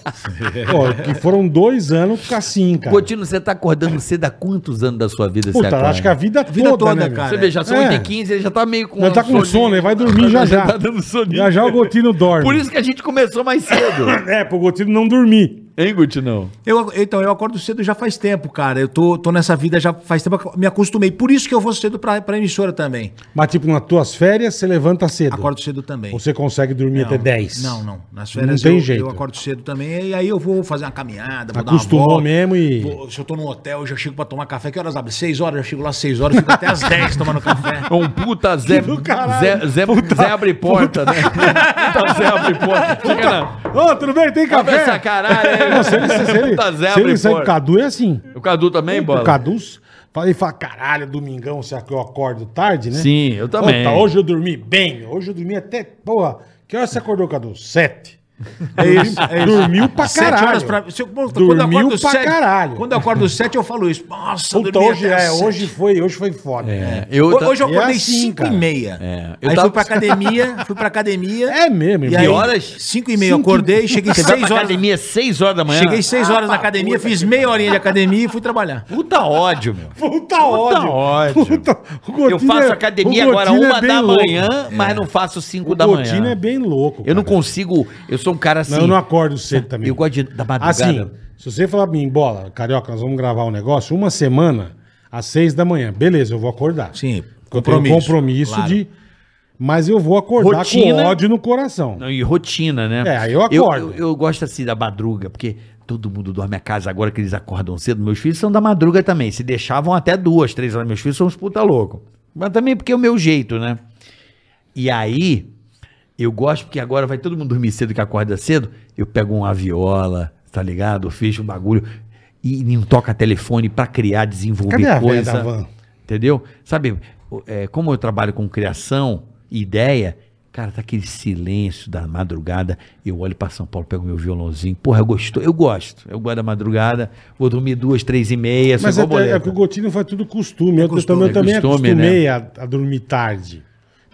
S2: Pô, que foram dois anos assim, cara.
S3: Cotino, você tá acordando cedo há quantos anos da sua vida?
S2: Puta,
S3: você
S2: acho que é a vida,
S4: Vida
S2: toda,
S4: toda,
S2: né,
S4: cara.
S3: Você vê, já são
S2: É.
S3: 8h15, ele já tá meio com
S2: Ele tá com
S3: soninho.
S2: sono, ele vai
S3: [LAUGHS]
S2: dormir já já.
S3: tá dando soninho.
S2: Já já o Gotino dorme. [LAUGHS]
S3: Por isso que a gente começou mais cedo.
S2: É, pro Gotino não dormir.
S6: Hein, Gutinão?
S4: Eu, então, eu acordo cedo já faz tempo, cara. Eu tô, tô nessa vida já faz tempo, eu me acostumei. Por isso que eu vou cedo pra, pra emissora também.
S2: Mas, tipo, nas tuas férias, você levanta cedo.
S4: Acordo cedo também.
S2: Você consegue dormir até 10.
S4: Não, não. Nas férias
S2: Não tem
S4: eu,
S2: jeito.
S4: eu acordo cedo também. E aí eu vou fazer uma caminhada, vou
S2: Acostumou
S4: dar uma volta.
S2: mesmo e-
S4: Vou- se eu tô num hotel, eu já chego pra tomar café. Que horas abre? Seis horas, eu chego lá seis horas, fico até às dez tomando
S2: [LAUGHS]
S4: café.
S3: É um puta Zé.
S2: do caralho.
S3: Zé, Zé, Zé abre porta, né? [LAUGHS] Puta Zé abre porta. Chega na.
S2: Ô, tudo bem? Tem
S3: Abre
S2: café?
S3: essa caralho aí.
S2: Não, se ele, se ele,
S3: Puta Zé
S2: se ele
S3: abre
S2: sai com o
S3: porta.
S2: Cadu, é assim.
S3: O Cadu também, bola?
S2: O Cadu fala, ele fala, caralho, domingão, será que eu acordo tarde, né?
S3: Sim, eu também.
S2: Puta, hoje eu dormi bem. Hoje eu dormi até, porra, que hora você acordou, Cadu? Sete.
S4: É isso, é isso.
S2: Dormiu pra
S4: Sete
S2: caralho.
S4: horas pra- se eu- pô,
S2: Dormiu
S4: acordo
S2: pra caralho.
S4: Quando eu acordo sete, eu falo isso. Nossa,
S2: Puta,
S4: dormi
S2: hoje,
S4: até
S2: é,
S4: às
S2: hoje, foi, hoje foi foda. É,
S3: Eu
S4: Ho-
S3: ta- É,
S4: Hoje eu
S2: É
S4: acordei
S2: assim,
S4: 5
S2: cara.
S4: e meia.
S3: eu
S4: aí
S3: tava-
S4: fui pra academia, fui pra academia.
S2: mesmo,
S4: E
S2: É, irmão.
S4: aí,
S3: Que horas?
S4: 5 e meia, eu
S2: Cinco e-
S4: acordei, cheguei
S3: Você vai
S4: 6
S3: pra
S4: horas.
S3: academia Ah, 6 horas da manhã?
S4: Cheguei 6 horas na academia, fiz meia horinha de academia e fui trabalhar.
S3: Puta ódio, meu.
S2: Puta ódio.
S3: ódio.
S2: Puta- o
S3: Eu
S2: Gotinho
S3: faço
S2: é-
S3: academia
S2: o
S3: agora
S2: Gotinho é
S3: uma
S2: bem
S3: da
S2: louco.
S3: manhã, mas não faço 5
S2: O
S3: da
S2: Gotinho
S3: manhã.
S2: é bem louco.
S3: Eu não
S2: cara.
S3: consigo. Eu sou um cara assim.
S2: Não, eu não acordo cedo também.
S3: Eu gosto de, da madrugada.
S2: Assim, se você falar pra mim, bola, carioca, nós vamos gravar um negócio uma semana às seis da manhã. Beleza, eu vou acordar.
S4: Sim,
S2: Eu tenho
S4: compromisso,
S2: compromisso
S4: claro.
S2: de. Mas eu vou acordar
S3: Rotina.
S2: com ódio no coração.
S3: Não, e rotina, né?
S2: É, aí eu acordo.
S3: Eu, eu gosto assim da madruga, porque todo mundo dorme a casa agora que eles acordam cedo. Meus filhos são da madruga também. Se deixavam até duas, três horas. Meus filhos são uns puta louco. Mas também porque é o meu jeito, né? E aí, eu gosto porque agora vai todo mundo dormir cedo que acorda cedo. Eu pego uma viola, tá ligado? Eu fecho um bagulho. E não toca telefone pra criar, desenvolver
S2: Cadê a véia
S3: coisa.
S2: da van?
S3: Entendeu? Sabe, o- é, como eu trabalho com criação e ideia, cara, tá aquele silêncio da madrugada. Eu olho pra São Paulo, pego meu violãozinho. Porra, eu gosto, eu gosto. Eu gosto da madrugada, vou dormir duas, três e meia, só
S2: Mas
S3: vou
S2: é, é
S3: boleto.
S2: que o Gotinho faz tudo costume. Eu, também,
S4: costume,
S3: é
S2: eu também
S3: costume,
S2: acostumei a, a dormir tarde.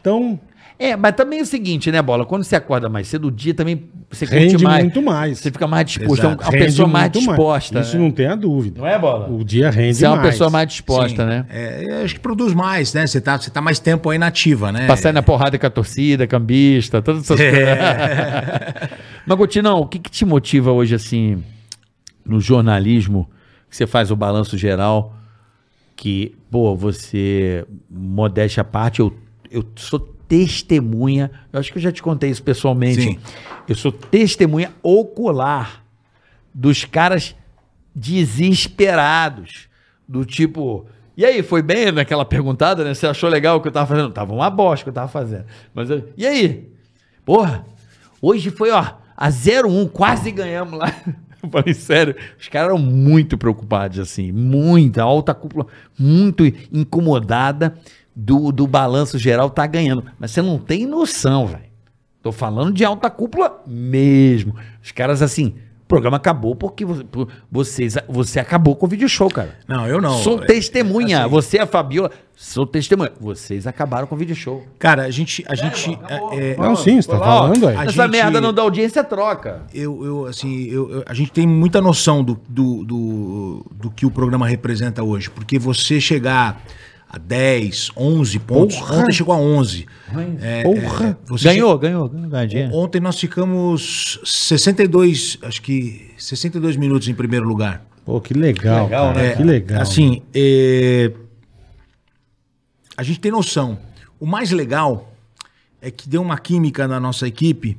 S2: Então,
S3: É, mas também é o seguinte, né, Bola? Quando você acorda mais cedo, o dia também você
S2: rende
S3: curte mais.
S2: muito mais.
S3: Você fica mais disposto.
S4: Exato.
S3: É uma
S2: Rende
S3: pessoa mais
S2: muito
S3: disposta.
S2: Isso
S3: né?
S2: não tem a dúvida.
S3: é, Bola?
S2: O dia rende
S3: Você é uma
S2: mais.
S3: pessoa mais disposta, né?
S4: É, eu acho que produz mais, né? Você tá, você tá mais tempo aí na ativa, né? É.
S5: Pra sair na porrada com a torcida, cambista, todas essas coisas.
S3: [LAUGHS] Mas, Gotinão, o que, que te motiva hoje, assim, no jornalismo, que você faz o balanço geral, que, pô, você, modéstia à parte, eu, eu sou testemunha, eu acho que eu já te contei isso pessoalmente,
S4: Sim.
S3: eu sou testemunha ocular dos caras desesperados, do tipo... E aí, foi bem naquela perguntada, né? Você achou legal o que eu tava fazendo? Tava uma bosta o que eu tava fazendo. Mas eu- e aí? Porra, hoje foi, ó, a 0-1, quase ganhamos lá. [LAUGHS] Eu falei, sério, os caras eram muito preocupados, assim, muita, a alta cúpula, muito incomodada do, do balanço geral tá ganhando. Mas você não tem noção, velho. Tô falando de alta cúpula mesmo. Os caras, assim, o programa acabou porque vo- por- vocês, você acabou com o video show, cara.
S4: Não, eu não.
S3: Sou
S4: É,
S3: testemunha.
S4: assim,
S3: Você, a Fabiola, sou testemunha. Vocês acabaram com o video show.
S4: Cara, a gente. A gente é, é,
S2: Não, sim, você tá
S3: Olá, ó,
S2: falando aí.
S4: A
S3: Essa
S4: gente-
S3: merda não dá audiência, troca.
S4: eu, eu, assim, eu, eu- a gente tem muita noção do, do, do, do que o programa representa hoje, porque você chegar a 10, 11 pontos, ontem chegou a 11. É,
S2: Porra.
S4: é, você
S3: Ganhou, ganhou, ganhou, ganhou dinheiro.
S4: Ontem nós ficamos 62, acho que 62 minutos em primeiro lugar.
S2: Pô, que legal.
S3: Legal, né,
S2: cara,
S4: É,
S2: Que legal.
S4: Assim, é, a gente tem noção. O mais legal é que deu uma química na nossa equipe.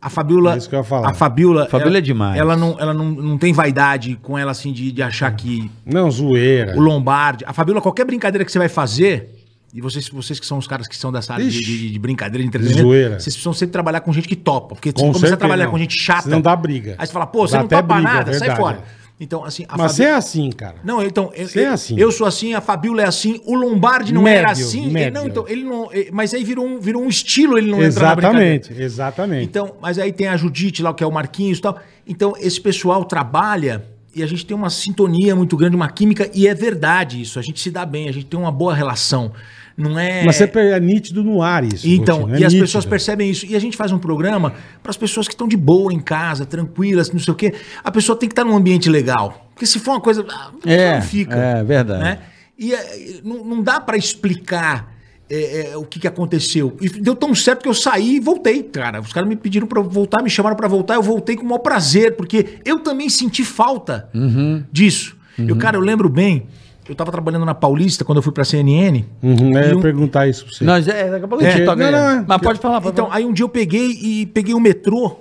S4: A Fabiola.
S2: É isso que eu ia falar.
S4: A Fabiola.
S3: Fabiola
S4: ela-
S3: é demais.
S4: Ela, não, ela não, não tem vaidade com ela, assim, de, de achar que
S2: Não, zoeira.
S4: o Lombardi. A Fabiola, qualquer brincadeira que você vai fazer. E vocês, vocês que são os caras que são dessa área de,
S2: Ixi.
S4: de- de brincadeira, de
S2: Zoeira.
S4: entretenimento, vocês precisam sempre trabalhar com gente que topa. Porque você
S2: Com
S4: começa a
S2: certeza,
S4: trabalhar
S2: não.
S4: com gente chata.
S2: Senão dá briga.
S4: Aí você fala, pô, você
S2: Dá
S4: não
S2: até
S4: topa
S2: briga, é
S4: nada, sai
S2: verdade.
S4: fora. Então, assim, a
S2: Mas
S4: Fabiola-
S2: você é assim, cara.
S4: não, então, eu,
S2: Você é
S4: eu-
S2: assim.
S4: eu sou assim, a Fabiola é assim, o Lombardi não era
S2: Médio,
S4: assim.
S2: médio.
S4: Ele, não, então, ele não, eh, mas aí virou um, virou um estilo, ele não entra na brincadeira.
S2: exatamente, exatamente.
S4: Então, mas aí tem a Judite lá, que é o Marquinhos e tal. Então, esse pessoal trabalha e a gente tem uma sintonia muito grande, uma química, e é verdade isso. A gente se dá bem, a gente tem uma boa relação. Não é.
S2: Mas você per- é nítido no ar isso.
S4: Então,
S2: Coutinho, é
S4: e as
S2: nítido.
S4: pessoas percebem isso. E a gente faz um programa para as pessoas que estão de boa em casa, tranquilas, não sei o quê. A pessoa tem que estar num ambiente legal. Porque se for uma coisa. ah,
S3: É,
S4: não fica.
S3: é verdade.
S4: Né? E eh, não, não dá para explicar é, é, o que, que aconteceu. E deu tão certo que eu saí e voltei, cara. Os caras me pediram pra eu voltar, me chamaram pra voltar, eu voltei com o maior prazer, porque eu também senti falta
S2: Uhum.
S4: disso. Eu, cara, eu lembro bem, eu tava trabalhando na Paulista quando eu fui pra CNN.
S2: Uhum, é,
S4: e
S2: eu ia
S4: um-
S2: perguntar isso pra você.
S3: Nós, é, daqui a pouco a gente
S2: É,
S3: toca.
S2: não,
S3: aí.
S2: não, é.
S3: Mas pode falar, pode
S4: Então, aí um dia eu peguei e peguei o metrô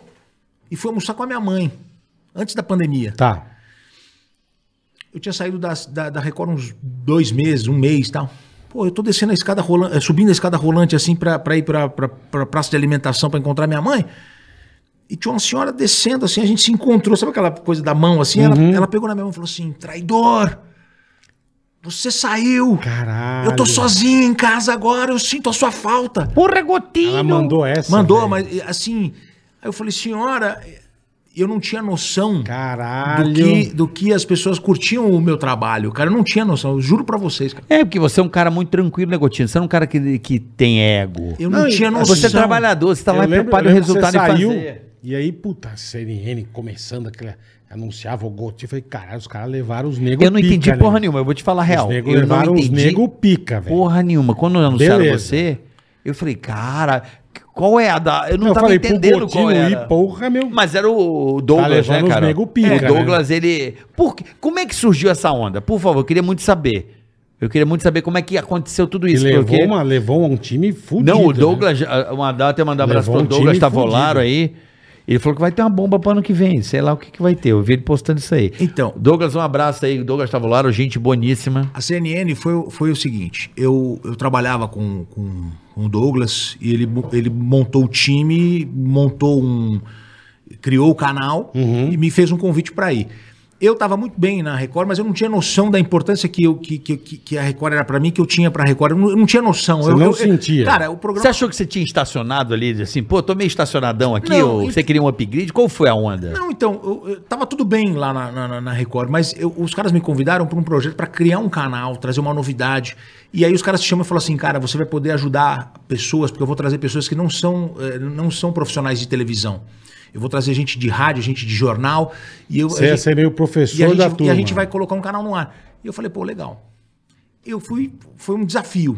S4: e fui almoçar com a minha mãe, antes da pandemia.
S2: Tá.
S4: Eu tinha saído da, da, da Record uns dois meses, um mês e tal. Pô, eu tô descendo a escada rolante, subindo a escada rolante assim pra, pra ir pra, pra, pra praça de alimentação pra encontrar minha mãe. E tinha uma senhora descendo assim, a gente se encontrou, sabe aquela coisa da mão assim? Ela, ela pegou na minha mão e falou assim: traidor! Você saiu!
S2: Caralho.
S4: Eu tô sozinho em casa agora, eu sinto a sua falta.
S5: Porra, Gotinho!
S2: Ela mandou essa.
S4: Mandou,
S2: velho.
S4: mas assim. Aí eu falei, senhora, eu não tinha noção
S2: Caralho.
S4: do que, do que as pessoas curtiam o meu trabalho, cara. Eu não tinha noção, eu juro pra vocês, cara.
S3: É, porque você é um cara muito tranquilo, né, Gotinho? Você é um cara que, que tem ego.
S4: Eu não,
S2: Não, e
S4: tinha noção.
S3: Você é trabalhador, você tá
S2: Eu
S3: lá
S2: lembro-
S3: preocupado
S2: eu
S3: em
S2: lembro que você
S3: resultado e
S2: saiu,
S3: fazer.
S2: E aí, puta, a CNN começando aquele. Anunciava o Gotinho. Eu falei, caralho, os caras levaram os negros
S3: Eu não entendi
S2: pica, né?
S3: porra nenhuma, eu vou te falar a real.
S2: Os negros
S3: eu não
S2: levaram os
S3: entendi
S2: negros pica, velho.
S3: porra nenhuma. Quando anunciaram
S2: Beleza.
S3: você, eu falei, cara, qual é a da. Eu não
S2: Eu
S3: tava
S2: falei, pro
S3: entendendo qual
S2: Gotinho
S3: era.
S2: ir, porra, meu.
S3: Mas era o Douglas,
S2: Tá levando
S3: né,
S2: os
S3: cara?
S2: nego pica,
S3: o Douglas, ele. Por quê? Como é que surgiu essa onda? Por favor, eu queria muito saber. Eu queria muito saber como é que aconteceu tudo
S2: E
S3: isso.
S2: levou,
S3: porque-
S2: uma, levou um time fudido.
S3: Não, o
S2: né?
S3: Douglas, ah, uma data até mandar um abraço
S2: Levou
S3: pro
S2: um time
S3: Douglas
S2: fudido.
S3: Tavolaro aí. Ele falou que vai ter uma bomba pro ano que vem, sei lá o que, que vai ter. Eu vi ele postando isso aí.
S4: Então.
S3: Douglas, um abraço aí. Douglas Tavolaro, gente boníssima.
S4: A CNN foi, o- foi o seguinte: eu, eu trabalhava com, com, com o Douglas e ele, mo- ele montou o time, montou um. criou o canal
S2: Uhum.
S4: e me fez um convite para ir. Eu estava muito bem na Record, mas eu não tinha noção da importância que, eu, que, que, que- que a Record era para mim, que eu tinha para a Record. Eu não, eu não tinha noção.
S2: Você
S4: eu,
S2: não
S4: eu- eu-
S2: sentia.
S4: Cara, o
S3: Você
S4: programa.
S3: achou que você tinha estacionado ali, assim, pô, tô meio estacionadão aqui,
S4: Não,
S3: ou
S4: ent-
S3: você queria um upgrade? Qual foi a onda?
S4: Não, então, eu, eu- tava tudo bem lá na, na- na Record, mas eu- os caras me convidaram para um projeto para criar um canal, trazer uma novidade. E aí os caras se chamam e falam assim, cara, você vai poder ajudar pessoas, porque eu vou trazer pessoas que não são, eh, não são profissionais de televisão. Eu vou trazer gente de rádio, gente de jornal. E eu,
S2: Você
S4: a
S2: ia
S4: gente-
S2: ser meio
S4: e a,
S2: professor
S4: gente,
S2: da
S4: e a
S2: turma.
S4: gente vai colocar um canal no ar. E eu falei, pô, legal. Eu fui, foi um desafio.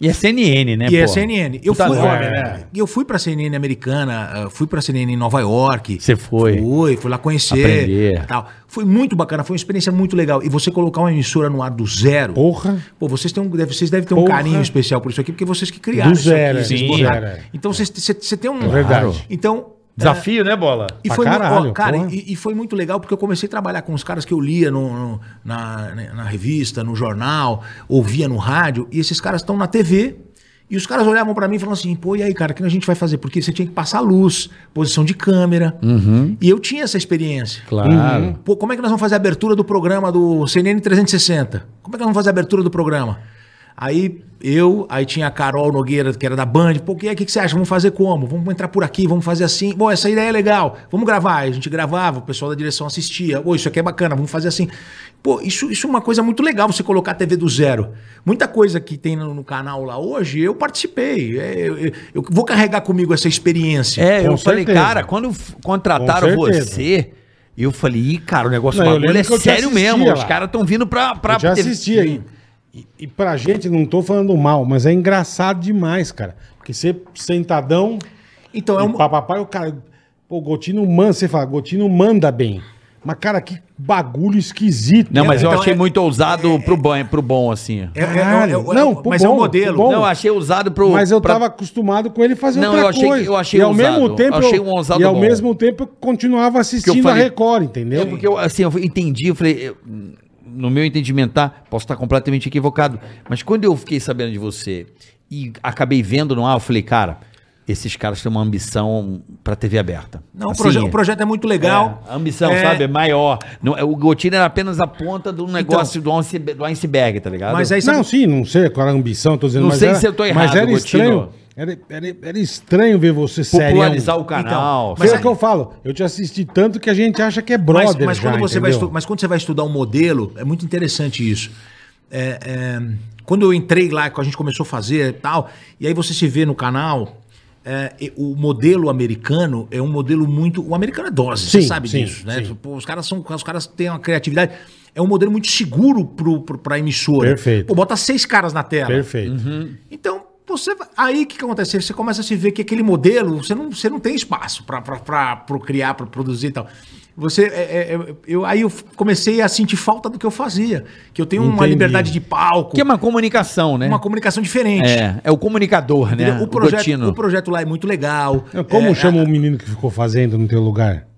S3: E é CNN, né,
S4: E é
S3: porra?
S4: CNN. Eu
S3: Puta
S4: fui,
S3: merda.
S2: jovem, né?
S4: eu fui pra CNN americana, ah, fui pra CNN em Nova York.
S3: Você foi.
S4: Fui, fui lá conhecer.
S3: Aprender.
S4: Tal. Foi muito bacana, foi uma experiência muito legal. E você colocar uma emissora no ar do zero.
S2: Porra.
S4: Pô, vocês, têm um, deve- vocês devem ter um
S2: Porra.
S4: carinho especial por isso aqui, porque vocês que criaram
S2: Do
S4: isso
S2: zero,
S4: aqui. vocês
S2: sim.
S4: botaram.
S2: zero.
S4: Então vocês- você você tem um...
S2: É verdade.
S4: Então...
S3: Desafio, né, Bola?
S4: E
S2: Pra
S4: foi, mu- ó,
S2: caralho,
S4: cara,
S2: porra.
S4: e, e foi muito legal porque eu comecei a trabalhar com os caras que eu lia no, no- na, né, na revista, no jornal, ouvia no rádio, e esses caras estão na TV. E os caras olhavam pra mim e falavam assim: pô, e aí, cara, o que a gente vai fazer? Porque você tinha que passar luz, posição de câmera.
S2: Uhum.
S4: E eu tinha essa experiência.
S3: Claro.
S4: Pô, como é que nós vamos fazer a abertura do programa do CNN 360? Como é que nós vamos fazer a abertura do programa? Aí eu, aí tinha a Carol Nogueira, que era da Band. Pô, o que, é? que que você acha? Vamos fazer como? Vamos entrar por aqui, vamos fazer assim. Bom, essa ideia é legal. Vamos gravar. Aí A gente gravava, o pessoal da direção assistia. Pô, isso aqui é bacana, vamos fazer assim. Pô, isso, isso é uma coisa muito legal, você colocar a TV do zero. Muita coisa que tem no, no canal lá hoje, eu participei. É, eu, eu- eu vou carregar comigo essa experiência.
S3: É,
S2: Com
S3: eu falei,
S2: certeza.
S3: cara, quando f- contrataram
S2: Com certeza.
S3: você, eu falei, Ih, cara, o negócio
S2: Não,
S3: do
S2: eu
S3: bagulho
S2: lembro
S3: é
S2: que eu te
S3: sério
S2: assistia
S3: mesmo. Os
S2: lá.
S3: caras estão vindo pra. pra
S2: Eu já
S3: TV.
S2: assisti aí. E, e pra gente, não tô falando mal, mas é engraçado demais, cara. Porque você sentadão,
S4: Então, é
S2: e
S4: um,
S2: papapá, e o cara... Pô, Gotino manda, você fala, Gotino manda bem. Mas, cara, que bagulho esquisito.
S3: Não,
S2: né,
S3: mas
S2: velho?
S3: eu
S4: Então,
S3: achei
S4: é-
S3: muito ousado pro, ban, pro bom, assim.
S4: É, é- é-
S2: Caralho.
S4: é-
S2: Não, pro
S4: mas é
S2: bom,
S4: um modelo.
S2: pro bom.
S3: Não, eu achei ousado pro.
S2: Mas eu
S3: pra-
S2: tava acostumado com ele fazer
S3: Não,
S2: outra
S3: eu achei que-
S2: coisa.
S3: eu achei
S2: e ao
S3: ousado.
S2: mesmo tempo
S3: Eu achei um ousado
S2: E ao
S3: bom.
S2: mesmo tempo eu continuava assistindo
S3: falei-
S2: a Record, entendeu?
S3: É porque eu, assim, eu entendi, eu falei, eu- no meu entendimento, tá? Posso estar completamente equivocado, mas quando eu fiquei sabendo de você e acabei vendo no ar, eu falei, cara, esses caras têm uma ambição pra TV aberta.
S4: Não,
S3: Assim,
S4: o, proje- o projeto é muito legal.
S3: É, a ambição,
S4: É, Então
S3: sabe, é maior. Não, é, o Gotino era apenas a ponta do negócio do, iceberg, do iceberg, tá ligado?
S4: Mas é aí sabe,
S2: Não, sim, não sei qual era a ambição, tô dizendo.
S3: Não
S2: mas
S3: sei
S2: era-
S3: se eu tô
S2: Mas
S3: errado,
S2: era
S3: Gotino.
S2: estranho. Era, era- era estranho ver você
S3: popularizar
S2: serião.
S3: o canal.
S4: Então,
S2: Mas é
S3: sabe?
S2: o que eu falo, eu te assisti tanto que a gente acha que é
S4: mas,
S2: brother
S4: mas
S2: já,
S4: quando você vai
S2: entendeu?
S4: estu- mas quando você vai estudar um modelo, é muito interessante isso. É, é, quando eu entrei lá, que a gente começou a fazer e tal, e aí você se vê no canal, é, e o modelo americano é um modelo muito. O americano é dose, você
S2: Sim,
S4: sabe
S2: sim,
S4: disso, né?
S2: sim.
S4: Pô, os caras são, os caras têm uma criatividade. É é um modelo muito seguro para a emissora.
S2: Perfeito.
S4: Pô, bota seis caras na tela.
S2: Perfeito.
S4: Então, você, aí o que, que acontece? Você começa a se ver que aquele modelo, você não, você não tem espaço para procriar, para produzir e tal. Você, é- é- é- eu, aí eu comecei a sentir falta do que eu fazia. Que eu tenho uma
S2: Entendi.
S4: liberdade de palco,
S3: Que é uma comunicação, né?
S4: uma comunicação diferente.
S3: É, é o comunicador,
S4: Entendeu?
S3: né?
S4: O, projeto,
S3: Gotino.
S4: o projeto lá é muito legal.
S2: Como
S4: É,
S2: chama o menino que ficou fazendo no teu lugar?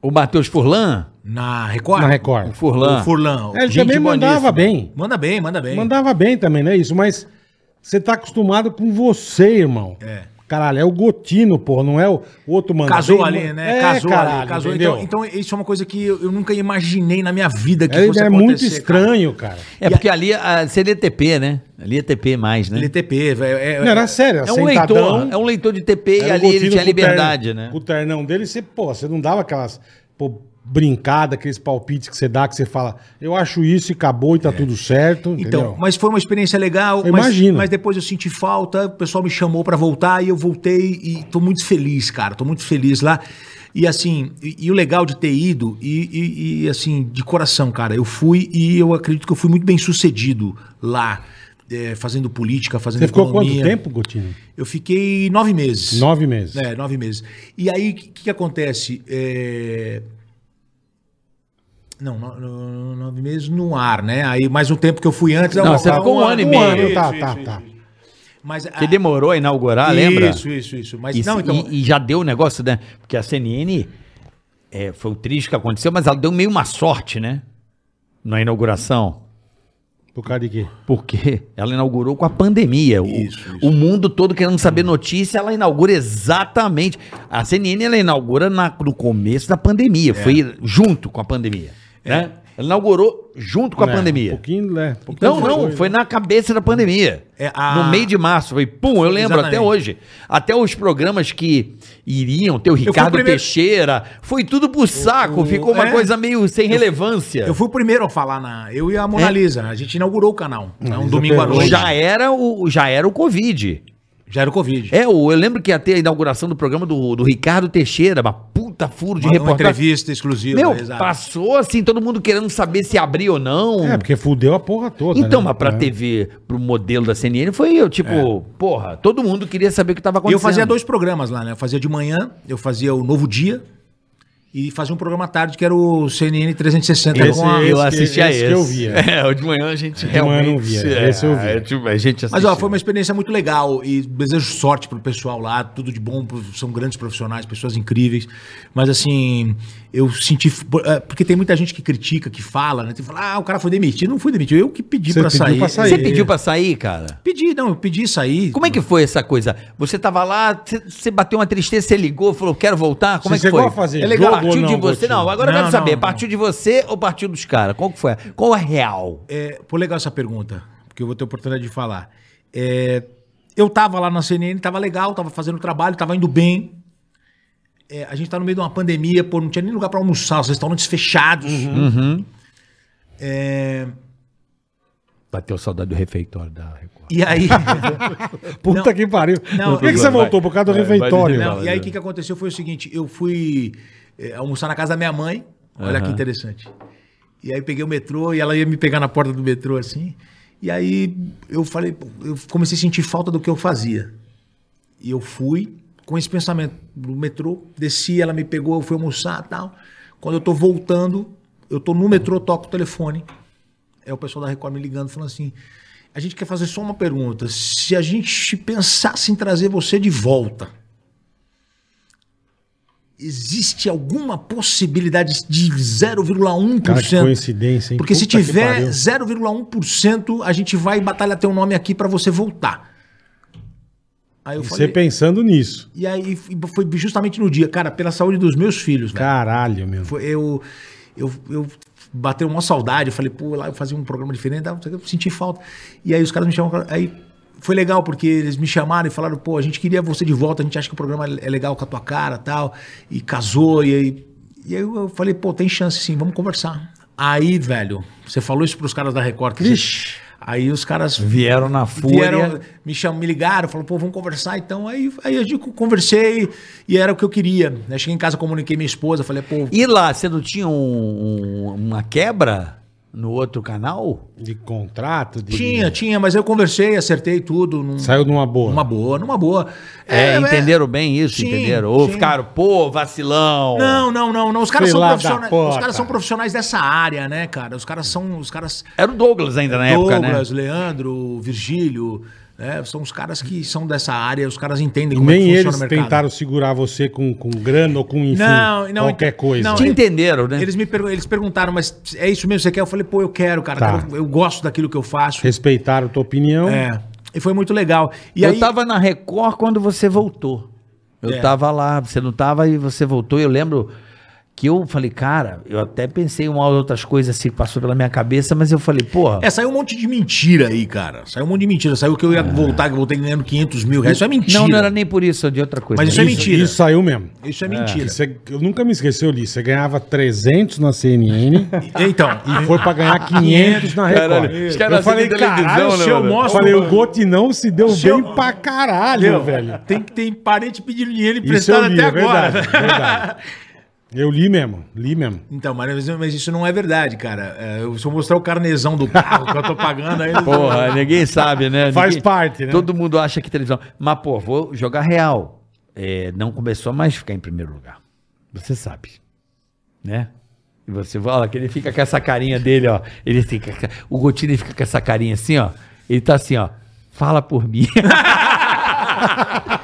S3: O Matheus Furlan?
S4: Na Record?
S2: Na Record. É,
S3: Furlan.
S4: O Furlan.
S2: Ele
S3: Gente
S2: também mandava
S3: boníssima.
S2: bem.
S4: Manda bem, manda bem.
S2: Mandava bem também, não é isso? Mas você tá acostumado com você, irmão.
S4: É.
S2: Caralho, é o Gotino, porra, não é o o outro mano.
S4: Casou
S2: Bem,
S4: ali,
S2: mano.
S4: né?
S2: É,
S4: casou
S2: caralho,
S4: ali, casou.
S2: entendeu?
S4: Então, então, isso é uma coisa que eu, eu nunca imaginei na minha vida que
S2: é,
S4: fosse
S2: é
S4: acontecer,
S2: muito
S4: cara.
S2: estranho, cara.
S3: É porque ali a CDTP, né? Ali é TP mais, né?
S4: LTP, velho. é-
S2: Não, era sério,
S3: É um leitor, é um leitor de TP e ali ele tinha liberdade, né?
S2: O ternão dele, você, pô, você não dava aquelas pô, brincada, aqueles palpites que você dá, que você fala, eu acho isso e acabou e
S3: É.
S2: tá tudo certo.
S4: Então,
S2: entendeu?
S4: mas foi uma experiência legal.
S2: Eu
S4: mas,
S2: imagino.
S4: Mas depois eu senti falta, o pessoal me chamou pra voltar e eu voltei e tô muito feliz, cara. Tô muito feliz lá. E assim, e, e o legal de ter ido, e, e- e, assim, de coração, cara, eu fui e eu acredito que eu fui muito bem sucedido lá, eh, fazendo política, fazendo
S2: você ficou
S4: economia.
S2: quanto tempo, Gotino?
S4: Eu fiquei nove meses.
S2: Nove meses.
S3: Né,
S4: É, nove meses. E aí, o que, que acontece? É, Não, no- no- nove meses no ar, né? Aí mais um tempo que eu fui antes.
S3: Não, você ficou um ano e meio.
S2: tá,
S4: Isso,
S2: tá,
S4: isso,
S2: tá.
S4: Mas, ah,
S3: Que demorou a inaugurar, lembra?
S4: Isso, isso, isso. Mas
S3: Isso,
S4: não, então.
S3: e, e já deu o negócio, né? Porque a CNN é, foi o triste que aconteceu, mas ela deu meio uma sorte, né? Na inauguração.
S2: Por causa de quê?
S3: Porque ela inaugurou com a pandemia. O,
S4: Isso,
S3: o mundo todo querendo saber notícia, ela inaugura exatamente. A CNN ela inaugura na- no começo da pandemia.
S4: É.
S3: Foi junto com a pandemia. Né? Ela inaugurou junto com a
S2: É, Um
S3: pandemia. Então,
S2: pouquinho, né? um pouquinho
S3: Não, não, foi na cabeça da pandemia.
S4: É, a-
S3: No meio de março, foi pum, eu lembro
S4: Exatamente.
S3: até hoje. Até os programas que iriam, ter o Ricardo
S4: primeiro-
S3: Teixeira, foi tudo pro saco,
S4: o-
S3: ficou uma
S4: é.
S3: coisa meio sem relevância.
S4: Eu fui o primeiro a falar na. Eu e a Mona
S3: É?
S4: Lisa. né? A gente inaugurou o canal. Né, um
S2: Lisa
S4: domingo à
S2: Perrone.
S4: noite.
S3: já, é. era o, já era o Covid.
S4: Já era o Covid.
S3: É, o- eu lembro que ia ter a inauguração do programa do, do Ricardo Teixeira, uma puta furo de
S4: Uma- uma
S3: reportagem.
S4: entrevista exclusiva.
S3: Meu,
S4: exato.
S3: passou assim, todo mundo querendo saber se abrir ou não.
S2: É, porque fudeu a porra toda.
S3: um Então,
S2: né?
S3: mas pra
S2: É.
S3: TV, pro modelo da CNN, foi eu, tipo, porra, todo mundo queria saber o que tava
S4: E
S3: acontecendo.
S4: eu fazia dois programas lá, né? Eu fazia de manhã, eu fazia o Novo Dia e fazia um programa à tarde que era o CNN 360
S2: Esse-
S4: com a-
S2: esse-
S3: Eu assistia
S2: esse
S3: esse.
S2: que eu via.
S3: É, o de manhã a
S2: de
S3: gente
S2: manhã eu não via,
S3: é,
S2: esse eu via.
S3: é, tipo, a gente
S4: Mas
S2: assim,
S4: ó,
S3: assistia.
S4: foi uma experiência muito legal e desejo sorte pro pessoal lá, tudo de bom, pro- são grandes profissionais, pessoas incríveis. Mas assim, eu senti. por- é, Porque tem muita gente que critica, que fala, né? Tem que falar, ah, o cara foi demitido. Não fui demitido, eu que pedi
S2: Você
S4: pra
S2: pediu
S4: sair.
S2: pra sair.
S3: Você pediu pra sair, cara?
S4: Pedi, não, eu pedi sair.
S3: Como é que foi essa coisa? Você tava lá, você- você bateu uma tristeza, você ligou, falou, quero voltar? Como
S2: Você
S3: é que
S2: chegou
S3: foi?
S2: a fazer
S3: é legal.
S2: jogo
S3: Partiu
S2: ou não,
S3: de você?
S2: Gotinho?
S3: Não, agora eu
S4: Não,
S3: quero saber,
S4: não,
S3: partiu de você ou partiu dos caras? Qual que foi? a- Qual a real?
S4: É, pô, legal essa pergunta, porque eu vou ter oportunidade de falar. É, eu tava lá na CNN, tava legal, tava fazendo o trabalho, tava indo bem. É, a gente tá no meio de uma pandemia, pô, não tinha nem lugar pra almoçar, os restaurantes fechados.
S2: Uhum.
S4: É,
S3: Bateu saudade do refeitório da Record.
S2: [LAUGHS]
S4: e aí,
S2: Puta que pariu.
S4: Não,
S2: Por que, que você
S4: vai.
S2: voltou? Por causa do refeitório. né?
S4: não, e aí o que, que aconteceu foi o seguinte, eu fui é, almoçar na casa da minha mãe, olha que interessante. E aí peguei o metrô e ela ia me pegar na porta do metrô assim. E aí eu falei, pô, eu comecei a sentir falta do que eu fazia. E eu fui com esse pensamento no metrô, desci, ela me pegou, eu fui almoçar tal. Quando eu tô voltando, eu tô no metrô, toco o telefone. É o pessoal da Record me ligando, falando assim: a gente quer fazer só uma pergunta. Se a gente pensasse em trazer você de volta, existe alguma possibilidade de
S2: Cara, que
S4: 0,1%?
S2: coincidência, hein?
S4: Porque se
S2: Puta que
S4: tiver
S2: pariu.
S4: 0,1%, a gente vai batalhar teu nome aqui pra você voltar. Aí eu
S2: E
S4: falei.
S2: Você pensando nisso.
S4: E aí f- foi justamente no dia, cara, pela saúde dos meus filhos, velho.
S2: Caralho, meu.
S4: Foi- eu, eu, eu bateu uma saudade, eu falei, pô, lá eu fazia um programa diferente, tá, eu senti falta. E aí os caras me chamaram, aí foi legal, porque eles me chamaram e falaram, pô, a gente queria você de volta, a gente acha que o programa é legal com a tua cara tal, e casou, e aí, e aí eu eu falei, pô, tem chance sim, vamos conversar. Aí, velho, você falou isso pros caras da Record. que você- Aí os caras
S3: Vieram na fúria.
S4: vieram, me, cham, me ligaram, falaram, pô, vamos conversar então. Aí, aí eu digo, conversei e era o que eu queria. né? Cheguei em casa, comuniquei minha esposa, falei, pô,
S3: E lá, você não tinha um- um- uma quebra? no outro canal?
S2: De contrato? De...
S4: Tinha, tinha, mas eu conversei, acertei tudo. Num,
S2: Saiu numa boa.
S4: Numa boa, numa boa.
S3: É, entenderam bem isso,
S4: Sim,
S3: entenderam? Ou
S4: sim.
S3: ficaram, pô, vacilão.
S4: Não, não, não, não. Os caras,
S2: Filha
S4: são
S2: da
S4: profissionais, os
S2: puta.
S4: caras são profissionais dessa área, né, cara? Os caras são. Os caras.
S3: Era o Douglas ainda na época, né?
S4: Douglas, Leandro, Virgílio. né, são os caras que são dessa área, os caras entendem como é que
S2: Nem
S4: funciona
S2: eles
S4: o mercado.
S2: tentaram segurar você com, com grana ou com enfim,
S4: Não, não,
S2: qualquer
S4: então-
S2: coisa.
S4: não,
S3: Te
S4: ele-
S3: entenderam, né?
S4: Eles me pergun- eles perguntaram, mas é isso mesmo que você quer? Eu falei, pô, eu quero, cara.
S2: Tá.
S4: quero- eu gosto daquilo que eu faço.
S2: Respeitaram a tua opinião.
S4: É. E foi muito legal. E
S3: eu
S4: aí,
S3: tava na Record quando você voltou. Eu
S4: É.
S3: tava lá, você não tava e você voltou. Eu lembro que eu falei, cara, eu até pensei em umas outras coisas assim que passou pela minha cabeça, mas eu falei, porra.
S4: É, saiu um monte de mentira aí, cara. Saiu um monte de mentira. Saiu que eu ia
S2: É.
S4: voltar, que eu voltei ganhando 500 mil reais. Isso é mentira.
S3: Não, não era nem por isso, de outra coisa.
S4: Mas
S2: né?
S4: isso é mentira.
S2: Isso saiu mesmo.
S4: Isso é mentira.
S2: Você- eu nunca me esqueci, eu li. Você ganhava 300 na
S4: [LAUGHS]
S2: CNN
S4: Então,
S2: e foi pra ganhar 500 na Record.
S6: Caralho, os caras
S2: eu falei,
S6: assistem televisão,
S2: caralho,
S6: né,
S2: se eu
S6: velho?
S2: mostro... Falei, o Gotinão se deu
S4: Se
S2: bem
S4: eu-
S2: pra caralho,
S4: Meu,
S2: velho.
S4: Tem que ter parente pedindo dinheiro
S2: Isso eu
S4: emprestado
S2: li,
S4: até
S2: é
S4: agora.
S2: verdade, é verdade. Eu li mesmo, li mesmo.
S4: [LAUGHS] Então, mas, mas isso não é verdade, cara. É, eu- se eu mostrar o carnezão do carro que eu tô pagando aí.
S3: Porra, ninguém sabe, né?
S2: Faz
S3: Ninguém-
S2: parte, né?
S3: Todo mundo acha que televisão. Mas, pô, vou jogar real. É, não começou mais a ficar em primeiro lugar. Você sabe. Né? E você fala que ele fica com essa carinha dele, ó. Ele fica. O Gotini fica com essa carinha assim, ó. Ele tá assim, ó. Fala por mim. [LAUGHS]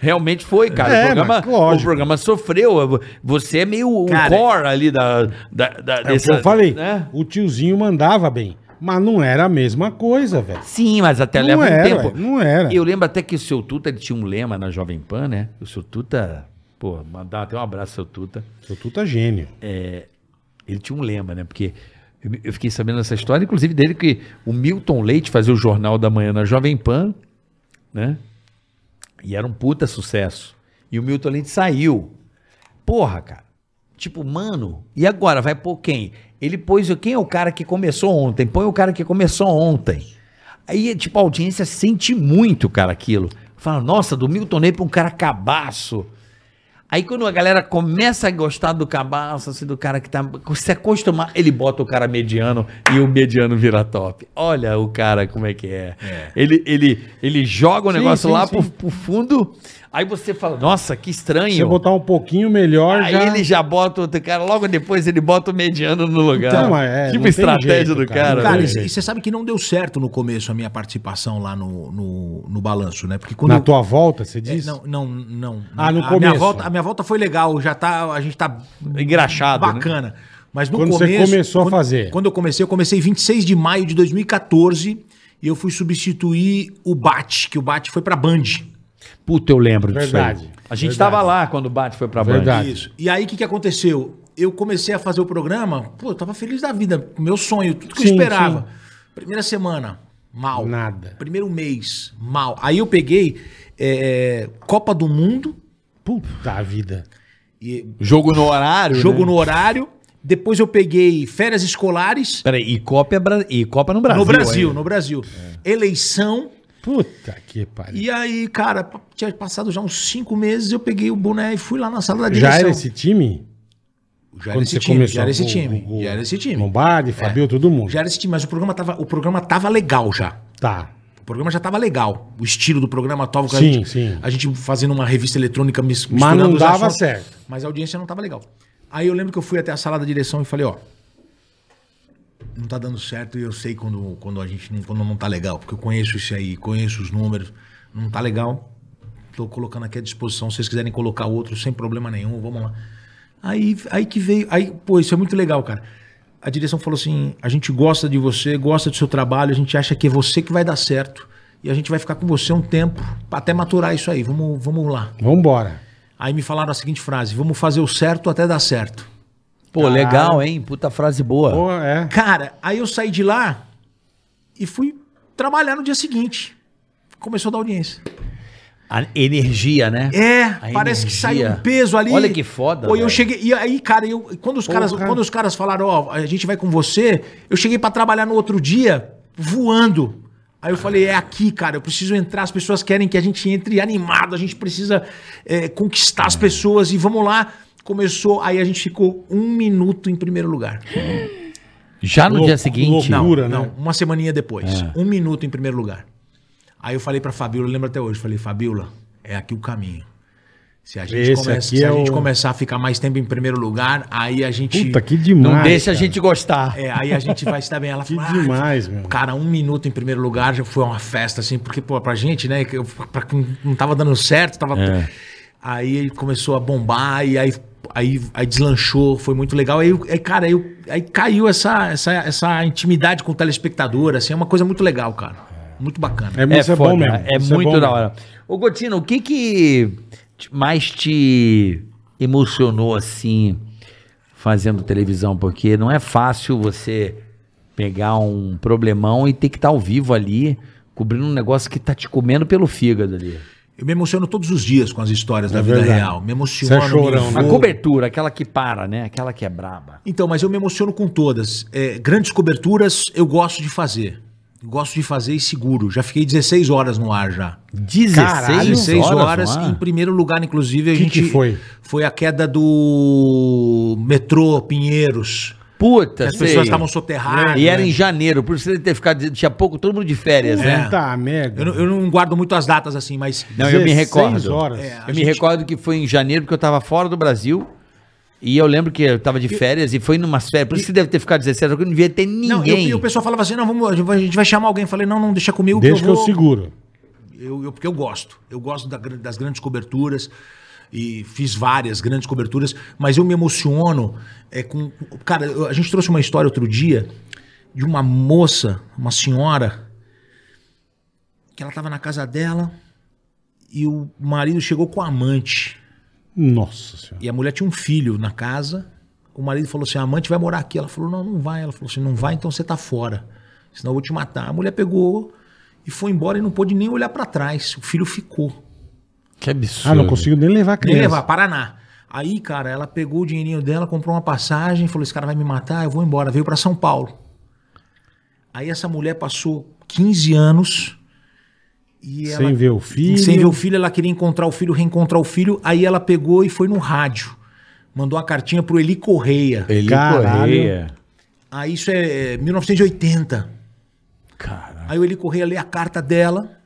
S3: Realmente foi, cara.
S2: É,
S3: o, programa,
S2: mas lógico.
S3: o programa sofreu. Você é meio
S4: Cara,
S3: o core ali da. da, da
S2: É o que eu falei,
S3: né?
S2: o tiozinho mandava bem, mas não era a mesma coisa, velho.
S3: Sim, mas até
S2: Não
S3: leva
S2: era,
S3: um tempo.
S2: ué, não era.
S3: Eu lembro até que o seu Tuta ele tinha um lema na Jovem Pan, né? O seu Tuta, pô, mandar até um abraço, seu Tuta.
S2: Seu tuta é gênio.
S3: Ele tinha um lema, né? Porque eu me- eu fiquei sabendo essa história, inclusive dele, que o Milton Leite fazia o Jornal da Manhã na Jovem Pan, né? E era um puta sucesso. E o Milton Leite saiu. Porra, cara. Tipo, mano, e agora? Vai pôr quem? Ele pôs o quem é o cara que começou ontem? Põe o cara que começou ontem. Aí, tipo, a audiência sente muito, cara, aquilo. Fala, nossa, do Milton Leite pra um cara cabaço. Aí quando a galera começa a gostar do cabaço, assim, do cara que tá se acostumar, ele bota o cara mediano e o mediano vira top. Olha o cara como é que é. Ele, ele, ele joga o
S2: Sim,
S3: negócio
S2: sim,
S3: lá
S2: sim.
S3: Pro, pro fundo, aí você fala, nossa, que estranho.
S2: Se eu botar um pouquinho melhor,
S3: Aí
S2: já...
S3: ele já bota outro cara, logo depois ele bota o mediano no lugar.
S2: Então, mas é, não
S3: tipo
S2: tem
S3: estratégia
S2: jeito,
S3: do
S2: cara.
S3: cara.
S4: Cara,
S3: né?
S4: e e você sabe que não deu certo no começo a minha participação lá no, no, no balanço, né? Porque quando.
S2: Na
S4: eu-
S2: tua volta, você
S4: É,
S2: diz?
S4: não, não, não.
S2: Ah, no
S4: a Minha
S2: começo.
S4: volta, a minha volta foi legal, já tá, a gente tá
S3: Engraxado, né?
S4: bacana. Mas no
S2: Quando você
S4: começo,
S2: começou a
S4: quando-
S2: fazer.
S4: Quando eu comecei, eu comecei 26 de maio de 2014 e eu fui substituir o Bate, que o Bate foi pra Band.
S3: Puta, eu lembro
S2: Verdade.
S3: disso aí. A gente
S2: Verdade.
S3: tava lá quando o Bate foi pra Band.
S2: Verdade.
S4: Isso. E aí, o que, que aconteceu? Eu comecei a fazer o programa, pô, eu tava feliz da vida, meu sonho, tudo que eu
S2: Sim,
S4: esperava.
S2: sim.
S4: Primeira semana, mal.
S2: Nada.
S4: Primeiro mês, mal. Aí eu peguei é, Copa do Mundo,
S2: Puta vida.
S4: e-
S3: Jogo no horário.
S4: jogo
S3: né?
S4: no horário, depois eu peguei férias escolares
S3: Peraí, e Copa, é Bra- e Copa no Brasil.
S4: no Brasil,
S2: é.
S3: ainda.
S4: no Brasil. Eleição.
S2: Puta que pariu.
S4: E aí, cara, p- tinha passado já uns cinco meses, eu peguei o boné e fui lá na sala da direção.
S2: Já era esse time?
S4: já era esse time, já era esse time,
S2: o- o-
S4: já era esse time. É.
S2: Lombardi, Fabio, todo mundo.
S4: Já era esse time, mas o programa tava, o programa tava legal já.
S2: Tá.
S4: O programa já tava legal. O estilo do programa tava com a,
S2: Sim,
S4: gente,
S2: sim.
S4: a gente fazendo uma revista eletrônica mis-
S2: Mas não
S4: os
S2: dava
S4: assuntos,
S2: certo.
S4: Mas a audiência não tava legal. Aí eu lembro que eu fui até a sala da direção e falei, ó, não tá dando certo e eu sei quando, quando a gente não, quando não tá legal, porque eu conheço isso aí, conheço os números, não tá legal. Tô colocando aqui à disposição, se vocês quiserem colocar outro sem problema nenhum, vamos lá. Aí, aí que veio, aí, pô, isso é muito legal, cara. A direção falou assim: a gente gosta de você, gosta do seu trabalho, a gente acha que é você que vai dar certo e a gente vai ficar com você um tempo pra até maturar isso aí. Vamos, vamos lá.
S2: Vambora.
S4: Aí me falaram a seguinte frase: vamos fazer o certo até dar certo.
S3: Pô, legal, hein? Puta frase boa.
S2: Pô, é.
S4: Cara, aí eu saí de lá e fui trabalhar no dia seguinte. Começou da audiência.
S3: A energia, né?
S4: É,
S3: A
S4: parece
S3: energia.
S4: que saiu um peso ali.
S3: Olha que foda,
S4: Pô, eu
S3: velho.
S4: cheguei. E aí, cara, eu, quando, os caras,
S2: Porra.
S4: quando os caras falaram, ó, a gente vai com você, eu cheguei pra trabalhar no outro dia voando. Aí eu falei, é aqui, cara, eu preciso entrar, as pessoas querem que a gente entre animado, a gente precisa é, conquistar as pessoas e vamos lá. Começou, aí a gente ficou um minuto em primeiro lugar.
S5: Já no
S2: Lou-
S5: dia seguinte.
S2: loucura.
S5: Não.
S2: Pura,
S4: não,
S2: né?
S4: uma semaninha depois. Um minuto em primeiro lugar. Aí eu falei pra Fabiola, eu lembro até hoje, falei, Fabiola, é aqui o caminho. Se a gente,
S2: Esse
S4: começa-
S2: aqui
S4: se a
S2: é
S4: gente
S2: o-
S4: começar a ficar mais tempo em primeiro lugar, aí a gente.
S2: Puta, que demais.
S3: deixa a
S2: cara.
S3: gente gostar.
S4: É, aí a gente vai se dar bem. Ela
S2: Que
S4: falou, "Ah,
S2: demais, meu.
S4: Cara, um minuto em primeiro lugar já foi uma festa, assim, porque, pô, pra gente, né, que eu- pra quem não tava dando certo, tava.
S2: É.
S4: Aí ele começou a bombar, e aí, aí, aí deslanchou, foi muito legal. Aí, eu- aí, cara, aí, eu- aí caiu essa, essa, essa intimidade com o telespectador, assim, é uma coisa muito legal, cara. Muito bacana.
S2: É, isso é
S5: foda,
S2: bom mesmo.
S5: é
S2: isso
S5: muito
S2: bom
S5: da
S2: mesmo.
S5: hora.
S3: Ô, Gotino, o que que te- mais te emocionou assim, fazendo televisão? Porque não é fácil você pegar um problemão e ter que estar ao vivo ali, cobrindo um negócio que tá te comendo pelo fígado ali.
S4: Eu me emociono todos os dias com as histórias da vida
S2: verdade.
S4: real. Me
S2: Você é
S4: emociono.
S2: chorão,
S4: me
S2: né?
S3: A
S2: Pô.
S3: cobertura, aquela que para, né? Aquela que é braba.
S4: Então, mas eu me emociono com todas. É, grandes coberturas eu gosto de fazer. Gosto de fazer e seguro. Já fiquei 16 horas no ar já.
S3: 16,
S4: 16 horas.
S3: no ar?
S4: em primeiro lugar, inclusive, a
S2: Que
S4: gente.
S2: que foi?
S4: Foi a queda do metrô Pinheiros.
S3: Puta,
S4: As
S3: sei.
S4: pessoas estavam soterradas.
S3: E era
S4: né?
S3: em janeiro, por isso ele ter ficado. Tinha pouco, todo mundo de
S2: É.
S3: férias, né?
S2: Puta merda.
S4: É. eu, não- eu não guardo muito as datas assim, mas.
S3: Não, eu me
S2: 16
S3: recordo.
S2: horas.
S4: É, a
S3: eu me
S4: gente-
S3: recordo que foi em janeiro, porque eu tava fora do Brasil. E eu lembro que eu tava de férias e foi numas férias. Por isso que deve ter ficado 16 horas, porque não devia ter
S4: Não, eu-
S3: ninguém.
S4: e o pessoal falava assim: não, vamos, a gente vai- a gente vai chamar alguém. Eu falei: não, não, deixa comigo.
S2: Deixa que eu
S4: vou-
S2: seguro.
S4: Eu, eu- porque eu gosto. Eu gosto da gran- das grandes coberturas. E fiz várias grandes coberturas. Mas eu me emociono é, com. Cara, eu- a gente trouxe uma história outro dia de uma moça, uma senhora, que ela estava na casa dela e o marido chegou com a amante.
S2: Nossa senhora.
S4: E a mulher tinha um filho na casa. O marido falou assim: a amante vai morar aqui. Ela falou: não, não vai. Ela falou assim: não vai, então você tá fora. Senão eu vou te matar. A mulher pegou e foi embora e não pôde nem olhar pra trás. O filho ficou.
S5: Que absurdo.
S2: Ah, não consigo nem levar a
S4: Nem
S2: criança.
S4: levar, Paraná. Aí, cara, ela pegou o dinheirinho dela, comprou uma passagem, falou: esse cara vai me matar, eu vou embora. Veio pra São Paulo. Aí essa mulher passou 15 anos. E
S2: Sem
S4: ela-
S2: ver o filho.
S4: sem ver o filho, ela queria encontrar o filho, reencontrar o filho. Aí ela pegou e foi no rádio. Mandou uma cartinha pro Eli Correia.
S5: Ele
S2: Caralho.
S5: correia.
S4: Aí isso é é, 1980.
S5: Cara.
S4: Aí o Eli Correia lê a carta dela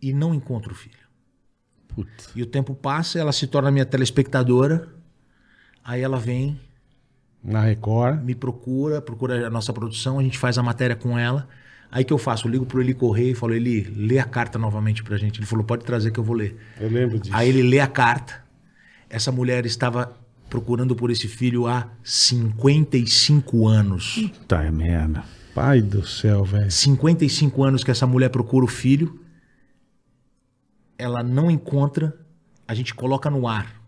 S4: e não encontra o filho.
S5: Putz.
S4: E o tempo passa, ela se torna minha telespectadora. Aí ela vem,
S2: Na Record.
S4: me procura, procura a nossa produção, a gente faz a matéria com ela. Aí que eu faço? Eu ligo pro Eli Correia e falo, Eli, lê a carta novamente pra gente. Ele falou, pode trazer que eu vou ler.
S2: Eu lembro disso.
S4: Aí ele lê a carta. Essa mulher estava procurando por esse filho há 55 anos.
S5: Tá merda.
S2: Pai do céu, velho.
S4: 55 anos que essa mulher procura o filho. Ela não encontra. A gente coloca no ar.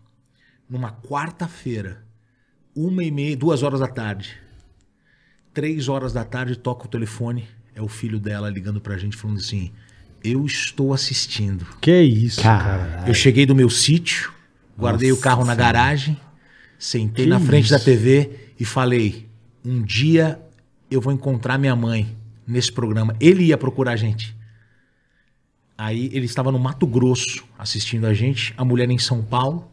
S4: Numa quarta-feira, uma e meia, duas horas da tarde. Três horas da tarde, toca o telefone. É o filho dela ligando pra gente, falando assim: Eu estou assistindo.
S2: Que isso, cara.
S4: Eu cheguei do meu sítio, guardei o carro na garagem, sentei
S2: Que
S4: na frente
S2: isso?
S4: da TV e falei: um dia eu vou encontrar minha mãe nesse programa. Ele ia procurar a gente. Aí ele estava no Mato Grosso assistindo a gente, a mulher em São Paulo.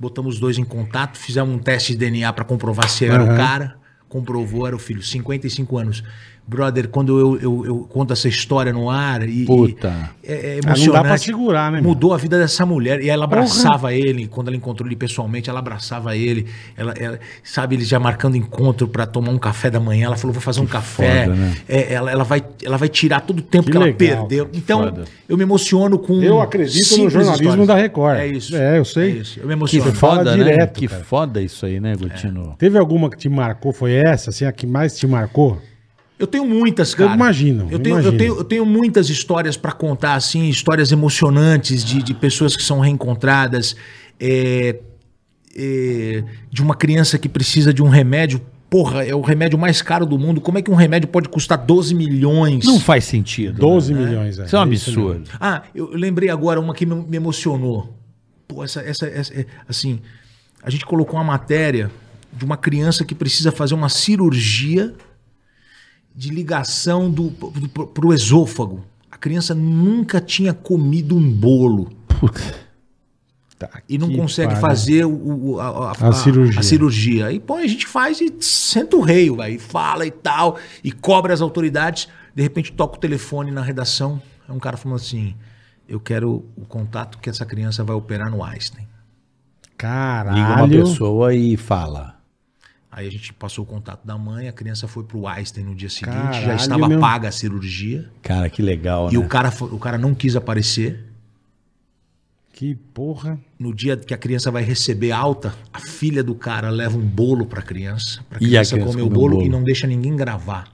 S4: Botamos os dois em contato, fizemos um teste de DNA para comprovar se era
S2: Aham.
S4: o cara. Comprovou, era o filho, 55 anos. Brother, quando eu, eu- eu conto essa história no ar e. e-
S5: Puta.
S4: é, é
S2: Ah,
S4: emocionante.
S2: não dá pra segurar, né? meu?
S4: Mudou a vida dessa mulher. E ela abraçava ele. Quando ela encontrou ele pessoalmente, ela abraçava ele. Ela, ela- sabe, eles já marcando encontro pra tomar um café da manhã. Ela falou: vou fazer um café.
S5: foda, né?
S4: É, ela, ela vai, ela vai tirar todo o tempo
S2: Que
S4: que, ela
S2: legal,
S4: perdeu. Então, eu me emociono com.
S2: Eu acredito no
S4: simples
S2: jornalismo da Record.
S4: É isso.
S2: É, eu sei.
S4: É isso. Eu me
S2: Que
S4: emociono.
S2: f- Fala
S5: Foda,
S2: direto,
S5: né? Que
S2: cara.
S5: foda isso aí, né, Gotino?
S2: Teve alguma que te marcou? Foi essa, assim, a que mais te marcou?
S4: Eu tenho muitas, cara.
S2: imagino,
S4: Eu tenho,
S2: imagino.
S4: Eu tenho, eu tenho muitas histórias pra contar, assim, histórias emocionantes de, de pessoas que são reencontradas, é, é, de uma criança que precisa de um remédio. Porra, é o remédio mais caro do mundo. Como é que um remédio pode custar 12 milhões?
S5: Não faz sentido.
S2: 12
S3: né?
S2: milhões.
S5: Isso é um
S2: mesmo.
S5: absurdo.
S4: Ah, eu lembrei agora uma que me me emocionou. Pô, essa, essa, essa- é, assim, a gente colocou uma matéria de uma criança que precisa fazer uma cirurgia de ligação do, do, pro, pro esôfago. A criança nunca tinha comido um bolo. e não
S2: Tá que
S4: consegue
S2: pariu.
S4: fazer o- o- a,
S2: A cirurgia.
S4: cirurgia. Aí põe, a gente faz e senta o rei, aí fala e tal, e cobra as autoridades. De repente toca o telefone na redação, é um cara falando assim: Eu quero o contato que essa criança vai operar no Einstein.
S2: Caralho.
S3: Liga uma pessoa e fala.
S4: Aí a gente passou o contato da mãe, a criança foi pro Einstein no dia seguinte,
S2: Caralho,
S4: já estava
S2: meu.
S4: paga a cirurgia.
S3: Cara, que legal,
S4: E
S3: né?
S4: o cara, fo- o cara não quis aparecer.
S2: Que porra.
S3: É
S4: No dia que a criança vai receber alta, a filha do cara leva um bolo pra criança. Pra
S3: E a
S4: criança,
S3: criança
S4: comer o
S3: come o
S4: bolo,
S3: bolo.
S4: e não deixa ninguém gravar.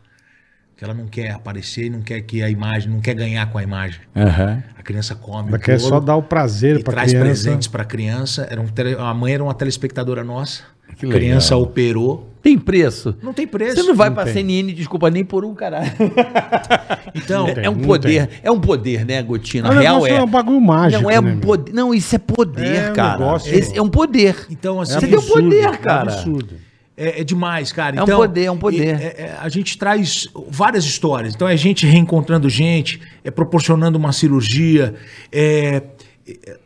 S4: Porque ela não quer aparecer, não quer que a imagem, não quer ganhar com a imagem.
S3: Aham.
S4: A criança come
S2: Ela
S4: o
S2: quer
S4: bolo
S2: só dar o prazer
S4: e
S2: pra
S4: traz
S2: criança.
S4: presentes pra criança. Era um tele- a mãe era uma telespectadora nossa.
S3: Que
S4: a criança
S3: legal.
S4: operou.
S3: Tem preço.
S4: Não tem preço.
S3: Você não vai
S2: Não
S3: pra
S2: tem.
S3: CNN, desculpa, nem por um caralho.
S4: Então,
S2: tem,
S3: [LAUGHS] é um
S2: não
S3: poder, é um poder, né, Gotina?
S2: Mas o
S3: real
S2: negócio
S3: é.
S2: é um bagulho mágico,
S3: Não, é
S2: né, meu?
S3: um poder. Não, isso é poder,
S2: É um
S3: cara.
S2: negócio-
S3: Esse é um poder.
S4: então assim,
S3: Você tem um
S4: isso-
S3: poder, cara.
S2: É absurdo.
S4: É, é demais, cara.
S3: É um poder, é um poder.
S4: e- é- é- a gente traz várias histórias. Então é gente reencontrando gente, é proporcionando uma cirurgia. é- é-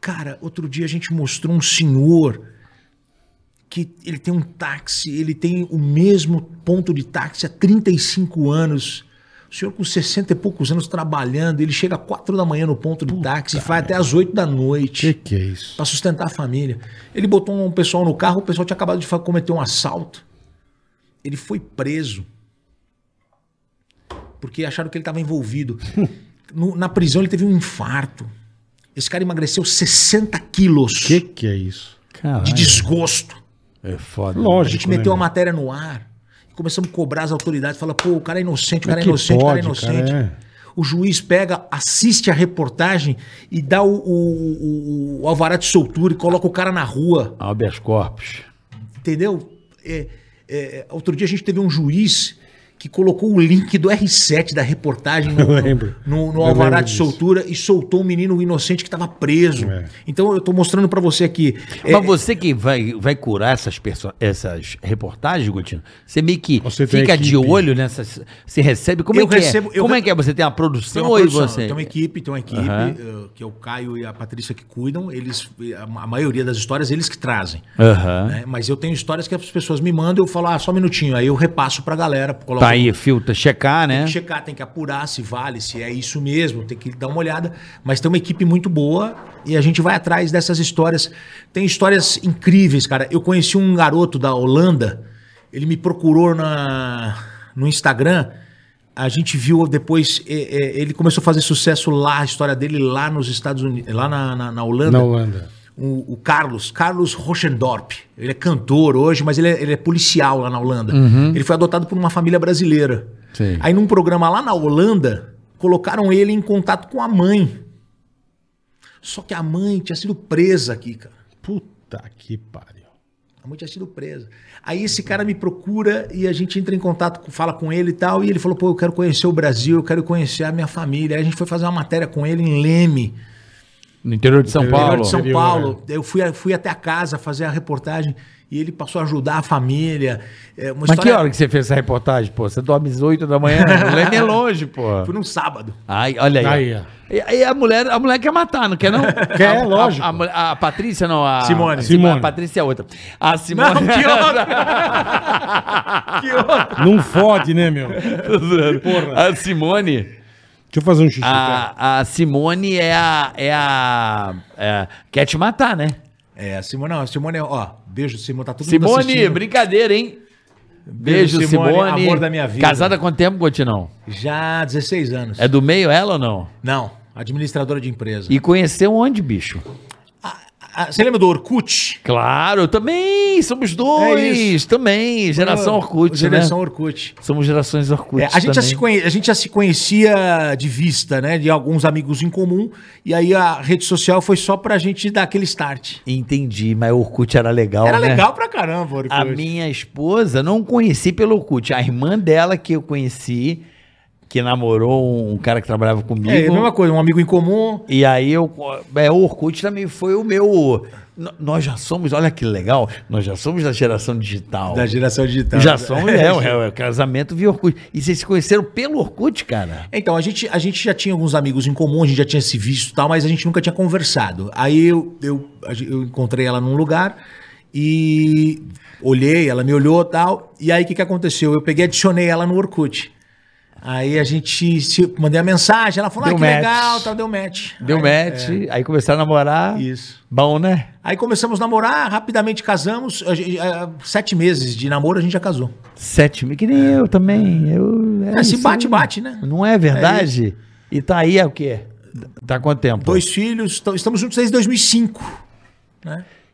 S4: cara, outro dia a gente mostrou um senhor que ele tem um táxi, ele tem o mesmo ponto de táxi há 35 anos. O senhor com 60 e poucos anos trabalhando, ele chega às 4 da manhã no ponto de táxi e vai até às 8 da
S2: Que
S4: noite.
S2: que é isso?
S4: Pra sustentar a família. Ele botou um pessoal no carro, o pessoal tinha acabado de fa- cometer um assalto. Ele foi preso. Porque acharam que ele
S2: [LAUGHS]
S4: estava envolvido. No- na prisão ele teve um infarto. Esse cara emagreceu 60 quilos
S2: Que que é isso?
S4: de desgosto.
S3: É foda.
S4: A gente
S2: Lógico. né,
S4: meteu a
S2: meu?
S4: matéria no ar. Começamos a cobrar as autoridades. Fala, pô, o cara é inocente, o
S2: Mas
S4: cara é
S2: que
S4: inocente, o cara é
S2: pode, cara,
S4: inocente.
S2: é.
S4: O juiz pega, assiste a reportagem e dá o, o, o- o alvará de soltura e coloca o cara na rua.
S3: Habeas corpus.
S4: Entendeu? É, é, outro dia a gente teve um juiz que colocou o link do R7 da reportagem no,
S2: [LAUGHS] Eu lembro.
S4: no- no
S2: Eu
S4: alvará
S2: lembro
S4: de
S2: disso.
S4: soltura e soltou um menino inocente que estava preso.
S2: É.
S4: Então eu tô mostrando pra você aqui. É,
S3: Mas você que vai, vai curar essas, perso- essas reportagens, Gutino, você meio que
S2: Você tem
S3: fica
S2: equipe.
S3: de olho nessas. Você recebe. Como
S4: Eu
S3: é que
S4: recebo-
S3: é?
S4: eu
S3: Como é
S4: re-
S3: que é? Você tem uma produção,
S4: Tem uma,
S3: ou
S4: produção,
S3: você.
S4: tem uma equipe, tem uma equipe, eh, que é o Caio e a Patrícia que cuidam, eles, a ma- a maioria das histórias eles que trazem.
S3: Aham.
S4: né? Mas eu tenho histórias que as pessoas me mandam, eu falo, ah, só um minutinho, aí eu repasso pra galera. Coloco,
S3: Tá aí, filtra, checar, né?
S4: Tem que checar, tem que apurar se vale, se é isso mesmo, tem que dar uma olhada. Mas tem uma equipe muito boa e a gente vai atrás dessas histórias. Tem histórias incríveis, cara. Eu conheci um garoto da Holanda, ele me procurou na, no Instagram. A gente viu depois, é, é, ele começou a fazer sucesso lá, a história dele lá nos Estados Unidos, lá na, na- na Holanda.
S2: Na Holanda.
S4: O, o Carlos, Carlos Rochendorp. Ele é cantor hoje, mas ele é, ele é policial lá na Holanda. Ele foi adotado por uma família brasileira.
S3: Sim.
S4: Aí num programa lá na Holanda, colocaram ele em contato com a mãe. Só que a mãe tinha sido presa aqui, cara.
S2: Puta que pariu.
S4: A mãe tinha sido presa. Aí esse cara me procura e a gente entra em contato, com- fala com ele e tal. E ele falou: pô, eu quero conhecer o Brasil, eu quero conhecer a minha família. Aí a gente foi fazer uma matéria com ele em Leme.
S6: No interior de São
S2: Interior
S6: Paulo.
S4: Melhor de São
S2: Interior,
S4: Paulo. Eu fui, fui até a casa fazer a reportagem e ele passou a ajudar a família. É uma
S5: Mas que
S4: história-
S5: hora que você fez essa reportagem, pô? Você dorme às 8
S4: [LAUGHS]
S5: da manhã, não lembra é longe, pô.
S4: Foi num sábado.
S3: Ai, olha aí.
S2: Aí, ó.
S3: E aí a mulher, a mulher quer matar, não quer não?
S2: [LAUGHS] Quer,
S3: a,
S2: lógico.
S3: A, a mulher- a Patrícia não, a...
S4: Simone.
S3: A,
S2: Simone.
S3: a Patrícia é outra. A Simone...
S4: Não,
S3: [LAUGHS]
S4: que Que horror.
S2: Não fode, né, meu? Deixa
S3: Tô zoando. A Simone...
S2: eu fazer um xixi. cara.
S3: A, a Simone é a, é a... é a- Quer te matar, né?
S4: É, a Simone, não, a Simone, ó, beijo, Simone, tá todo mundo
S3: Simone,
S4: assistindo.
S3: brincadeira, hein? Beijo,
S4: Beijo,
S3: Simone.
S4: Simone, amor da minha vida.
S3: Casada há quanto tempo, Gotinão?
S4: Já há 16 anos.
S3: É do meio ela ou não?
S4: Não, administradora de empresa.
S3: E conheceu onde, bicho?
S4: Ah, você lembra do Orkut?
S3: Claro, também, somos dois, também, geração Orkut,
S4: É Geração
S3: né?
S4: Orkut.
S3: Somos gerações Orkut
S4: É, a, gente já
S3: também.
S4: se conhe- a gente já se conhecia de vista, né? De alguns amigos em comum. E aí a rede social foi só pra gente dar aquele start.
S3: Entendi, mas o Orkut era legal,
S4: Era
S3: né?
S4: legal pra caramba, Orkut.
S3: A minha esposa não conheci pelo Orkut, a irmã dela que eu conheci que namorou um cara que trabalhava comigo.
S4: É a mesma coisa, um amigo em comum.
S3: E aí eu. É, o Orkut também foi o meu. N- Nós já somos, olha que legal, nós já somos da geração digital.
S4: Da geração digital.
S3: Já somos,
S4: [LAUGHS]
S3: é, é, é, o casamento via Orkut. E vocês se conheceram pelo Orkut, cara?
S4: Então, a gente, a gente já tinha alguns amigos em comum, a gente já tinha se visto e tal, mas a gente nunca tinha conversado. Aí eu, eu, a gen- eu encontrei ela num lugar e olhei, ela me olhou e tal. E aí o que, que aconteceu? Eu peguei e adicionei ela no Orkut. Aí a gente se, mandei a mensagem, ela falou:
S3: Deu
S4: ah, que
S3: match.
S4: legal, tal, deu match.
S3: Deu
S4: aí,
S3: match, aí começaram a namorar.
S4: É, Isso.
S3: Bom, né?
S4: Aí começamos a namorar, rapidamente casamos. a gente- a- Sete meses de namoro a gente já casou.
S3: Sete mil, que nem eu também. Eu,
S4: É, se
S3: isso
S4: bate,
S3: aí.
S4: bate, né?
S3: Não é verdade? E tá aí há o quê? Tá há quanto tempo?
S4: Dois filhos, t- estamos juntos desde 2005.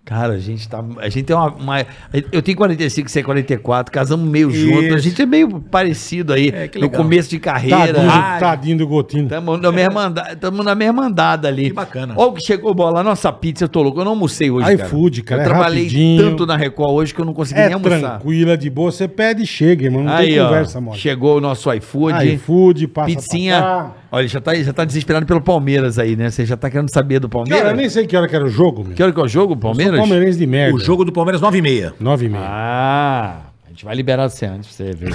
S3: Cara, a gente tá. A gente tem uma. uma- eu tenho 45, você é 44, casamos meio junto. A
S4: Isso.
S3: gente é meio parecido aí.
S4: É, que
S3: no
S4: legal.
S3: começo de carreira.
S2: Tadinho,
S4: Ai.
S2: tadinho do Gotinho.
S3: Estamos na, mesma anda- tamo na mesma andada ali.
S4: Que bacana.
S3: Olha o que chegou, bola. Nossa pizza, eu tô louco. Eu não almocei hoje.
S2: iFood, cara,
S3: Eu
S2: é
S3: trabalhei
S2: rapidinho.
S3: tanto na Record hoje que eu não consegui
S2: É
S3: nem almoçar.
S2: tranquila, de boa. Você pede e chega, irmão. Não
S3: Aí,
S2: tem
S3: ó.
S2: conversa, mole.
S3: Chegou o nosso iFood.
S2: iFood, passa pra
S3: Pizzinha.
S2: cá.
S3: Olha, já tá, já tá desesperado pelo Palmeiras aí, né? Você já tá querendo saber do Palmeiras?
S2: Cara, eu nem sei que hora que era o jogo, meu.
S3: Que hora que é o jogo, Palmeiras?
S2: Palmeirense de merda.
S4: O jogo do Palmeiras, 9 e meia.
S2: Nove e meia.
S5: Ah, a gente vai liberar você antes pra você
S2: [LAUGHS]
S5: ver.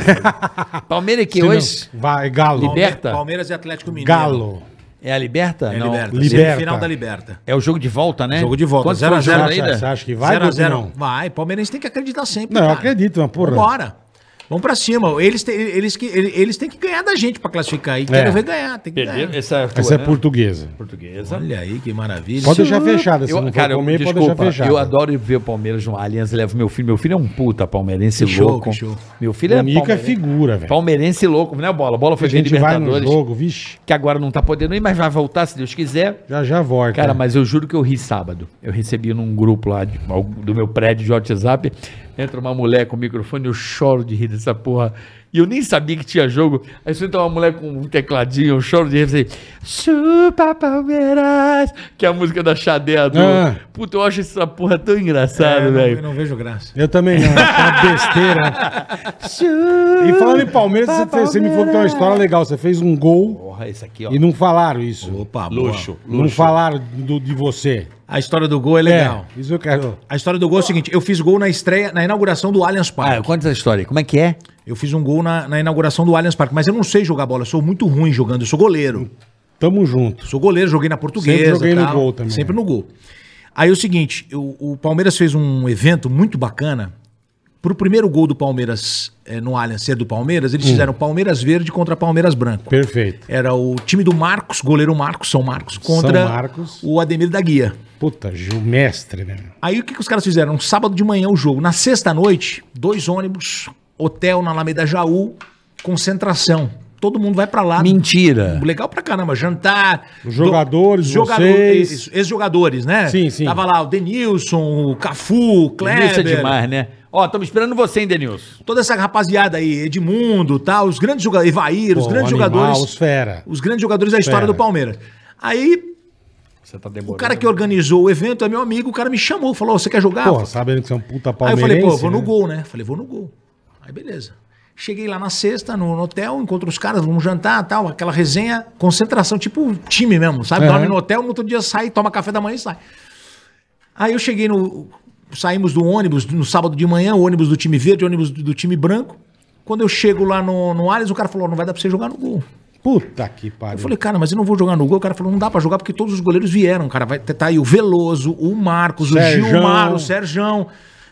S3: Palmeiras que
S2: Se não-
S3: hoje
S2: Vai, Galo.
S3: Liber- Liberta?
S4: Palmeiras e Atlético Mineiro.
S2: Galo.
S3: é a Liberta?
S4: É
S3: não.
S4: Liberta.
S2: Liberta.
S4: Semifinal da Liberta.
S3: É o jogo de volta, né?
S4: Jogo de volta,
S3: Quanto
S4: zero
S3: foi
S4: a
S3: o jogo
S4: zero.
S3: ainda?
S2: Você acha que vai,
S4: 0 a 0.
S2: Godinho?
S4: Vai, Palmeirense tem que acreditar sempre.
S2: Não, eu acredito, mas porra.
S4: Bora. Vamos pra cima. Eles, têm- eles, que- eles, têm que ganhar da gente pra classificar. E
S2: É.
S4: quero ver ganhar. Tem que
S3: Perderam?
S4: ganhar.
S3: Essa é, a tua,
S2: Essa é
S3: né?
S2: portuguesa.
S3: portuguesa.
S4: Olha aí que maravilha.
S2: Pode deixar fechada. Se
S3: Eu,
S2: assim, não for
S3: cara, eu,
S2: comer, pode deixar
S3: desculpa,
S2: fechada.
S3: eu adoro ver o Palmeiras no Allianz, levo meu filho. Meu filho é um puta palmeirense
S4: Que show,
S3: louco.
S4: que show.
S3: Meu filho
S2: O Nico é
S3: palmeirense.
S2: figura, velho.
S3: Palmeirense louco, né, Bola? Bola
S2: A
S3: foi bem
S2: gente vai no
S3: Libertadores,
S2: jogo, vixe.
S3: que agora não tá podendo ir, mas vai voltar se Deus quiser.
S2: Já já volta.
S3: Cara, mas eu juro que eu ri sábado. Eu recebi num grupo lá de- do meu prédio de WhatsApp. Entra uma mulher com o microfone, eu choro de rir dessa porra. E eu nem sabia que tinha jogo. Aí só entra uma mulher com um tecladinho, eu choro de rir. Assim, Chupa Palmeiras! Que é a música da Xadé do.
S2: Ah.
S3: Puta, eu acho essa porra tão
S4: É,
S3: engraçada,
S4: não- eu
S3: velho.
S4: não vejo graça.
S2: Eu também não. É uma besteira.
S4: [LAUGHS]
S2: E falando em Palmeiras, você, você me falou que tem uma história legal. Você fez um gol
S3: Porra, esse aqui, ó.
S2: e não falaram isso.
S4: Opa, boa.
S3: Luxo.
S2: Não falaram do- de você.
S4: A história do gol é legal.
S2: É, isso eu quero.
S4: A história do gol é o seguinte: eu fiz gol na estreia, na inauguração do Allianz Parque.
S3: Ah, conta essa história. aí. Como é que é?
S4: Eu fiz um gol na, na inauguração do Allianz Parque, mas eu não sei jogar bola, eu sou muito ruim jogando, eu sou goleiro.
S2: Tamo junto.
S4: Sou goleiro, joguei na portuguesa.
S2: Sempre joguei no
S4: tal,
S2: gol também. né?
S4: Sempre no gol. Aí é o seguinte, eu- o Palmeiras fez um evento muito bacana. Pro primeiro gol do Palmeiras eh, no Allianz ser do Palmeiras,
S2: Hum.
S4: eles fizeram Palmeiras Verde contra Palmeiras Branco.
S2: Perfeito.
S4: Era o time do Marcos, goleiro Marcos, São Marcos, contra
S2: São Marcos.
S4: o Ademir da Guia.
S2: Puta, Gil, mestre, né?
S4: Aí o que, que os caras fizeram? Um sábado de manhã o jogo. Na sexta noite, dois ônibus, hotel na Alameda Jaú, concentração. Todo mundo vai pra lá.
S3: Mentira.
S4: Legal pra caramba, jantar.
S2: Os jogadores, vocês.
S4: Jogadores, ex-jogadores, né?
S2: Sim, sim.
S4: Tava lá o Denilson, o Cafu, o Kleber.
S3: Denilson é demais, né? Ó, estamos esperando você, hein, Denilson.
S4: Toda essa rapaziada aí, Edmundo, tal, os grandes jogadores, Evair, os
S2: Pô,
S4: grandes
S2: animal,
S4: jogadores.
S2: Os fera.
S4: Os grandes jogadores da história
S2: Fera.
S4: do Palmeiras. Aí,
S3: Você tá
S4: o
S3: demorando.
S4: cara que organizou o evento é meu amigo, o cara me chamou, falou: "Ó, você quer jogar?
S2: Pô, sabendo que você é um puta
S4: Aí eu
S2: palmeirense.
S4: falei, pô, vou no
S2: né?
S4: gol, né? Falei, vou no gol. Aí beleza. Cheguei lá na sexta, no, no hotel, encontro os caras, vamos jantar tal, aquela resenha, concentração, tipo time mesmo, sabe?
S2: Aham.
S4: Dorme no hotel, no outro dia sai, toma café da manhã e sai. Aí eu cheguei no. Saímos do ônibus no sábado de manhã, o ônibus do time verde, o ônibus do, do time branco. Quando eu chego lá no, no Allianz, o cara falou: não vai dar pra você jogar no gol.
S2: né? Puta que pariu.
S4: Eu falei, cara, mas eu não vou jogar no gol. O cara falou, não dá pra jogar porque todos os goleiros vieram, cara. Vai tá aí o Veloso, o Marcos,
S2: Serjão.
S4: o Gilmar, o Serjão.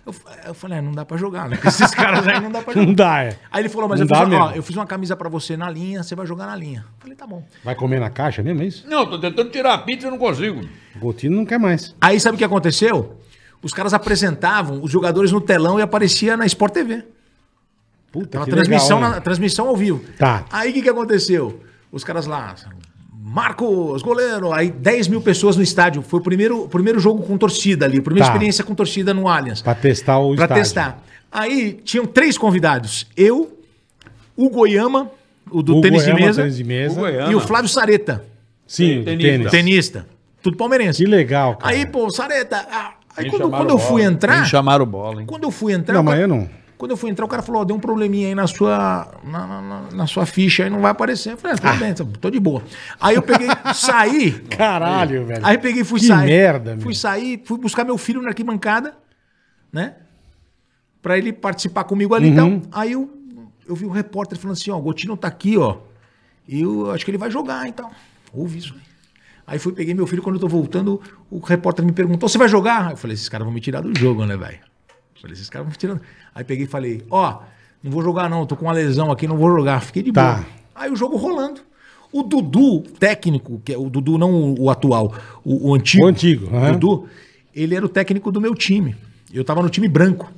S4: Eu, fa- eu falei, é, não dá pra jogar, né? Com esses [LAUGHS] caras aí não dá pra
S2: não
S4: jogar.
S2: dá, é.
S4: Aí ele falou, mas
S2: Não
S4: eu fiz,
S2: dá
S4: uma, ó,
S2: mesmo.
S4: eu fiz uma camisa pra você na linha, você vai jogar na linha. Eu falei, tá bom.
S2: Vai comer na caixa mesmo, é isso?
S6: Não, tô tentando tirar a pizza e não consigo.
S2: Gotino não quer mais.
S4: Aí sabe o que aconteceu? Os caras apresentavam os jogadores no telão e aparecia na Sport TV.
S2: Puta
S4: Tava
S2: que
S4: Tá transmissão,
S2: legal, né?
S4: na-
S2: hein?
S4: transmissão ao vivo.
S2: Tá.
S4: Aí o que, que aconteceu? Os caras lá, Marcos, goleiro, aí 10 mil pessoas no estádio. Foi o primeiro, o primeiro jogo com torcida ali, a primeira
S2: Tá.
S4: experiência com torcida no Allianz.
S2: Pra testar o
S4: Pra
S2: estádio.
S4: testar. Aí tinham três convidados: eu, o Goiama, o do
S2: O
S4: tênis
S2: Goiama,
S4: de mesa,
S2: tênis de mesa.
S4: e o Flávio Sareta,
S2: Sim,
S6: Tenista.
S2: tênis. tênis.
S4: tenista. Tudo palmeirense.
S2: Que legal, cara.
S4: Aí, pô, Sareta. ah, aí
S6: Nem
S4: quando,
S6: chamaram
S4: quando eu
S6: bola.
S4: fui entrar.
S3: Nem chamaram bola, hein?
S4: Quando eu fui entrar.
S2: Não,
S4: o
S2: mas
S4: cara-
S2: eu não.
S4: Quando eu fui entrar, o cara falou, ó, deu um probleminha aí na sua, na, na- na- na sua ficha, aí não vai aparecer. Eu falei, ah, tudo bem, tô- tô de boa. Aí eu peguei, saí,
S2: Caralho, velho.
S4: Aí peguei e fui
S2: Que
S4: sair.
S2: merda, meu.
S4: Fui sair, fui buscar meu filho na arquibancada, né? Pra ele participar comigo ali.
S2: Uhum.
S4: Então, aí eu, eu vi o repórter falando assim, ó, o Gotino tá aqui, ó. E eu acho que ele vai jogar, então. Ouvi isso aí. Aí fui, peguei meu filho, quando eu tô voltando, o repórter me perguntou, você vai jogar? Eu falei, esses caras vão me tirar do jogo, né, velho? Eu Falei, esses caras vão me tirando. Aí peguei e falei, ó, não vou jogar não, tô com uma lesão aqui, não vou jogar. Fiquei de
S2: Tá.
S4: boa. Aí o jogo rolando. O Dudu, técnico, que é o Dudu não o o atual, o, o antigo.
S2: O antigo, aham.
S4: Dudu, ele era o técnico do meu time. Eu tava no time branco.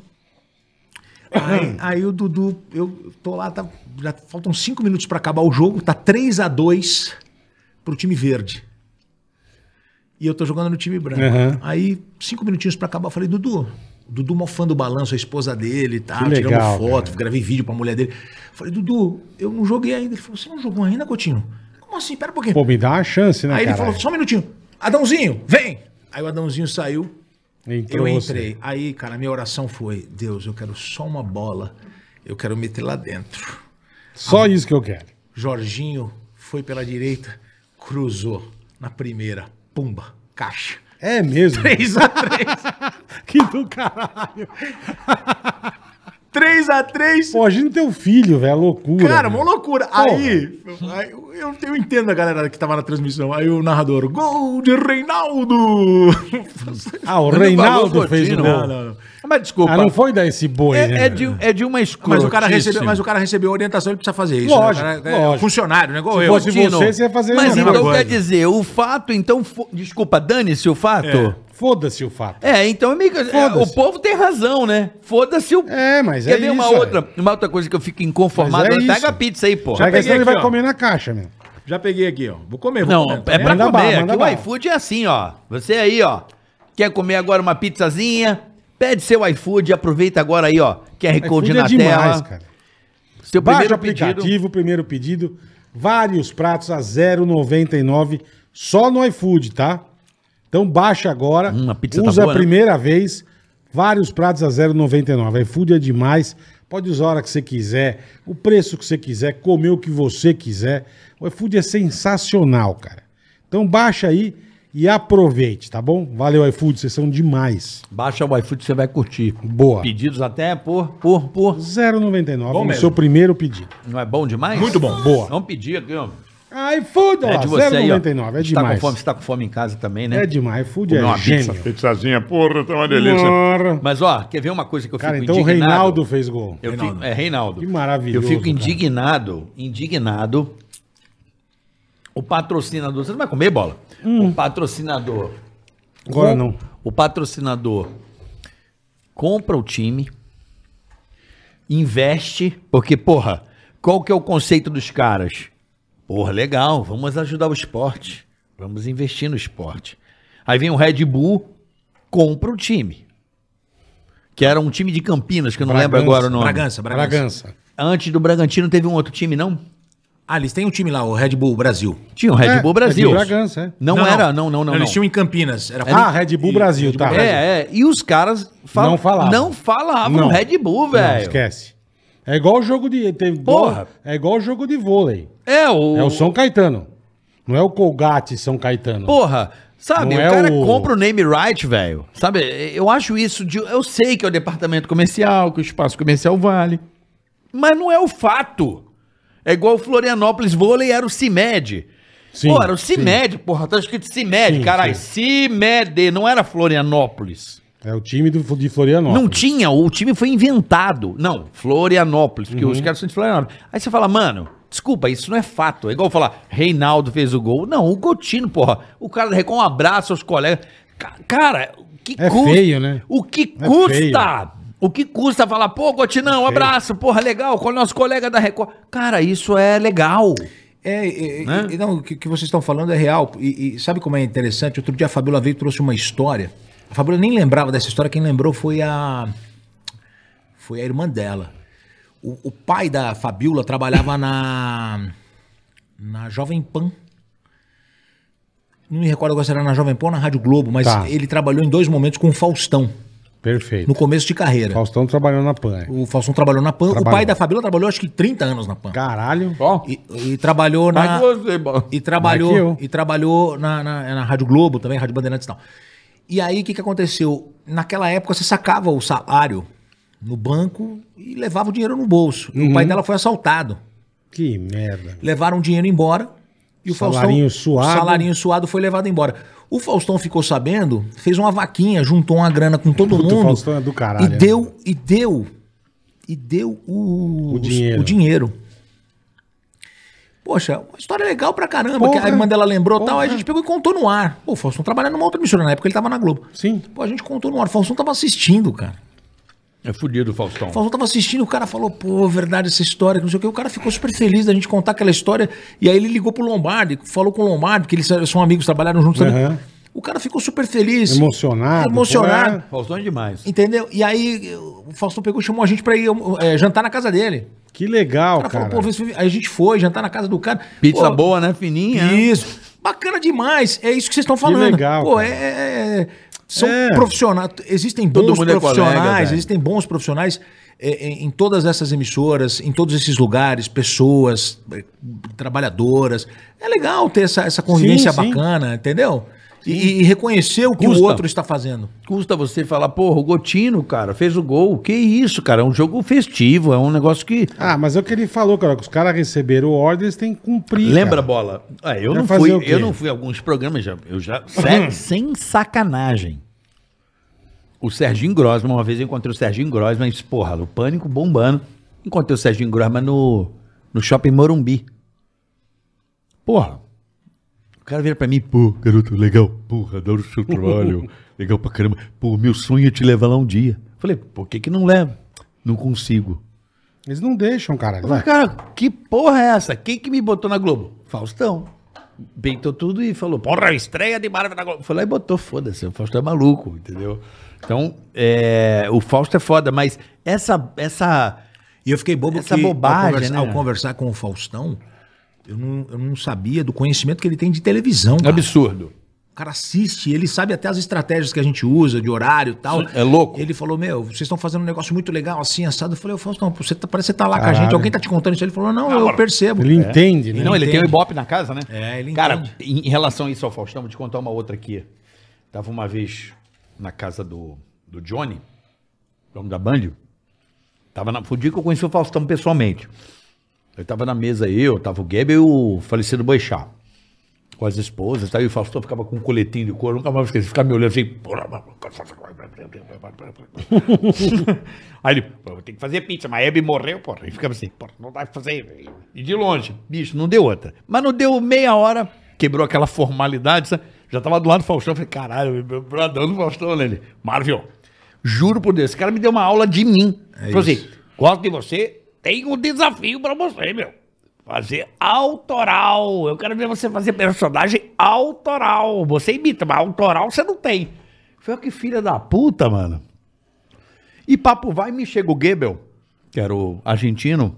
S4: Aí, aí o Dudu, eu tô lá, tá- já faltam cinco minutos pra acabar o jogo, tá 3 a 2 pro time verde. E eu tô jogando no time branco.
S2: Aham.
S4: Aí, cinco minutinhos pra acabar, eu falei, Dudu, o Dudu mó fã do balanço, a esposa dele e tal,
S2: Que legal,
S4: tiramos foto, gravei vídeo pra mulher dele. Falei, Dudu, eu não joguei ainda. Ele falou, você não jogou ainda, Coutinho? Como assim? Pera um pouquinho.
S2: Pô, me dá uma chance, né,
S4: Aí ele
S2: caralho?
S4: falou, só um minutinho. Adãozinho, vem! Aí o Adãozinho saiu,
S2: Entrou
S4: eu
S2: você.
S4: entrei. Aí, cara, minha oração foi: Deus, eu quero só uma bola. Eu quero meter lá dentro.
S2: Só isso que eu quero.
S4: Jorginho foi pela direita, cruzou na primeira. Pumba, caixa. [LAUGHS]
S2: É mesmo?
S4: 3x3.
S2: [LAUGHS] Que do caralho.
S4: 3x3.
S2: Pô, imagina teu um filho, velho. é Loucura.
S4: Cara,
S2: meu.
S4: uma loucura. Aí, aí eu, eu- eu entendo a galera que tava na transmissão. Aí o narrador, gol de Reinaldo! [LAUGHS]
S2: Ah, o
S3: Ele
S2: Reinaldo
S3: falou
S2: fez o
S3: Coutinho.
S2: gol.
S4: Não, não, não.
S3: Mas desculpa.
S2: Ah, não foi dar esse boi, né?
S3: é, é de, é de uma escrotice.
S4: Mas o, cara recebeu, mas o cara recebeu orientação, ele precisa fazer isso.
S2: Lógico,
S4: né? O cara é
S2: lógico.
S4: funcionário, né? Igual
S2: Se
S4: eu.
S2: fosse
S3: Coutinho.
S2: você, você ia fazer a
S3: Mas
S2: mesma
S3: então
S2: coisa.
S3: quer dizer, o fato, então. fo- Desculpa, dane-se o fato.
S2: Foda-se o fato.
S3: É, então, amigo, é,
S2: É. Foda-se.
S3: o povo tem razão, né? Foda-se o.
S2: É, mas é
S3: Quer ver uma,
S2: isso,
S3: outra, uma outra coisa que eu fico inconformado?
S2: Mas é
S3: Pega
S2: isso.
S3: a pizza aí, pô.
S2: Já que
S4: peguei
S2: senão ele
S4: aqui,
S2: vai
S4: ó.
S2: comer na caixa, meu.
S4: Já peguei aqui, ó. Vou comer, vou
S3: Não,
S4: comer.
S3: é pra
S2: né? Manda
S3: comer.
S2: bala,
S3: aqui
S2: manda
S3: o
S2: bala.
S3: iFood é assim, ó. Você aí, ó, quer comer agora uma pizzazinha? Pede seu iFood, aproveita agora aí, ó. QR
S2: iFood
S3: Code É na tela.
S2: É cara. Baixa
S3: Seu
S2: o
S3: primeiro
S2: aplicativo,
S3: pedido.
S2: primeiro pedido. Vários pratos a 0,99 só no iFood, tá? Então baixa agora,
S3: Hum, a pizza tá
S2: usa
S3: boa,
S2: a
S3: né?
S2: primeira vez, vários pratos a 0,99. iFood é demais, pode usar a hora que você quiser, o preço que você quiser, comer o que você quiser. O iFood é sensacional, cara. Então baixa aí e aproveite, tá bom? Valeu iFood, vocês são demais.
S3: Baixa o iFood, você vai curtir.
S2: Boa.
S3: Pedidos até por, por, por.
S2: 0,99 no
S4: mesmo.
S2: seu primeiro pedido.
S3: Não é bom demais?
S4: Muito bom.
S2: Boa.
S3: Vamos pedir aqui, ó.
S2: iFood, ó,
S3: É de você aí,
S2: 0,99,
S3: ó.
S2: é
S3: Você tá com
S2: demais.
S3: fome, você tá com fome em casa também, né?
S2: É demais, iFood
S3: Comer
S2: é
S3: uma
S2: gênio.
S6: Pizzazinha, porra, tá uma delícia.
S2: Porra.
S3: Mas ó, quer ver uma coisa que eu
S2: Cara,
S3: fico
S2: então o
S3: indignado?
S2: Reinaldo fez gol.
S3: Eu
S4: Reinaldo.
S3: fico- é, Reinaldo.
S2: Que maravilhoso,
S3: Eu fico
S2: cara.
S3: indignado, indignado. O patrocinador, você não vai comer bola?
S2: Hum.
S3: O patrocinador.
S2: Agora
S3: com-
S2: não.
S3: O patrocinador compra o time, investe, porque, porra, qual que é o conceito dos caras? Porra, legal, vamos ajudar o esporte. Vamos investir no esporte. Aí vem o Red Bull, compra o time. Que era um time de Campinas, que eu não
S2: Bragança.
S3: lembro agora o nome.
S4: Bragança, Bragança.
S2: Bragança.
S3: Antes do Bragantino teve um outro time, não?
S4: Ah, eles têm um time lá, o Red Bull Brasil.
S3: Tinha o Red Bull
S2: É,
S3: Brasil.
S2: é de Bragança, é.
S3: Não, era, não, não, não.
S4: Eles
S3: não.
S4: tinham em Campinas. Era
S2: Ah, Red Bull Brasil, tá.
S3: É, é. E os caras fal-
S2: Não falavam.
S3: Não falavam
S2: Não.
S3: Red Bull,
S2: Não,
S3: velho.
S2: esquece. É igual o jogo de... Tem
S3: Porra.
S2: gol- é igual o jogo de vôlei.
S3: É o.
S2: É o São Caetano. Não é o Colgate São Caetano.
S3: Porra. Sabe,
S2: Não
S3: o
S2: é
S3: cara
S2: o-
S3: compra o name right, velho. Sabe, eu acho isso de. Eu sei que é o departamento comercial, que o espaço comercial vale. Mas não é o fato. É igual o Florianópolis Vôlei era o CIMED.
S2: Sim,
S3: Pô, era o
S2: sim.
S3: CIMED, porra. Tá escrito CIMED,
S2: Sim,
S3: caralho. CIMED, não era Florianópolis.
S2: É o time do, de
S3: Não
S2: Florianópolis.
S3: tinha, o time foi inventado. Uhum. Não, Florianópolis, porque os caras são de Florianópolis. Aí você fala, mano, desculpa, isso não é fato. É igual falar, Reinaldo fez o gol. Não, o Gotino, porra. O cara da Record, um abraço aos colegas. Ca- Cara, o que
S2: É feio, É né?
S3: O que
S2: É
S3: custa?
S2: feio.
S3: O que custa falar, pô, Gotinão, abraço, porra, legal, com o nosso colega da Record. Cara, isso é legal.
S4: É, é, é, e- não, o que, que vocês estão falando é real. E, e sabe como é interessante? Outro dia a Fabiola veio e trouxe uma história. A Fabiola nem lembrava dessa história, quem lembrou foi a. Foi a irmã dela. O, o pai da Fabiola trabalhava na. Na Jovem Pan. Não me recordo agora se era na Jovem Pan ou na Rádio Globo, mas
S2: Tá.
S4: ele trabalhou em dois momentos com o Faustão.
S2: Perfeito.
S4: no começo de carreira.
S2: Faustão trabalhando na PAN. é.
S4: O Faustão trabalhou na PAN.
S2: Trabalhou.
S4: O pai da Fabíola trabalhou acho que 30 anos na PAN.
S2: Caralho.
S3: Ó,
S4: E, e trabalhou na.
S3: mas gostei, bom.
S4: E
S2: Mais que
S4: trabalhou,
S2: eu.
S4: e trabalhou na, na, é, na Rádio Globo também, Rádio Bandeirantes e tal. E aí, o que, que aconteceu? Naquela época, você sacava o salário no banco e levava o dinheiro no bolso.
S2: Uhum.
S4: E O pai dela foi assaltado.
S2: Que merda.
S4: Levaram o dinheiro embora e o
S2: Salarinho
S4: Faustão...
S2: suado.
S4: Salarinho suado foi levado embora. O Faustão ficou sabendo, fez uma vaquinha, juntou uma grana com todo
S2: Puta, o
S4: mundo.
S2: Faustão é do caralho,
S4: E
S2: né?
S4: deu, e deu, e deu o,
S2: O dinheiro.
S4: o dinheiro. Poxa, uma história legal pra caramba. que a
S2: Porra.
S4: irmã dela lembrou e tal,
S2: Porra.
S4: aí a gente pegou e contou no ar. Pô, o Faustão trabalhava numa outra emissora, na época ele tava na Globo.
S2: Sim.
S4: Pô, a gente contou no ar. O Faustão tava assistindo, cara.
S6: É fudido, Faustão.
S4: O Faustão tava assistindo, o cara falou, pô, verdade essa história, que não sei o quê. O cara ficou super feliz da gente contar aquela história. E aí ele ligou pro Lombardi, falou com o Lombardi, que eles são amigos, trabalharam juntos
S2: Aham.
S4: também. O cara ficou super feliz.
S2: Emocionado, né?
S4: Emocionado.
S3: Faustão é demais.
S4: Entendeu? E aí o Faustão pegou e chamou a gente pra ir eh, jantar na casa dele.
S2: Que legal,
S4: O cara
S2: cara.
S4: falou, pô, vê se- aí a gente foi jantar na casa do cara.
S3: Pizza
S4: Pô,
S3: boa, né? Fininha. né?
S4: Isso. Bacana demais. É isso que vocês estão falando.
S2: legal,
S4: Pô,
S2: cara.
S4: é, é- é- São
S2: É.
S4: profissionais. Existem
S3: Todo
S4: bons
S3: mundo é colega,
S4: profissionais.
S3: velho.
S4: existem bons profissionais é, em, em todas essas emissoras, em todos esses lugares, pessoas, é, trabalhadoras. É legal ter essa, essa convivência
S2: Sim, sim.
S4: bacana, entendeu? E, e reconhecer o que
S3: Custa.
S4: o outro está fazendo.
S3: Custa você falar, porra, o Gotino, cara, fez o gol. Que isso, cara? É um jogo festivo, é um negócio que.
S2: Ah, mas é o que ele falou, cara. Que os caras receberam ordem, eles têm que cumprir.
S3: Lembra,
S2: cara.
S3: bola? Ah, eu
S2: Vai
S3: não
S2: fazer
S3: fui,
S2: o quê? Uhum.
S3: eu não fui a alguns programas já, eu já sério, sem sacanagem. O Serginho Grossman, uma vez eu encontrei o Serginho Grossman, e disse, porra, o pânico bombando. Encontrei o Serginho Grossman no no Shopping Morumbi. Porra. O cara vira pra mim,
S6: Pô, garoto, legal. Porra, adoro o
S2: [LAUGHS]
S6: seu trabalho. legal pra caramba. Pô, meu sonho é te levar lá um dia.
S3: falei, por que que não leva? Não consigo.
S2: Eles não deixam, cara.
S3: Falei, cara, que porra é essa? Quem que me botou na Globo? Faustão. Peitou tudo e falou, porra, estreia de Marvel na Globo. Foi lá e botou, foda-se, o Faustão é maluco, entendeu? Então, é, o Fausto é foda, mas essa, essa...
S4: E eu fiquei bobo
S3: Essa
S4: que
S3: bobagem,
S4: ao, conversar,
S3: né?
S4: ao conversar com o Faustão, eu não, eu não sabia do conhecimento que ele tem de televisão. cara.
S3: Absurdo.
S4: O cara assiste, ele sabe até as estratégias que a gente usa, de horário e tal.
S3: É louco.
S4: Ele falou, meu, vocês estão fazendo um negócio muito legal, assim, assado. Eu falei, eu Fausto, não, você tá- parece que você tá lá com
S2: Caralho.
S4: a gente, alguém tá te contando isso. Ele falou, não, eu percebo. É.
S2: Ele entende, né?
S3: Não, ele tem o
S4: entende.
S3: Ibope na casa, né?
S4: É, ele
S3: Cara,
S4: entende.
S3: em em relação a isso ao Faustão, vou te contar uma outra aqui. Tava uma vez na casa do, do Johnny, dono da Band. Tava na, foi o dia que eu conheci o Faustão pessoalmente. Eu tava na mesa, eu, tava o Gueber e o falecido Boixá. Com as esposas, tá? e o Faustão ficava com um coletinho de couro, eu nunca mais esqueci, ficava me olhando assim. porra, [LAUGHS] Aí ele, pô, eu tenho que fazer pizza, mas a Hebe morreu, porra. E ficava assim, porra, não dá pra fazer. velho. E de longe, bicho, não deu outra. Mas não deu meia hora, quebrou aquela formalidade, sabe? Já tava do lado do Faustão, eu falei, caralho, meu bradão do Faustão, né? Ele, Marvel, juro por Deus, esse cara me deu uma aula de mim. Falei assim, gosto de você, tem um desafio pra você, meu. Fazer autoral. Eu quero ver você fazer personagem autoral. Você imita, mas autoral você não tem. Foi que filha da puta, mano. E papo vai, me chega o Goebel, que era o argentino,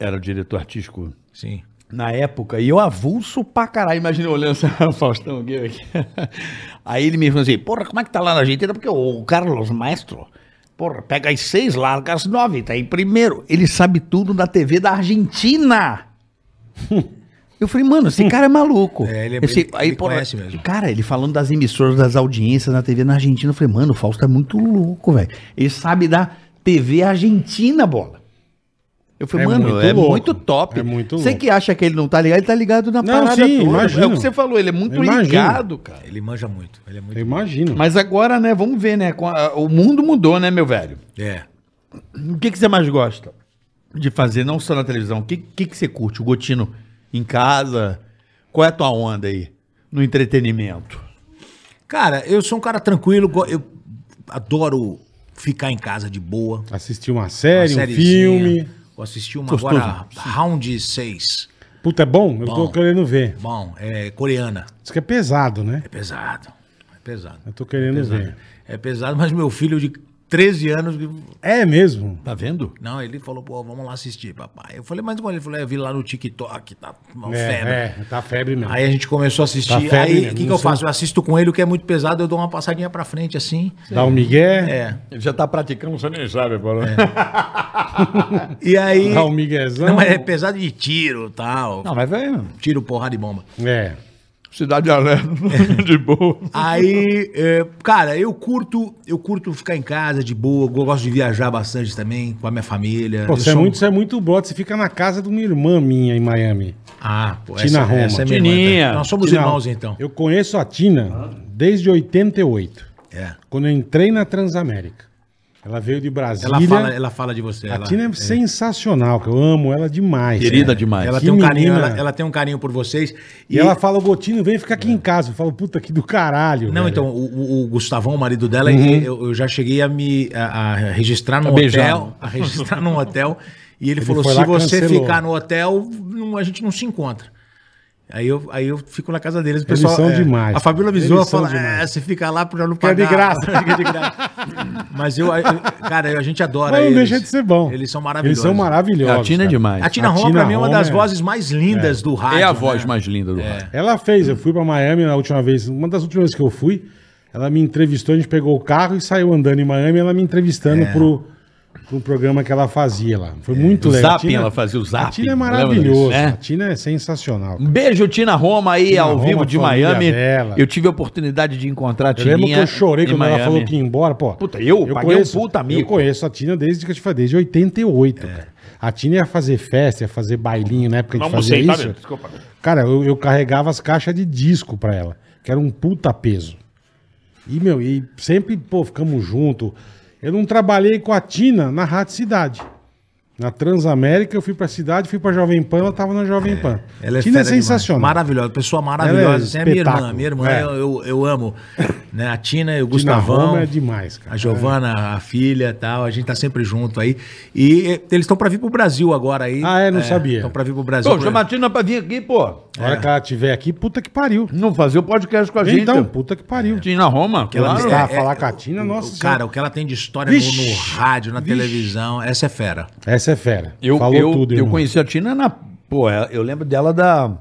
S3: era o diretor artístico
S4: Sim.
S3: na época, e eu avulso pra caralho. Imagina eu olhando [LAUGHS] assim, o Faustão Goebel aqui. Aí ele me falou assim, porra, como é que tá lá na Argentina? Porque o Carlos Maestro, porra, pega as seis, larga as nove, tá em primeiro. Ele sabe tudo da TV da Argentina. Eu falei, mano, esse cara é maluco.
S4: É, ele é-
S3: Esse-
S4: ele- ele conhece mesmo.
S3: Cara, ele falando das emissoras, das audiências na TV na Argentina, eu falei, mano, o Fausto é muito louco, velho. Ele sabe da TV argentina, bola. Eu falei,
S2: É
S3: mano,
S2: muito
S3: é
S2: louco.
S3: muito top.
S2: É muito
S3: Você
S2: louco.
S3: que acha que ele não tá ligado, ele tá ligado na
S2: Não,
S3: parada
S2: sim,
S3: toda.
S2: imagino.
S3: É o que você falou, ele é muito
S2: Eu imagino.
S3: ligado, cara.
S4: Ele manja muito. Ele é muito.
S2: Eu imagino.
S3: Mas agora, né, vamos ver, né, com a- o mundo mudou, né, meu velho?
S4: É.
S3: O que, que você mais gosta de fazer, não só na televisão? O que, que, que você curte? O Gotino em casa? Qual é a tua onda aí no entretenimento?
S4: Cara, eu sou um cara tranquilo, go- eu adoro ficar em casa de boa.
S2: Assistir uma
S4: Uma
S2: série, um
S4: sériezinha.
S2: filme.
S4: Vou assistir uma
S3: Gostoso.
S4: agora, Round 6.
S2: Puta, é bom? Eu tô
S4: Bom.
S2: querendo ver.
S4: Bom, é coreana.
S2: Isso que é pesado, né?
S4: É pesado. É pesado.
S2: Eu tô querendo ver.
S4: É pesado, mas meu filho de 13 anos. que-
S2: É mesmo?
S3: Tá vendo?
S4: Não, ele falou, pô, vamos lá assistir, papai. Eu falei, mas como? Ele falou, é, eu vi lá no TikTok, tá uma febre.
S2: É, é, tá febre mesmo.
S4: Aí a gente começou a
S2: Tá
S4: assistir.
S2: febre
S4: aí
S2: mesmo,
S4: o que, que
S2: não
S4: eu
S2: sei.
S4: faço? Eu assisto com ele, o que é muito pesado, eu dou uma passadinha pra frente assim.
S2: Dá um migué,
S4: É.
S6: Ele já tá praticando, você nem sabe, Paulo.
S3: É.
S4: E aí.
S2: dá um miguezão.
S4: [LAUGHS] Não, mas é pesado de tiro tal.
S3: Não, mas vai.
S4: Tiro, porrada e bomba.
S2: É.
S3: Cidade Alerta, de boa.
S4: Aí, é, cara, eu curto, eu curto ficar em casa de boa, eu gosto de viajar bastante também com a minha família.
S2: Pô,
S4: Eu
S2: você, é
S4: sou-
S2: muito, você é muito brother, você fica na casa de uma irmã minha em Miami.
S4: Ah, pô,
S2: Tina Roma.
S4: minha irmã,
S5: Tininha.
S4: tá? Nós somos
S2: Tina,
S4: irmãos então.
S2: Eu conheço a Tina desde 88,
S4: É.
S2: quando eu entrei na Transamérica. Ela veio de Brasília.
S4: Ela fala, ela fala de você.
S2: a
S4: ela-
S2: Tina é, sensacional, que eu amo ela demais.
S3: Querida
S2: cara.
S3: demais.
S4: Ela
S2: Ah, que
S4: tem um carinho,
S2: menina.
S4: ela, ela tem um carinho por vocês.
S2: E, ela fala, Gotino, vem ficar aqui em casa. Eu falo, puta, que do caralho.
S4: É.
S2: velho."
S4: Não,
S2: Uhum.
S4: então, o, o- o Gustavão, o marido dela, ele- eu, eu já cheguei a me a, a registrar num
S3: A beijar.
S4: hotel. A registrar num hotel. E ele, falou:
S2: Tá foi
S4: se
S2: lá,
S4: você
S2: cancelou."
S4: ficar no hotel, não- a gente não se encontra. Aí eu, aí eu fico na casa deles. O
S2: Eles
S4: pessoal, é,
S2: são demais,
S4: A Fabíola
S2: cara.
S4: avisou,
S2: Eles são
S4: fala:
S2: demais.
S4: é, você fica lá pra não
S2: Fica
S4: pagar.
S2: de graça.
S4: [LAUGHS] Fica de graça. Mas eu, eu- cara, eu- a gente adora
S2: Mas não
S4: eles.
S2: deixa de ser bom.
S4: Eles são
S2: Eles
S4: maravilhosos.
S2: são maravilhosos.
S3: A Tina é
S2: cara.
S3: demais.
S4: A Tina
S2: A
S4: Roma,
S2: Tina
S4: pra mim, é uma
S2: Roma
S4: das
S2: é-
S4: vozes mais lindas do rádio.
S3: É a
S4: né?
S3: voz mais linda do rádio.
S2: Ela fez, eu fui pra Miami na última vez, uma das últimas vezes que eu fui, ela me entrevistou, a gente pegou o carro e saiu andando em Miami, ela me entrevistando
S4: É.
S2: pro, pro programa que ela fazia lá. Foi muito
S3: O
S2: legal. A
S3: É, zapping, ela fazia o
S2: A Tina é
S3: zapping, lembra
S2: maravilhosa,
S3: disso, né?
S2: a Tina é sensacional.
S3: Um beijo, Tina Roma, aí, ao
S2: Roma,
S3: vivo de
S2: família
S3: Miami.
S2: dela.
S3: Eu tive a oportunidade de encontrar a
S2: Eu lembro que eu chorei
S3: em
S2: quando ela
S3: Miami.
S2: falou que ia embora, pô.
S3: Puta, eu paguei um puta
S2: Eu
S3: mico.
S2: conheço a Tina desde que eu te falei, desde
S4: É.
S2: 88, cara. A Tina ia fazer festa, ia fazer bailinho na época que a gente fazia
S4: tá,
S2: isso.
S5: Desculpa.
S2: Cara, eu, eu carregava as caixas de disco pra ela, que era um puta peso. E, meu, e sempre, pô, ficamos junto. Eu não trabalhei com a Tina na Rádio Cidade. Na Transamérica, eu fui pra cidade, fui pra Jovem Pan, ela tava na Jovem Pan.
S4: Ela é
S2: Tina é
S4: fera demais.
S2: sensacional.
S4: Maravilhosa, pessoa
S2: Ela é
S4: maravilhosa. Assim, É, minha irmã,
S2: espetáculo.
S4: minha irmã,
S2: É.
S4: eu, eu, eu amo. né? A Tina, o
S2: Tina
S4: Gustavão,
S2: Roma é demais, cara.
S4: a Giovana, a filha e tal. A gente tá sempre junto aí. E eh, eles estão pra vir pro Brasil agora aí.
S2: Ah, é? Não sabia.
S4: Estão pra vir pro Brasil.
S3: Pô,
S4: Pro-
S3: chama a Tina pra vir aqui, pô.
S2: A hora que ela estiver aqui, puta que pariu.
S3: Não fazer o podcast com a gente.
S2: Então, puta que pariu.
S3: Tina Roma,
S4: ela
S3: claro.
S4: é-
S2: Ah, falar com a Tina, nossa
S4: Cara,
S2: senhora.
S4: o que ela tem de história no,
S2: Vixe.
S4: no rádio, na
S2: Vixe.
S4: televisão, essa é fera.
S2: Essa é fera.
S3: Eu,
S2: Falou
S3: eu,
S2: tudo,
S3: eu
S2: irmão.
S3: conheci a Tina na. Pô, é- eu lembro dela da.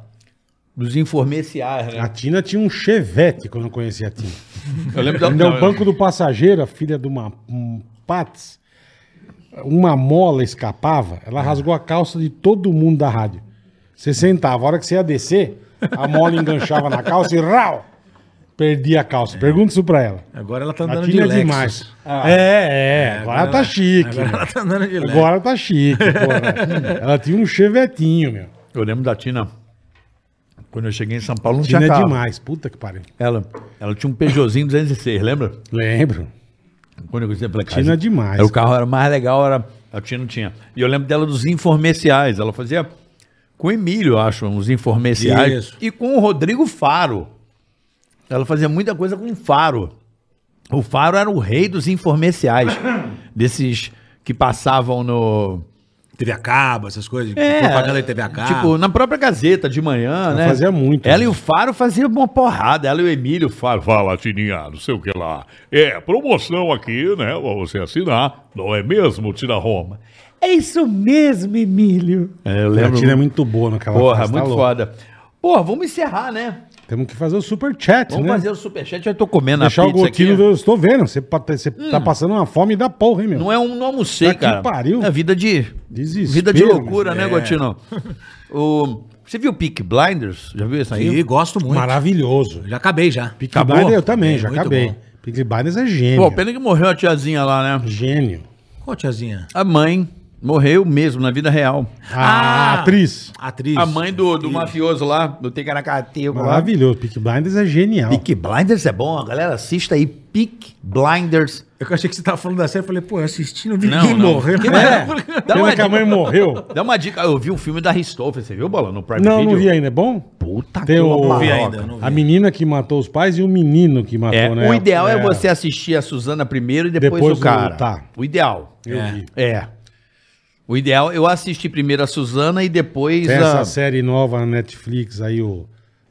S3: Dos informeciais,
S2: A
S3: né?
S2: Tina tinha um chevette quando eu conheci a Tina.
S3: Eu lembro
S2: Ainda
S3: dela.
S2: o banco do passageiro, a filha de uma um, Pats, uma mola escapava, ela rasgou a calça de todo mundo da rádio. Você sentava, a hora que você ia descer, a mola enganchava na calça e rau! Perdia a calça. Pergunta isso pra ela.
S4: Agora ela tá
S2: A
S4: andando de
S2: Tina é
S4: Lexus.
S2: demais. é, é, agora, ela tá chique.
S4: Agora ela tá andando de
S3: né?
S4: Lexus.
S2: Agora tá chique, porra.
S3: [LAUGHS]
S2: Ela tinha um chevetinho, meu.
S3: Eu lembro da Tina. Quando eu cheguei em São Paulo, não
S2: Tina
S3: tinha
S2: é
S3: carro.
S2: demais, puta que pariu.
S3: Ela, ela tinha um Peugeotzinho 206, lembra?
S2: Lembro.
S3: Quando eu conheci pela casa.
S2: Tina é demais.
S3: Aí o carro era mais legal, era, a Tina tinha. E eu lembro dela dos informeciais. Ela fazia com o Emílio, eu acho, uns informeciais.
S4: Isso.
S3: E com o Rodrigo Faro. Ela fazia muita coisa com o Faro. O Faro era o rei dos informeciais. [COUGHS] desses que passavam no.
S4: TV a cabo, essas coisas.
S2: É.
S4: propaganda de TV a cabo.
S3: Tipo, na própria Gazeta de manhã, né?
S2: fazia muito.
S3: Ela e o Faro faziam uma porrada. Ela e o Emílio Faro.
S7: Fala, Tininha, não sei o que lá. É, promoção aqui, né? Pra você assinar. Não é mesmo, Tina Roma?
S5: É isso mesmo, Emílio.
S3: É, eu
S2: A Tina é muito boa naquela
S3: Porra,
S2: festa, tá
S3: muito
S2: louco.
S3: foda. Porra, vamos encerrar, né?
S2: Temos que fazer o super chat,
S3: Vamos
S2: né?
S3: fazer o superchat. Eu tô comendo
S2: Deixar
S3: a
S2: o
S3: pizza aqui. Hum.
S2: Gotino, eu estou vendo. Você pa- tá- você tá passando uma fome da porra, hein, meu?
S3: Não é um não almocei,
S2: Tá que
S3: cara.
S2: pariu.
S3: É vida de.
S2: Desespero,
S3: vida de loucura,
S2: mano.
S3: né, Gotino? O, você viu o Peak Blinders? Já viu isso aí?
S4: E gosto muito.
S2: Maravilhoso.
S4: Já acabei já.
S2: Pick
S3: Acabou?
S2: Tipo, Blinders eu também,
S4: É,
S2: já
S4: muito
S2: acabei.
S4: bom.
S2: Pick Blinders é gênio.
S3: Pô, pena que morreu a tiazinha lá, né?
S2: Gênio.
S4: Qual tiazinha?
S3: A mãe morreu mesmo, na vida real.
S2: A
S4: Ah!
S2: atriz.
S4: Atriz.
S3: A mãe do, do mafioso lá, do Tecaracateu lá.
S2: Maravilhoso. Pick Blinders é genial.
S3: Peak Blinders é bom, a galera assista aí. Peak Blinders.
S4: Eu achei que você tava falando da série, eu falei, pô, eu assisti, não vi
S3: Não,
S4: ninguém
S3: não.
S4: morrer. né?
S3: Que [LAUGHS]
S2: É.
S3: Dá
S2: Pena
S3: uma
S2: que a
S3: dica.
S2: mãe
S3: [LAUGHS]
S2: morreu.
S3: Dá uma dica. Eu vi um filme da Ristoffer, você viu, Bola? No Prime
S2: Não,
S3: Video.
S2: não vi ainda. É bom?
S3: Puta
S2: Tem o...
S3: uma
S4: vi
S3: barroca.
S4: ainda, não vi.
S2: A menina que matou os pais e o menino que matou,
S3: É,
S2: né?
S3: O ideal é. você assistir a Suzana primeiro e depois,
S2: Depois
S3: o
S2: o-
S3: cara.
S2: tá.
S3: O ideal.
S2: Eu vi.
S3: É. O ideal, eu assisti primeiro a Suzana e depois
S2: Tem
S3: a...
S2: essa série nova na Netflix aí, o,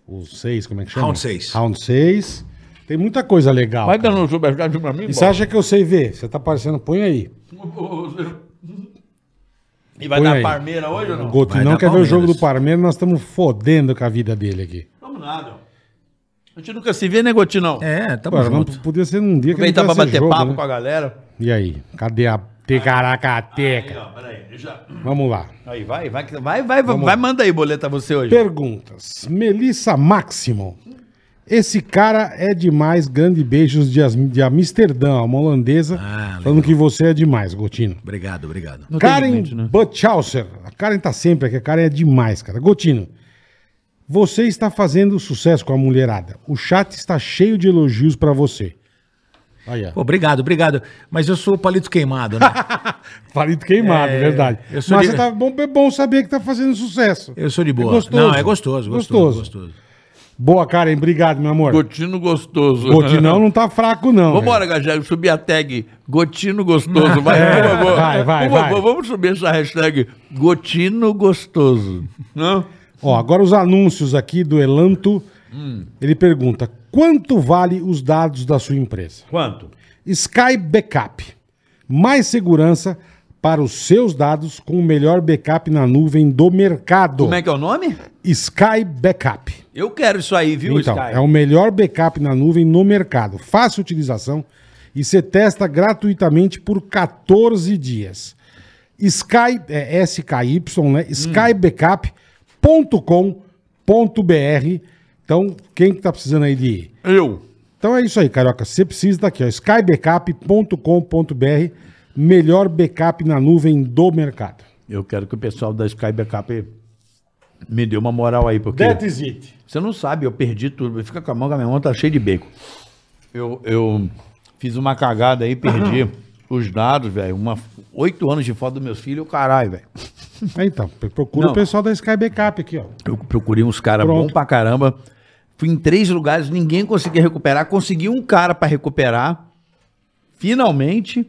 S2: o 6, como é que chama?
S4: Round seis.
S2: Round 6. Tem muita coisa legal.
S8: Vai dando um superchat pra mim,
S2: E você acha que eu sei ver? Você tá parecendo, põe aí.
S3: Uhum.
S9: E vai
S2: Põe
S9: dar
S2: aí.
S9: Parmeira hoje ou não?
S2: O Goto
S4: Vai
S2: não
S4: dar
S2: quer ver o jogo
S4: Palmeiras.
S2: do Parmeiro, nós estamos fodendo com a vida dele aqui.
S9: Vamos nada. A gente nunca se vê, né, Gotinão?
S4: É, tamo
S2: Pô, não
S4: junto.
S2: podia ser um dia que
S9: Aproveitar pra
S2: não tivesse
S9: bater
S2: jogo,
S9: papo
S2: né?
S9: com a galera.
S2: E aí, cadê a
S9: Aí,
S2: tecaracateca?
S9: ó, peraí, deixa-
S2: Vamos lá.
S9: Aí, vai, vai, que- vai, vai, vai, vai, manda aí, boleta, você hoje.
S2: Perguntas. Melissa Máximo. Esse cara é demais. Grande beijos de, As- de Amsterdã, uma holandesa.
S4: Ah, legal.
S2: falando que você é demais, Gotino.
S4: Obrigado, obrigado.
S9: Não tem
S2: Karen
S9: limite, né?
S2: Butchauser. A Karen tá sempre aqui. A Karen é demais, cara. Gotino, você está fazendo sucesso com a mulherada. O chat está cheio de elogios pra você. Aí, ó.
S4: Pô, obrigado, obrigado. Mas eu sou o palito
S3: [LAUGHS]
S4: queimado, né?
S2: Palito queimado,
S4: É,
S2: verdade.
S4: eu
S2: Mas
S4: sou de-
S2: você tá bom, é bom saber que tá fazendo sucesso.
S4: Eu sou de boa.
S2: É gostoso.
S4: Não, é gostoso, gostoso, gostoso.
S2: Boa, Karen. Obrigado, meu amor.
S3: Gotino
S9: [LAUGHS]
S3: gostoso.
S2: Gotinão não tá fraco, não.
S3: Vambora, Gajé, subir a tag Gotino Gostoso.
S2: [LAUGHS]
S3: Vai,
S2: É,
S3: por favor.
S2: vai, vai,
S3: Por favor,
S2: vai.
S3: Vamos subir essa hashtag Gotino Gostoso. Não?
S2: Ó, agora os anúncios aqui do Elanto.
S9: Hum.
S2: Ele pergunta: quanto vale os dados da sua empresa?
S9: Quanto?
S2: Sky Backup. Mais segurança para os seus dados com o melhor backup na nuvem do mercado.
S9: Como é que é o nome?
S2: Sky Backup.
S9: Eu quero isso aí, viu,
S2: Então,
S9: Sky?
S2: é o melhor backup na nuvem no mercado. Fácil utilização e você testa gratuitamente por 14 dias. Sky, é SKY, né?
S3: Hum.
S2: skybackup.com.br. Então, quem que tá precisando aí de...
S8: Eu.
S2: Então é isso aí, Carioca. Você precisa daqui, ó, skybackup.com.br, melhor backup na nuvem do
S3: [LAUGHS]
S2: mercado.
S3: Eu quero que o pessoal da Sky Backup me dê uma moral aí, porque...
S2: is it.
S3: Você não sabe, eu perdi tudo. Fica com a mão, que a minha mão tá cheia de beco. Eu, eu fiz uma cagada
S2: [CLEARS THROAT]
S3: aí, perdi os dados, velho. Uma- Oito anos de foto dos meus filhos, caralho, velho.
S2: Aí, então, procura
S3: Não.
S2: o pessoal da Sky Backup aqui, ó.
S3: Eu procurei uns caras
S2: Pronto.
S3: bom pra caramba. Fui em três lugares, ninguém conseguia recuperar. Consegui um cara pra recuperar. Finalmente.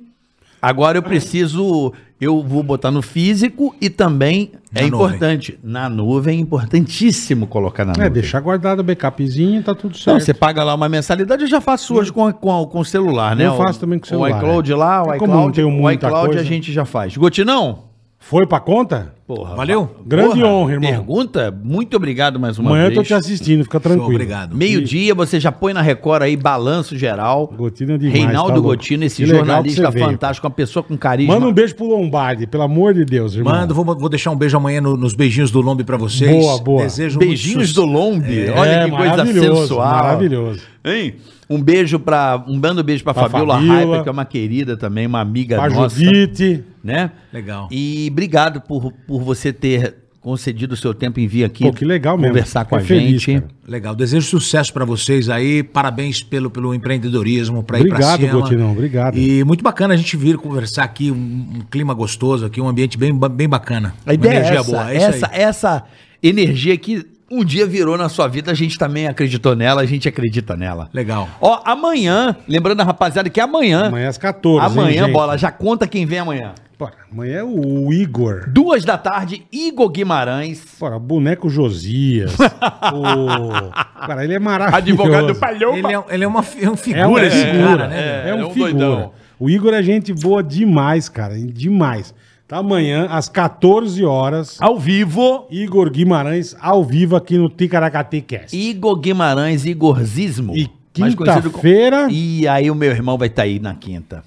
S3: Agora eu preciso. Eu vou botar no físico e também é
S4: Na nuvem.
S3: importante. Na nuvem é importantíssimo colocar na
S2: É,
S3: nuvem.
S2: deixar guardado o backupzinho, tá tudo certo.
S3: Tá Não, você paga lá uma mensalidade, eu já faço hoje com, com, com o celular, né?
S2: Eu
S3: O-
S2: faço também com o celular,
S3: O iCloud lá, o
S2: É
S3: iCloud,
S2: como não tenho
S3: o
S2: muita
S3: iCloud
S2: coisa.
S3: a gente já faz. Gotinão?
S2: Foi pra conta?
S3: Porra.
S4: Valeu?
S2: Grande honra, irmão.
S3: Pergunta? Muito obrigado mais uma
S2: Amanhã eu
S3: vez.
S2: tô te assistindo, fica tranquilo.
S4: Show, obrigado.
S3: Meio-dia, você já põe na Record aí balanço geral.
S2: Gotino é demais,
S3: Reinaldo
S2: tá louco?
S3: Gotino, esse
S2: Que legal
S3: jornalista
S2: que você veio.
S3: fantástico, uma pessoa com carisma.
S2: Manda um beijo pro Lombardi, pelo amor de Deus, irmão.
S4: Mando, vou, vou deixar um beijo amanhã no- nos beijinhos do Lombe pra vocês.
S2: Boa, boa.
S4: Desejo muito
S3: Beijinhos
S4: sucesso.
S3: do Lombe.
S2: É,
S3: Olha que coisa
S2: maravilhoso,
S3: sensual.
S2: Maravilhoso.
S3: Hein? Um beijo pra. Um bando beijo pra,
S2: Pra
S3: Fabiola
S2: Fabiola.
S3: Raiva, que é uma querida também, uma amiga
S2: Pra
S3: É, nossa.
S2: Judite.
S3: Né?
S4: Legal.
S3: E obrigado por, por você ter concedido o seu tempo em vir aqui.
S2: Pô, que legal mesmo.
S3: Conversar com a
S2: Fiquei feliz,
S3: gente.
S2: cara.
S4: Legal. Desejo sucesso pra vocês aí. Parabéns pelo, pelo empreendedorismo, pra ir pra
S2: Obrigado,
S4: cima.
S2: Gotinão, obrigado.
S4: E muito bacana a gente vir conversar aqui, um, um clima gostoso aqui, um ambiente bem, ba- bem bacana.
S3: A ideia é essa,
S4: é isso
S3: essa,
S4: aí.
S3: essa energia que um dia virou na sua vida, a gente também acreditou nela, a gente acredita nela.
S4: Legal.
S3: Ó, amanhã, lembrando a rapaziada que amanhã,
S2: Amanhã é às 14. hein,
S3: amanhã,
S2: gente?
S3: bola, já conta quem vem amanhã.
S2: Pô, amanhã é o Igor.
S3: Duas da tarde, Igor Guimarães.
S2: Fora, boneco Josias. o...
S3: [LAUGHS]
S2: Cara, ele é maravilhoso.
S3: Advogado
S4: Ele é, ele é uma fi- é um
S2: É uma
S4: figura, esse
S2: figura,
S4: cara, né?
S2: né? É,
S3: É
S2: um
S3: um
S2: figura.
S3: doidão.
S2: O Igor é gente boa demais, cara. Demais. Tá amanhã, às 14 horas,
S3: Ao vivo.
S2: Igor Guimarães, ao vivo aqui no Ticaracati Cast.
S3: Igor Guimarães, Igorzismo.
S2: E
S3: mais conhecido como-
S2: quinta-feira-
S3: E aí o meu irmão vai estar aí na quinta.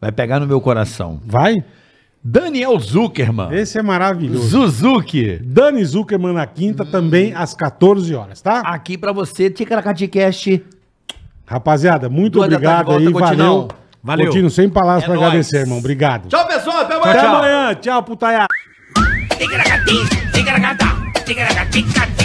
S3: Vai pegar no meu coração.
S2: Vai?
S3: Daniel Zuckerman.
S2: Esse é maravilhoso.
S3: Suzuki.
S2: Dani Zuckerman na quinta,
S3: Hum.
S2: também às 14 horas, tá?
S3: Aqui pra você, Ticaracaticast.
S2: Rapaziada, muito
S3: Duas da
S2: obrigado
S3: tarde,
S2: aí.
S3: volta,
S2: valeu.
S3: Continão.
S4: Valeu.
S2: Contino, sem palavras
S3: É
S2: pra
S3: nóis.
S2: agradecer, irmão. Obrigado.
S3: Tchau, pessoal. Até amanhã.
S2: Até amanhã. Tchau, putaiada.
S10: Ticaracati, ticaracata, ticaracati,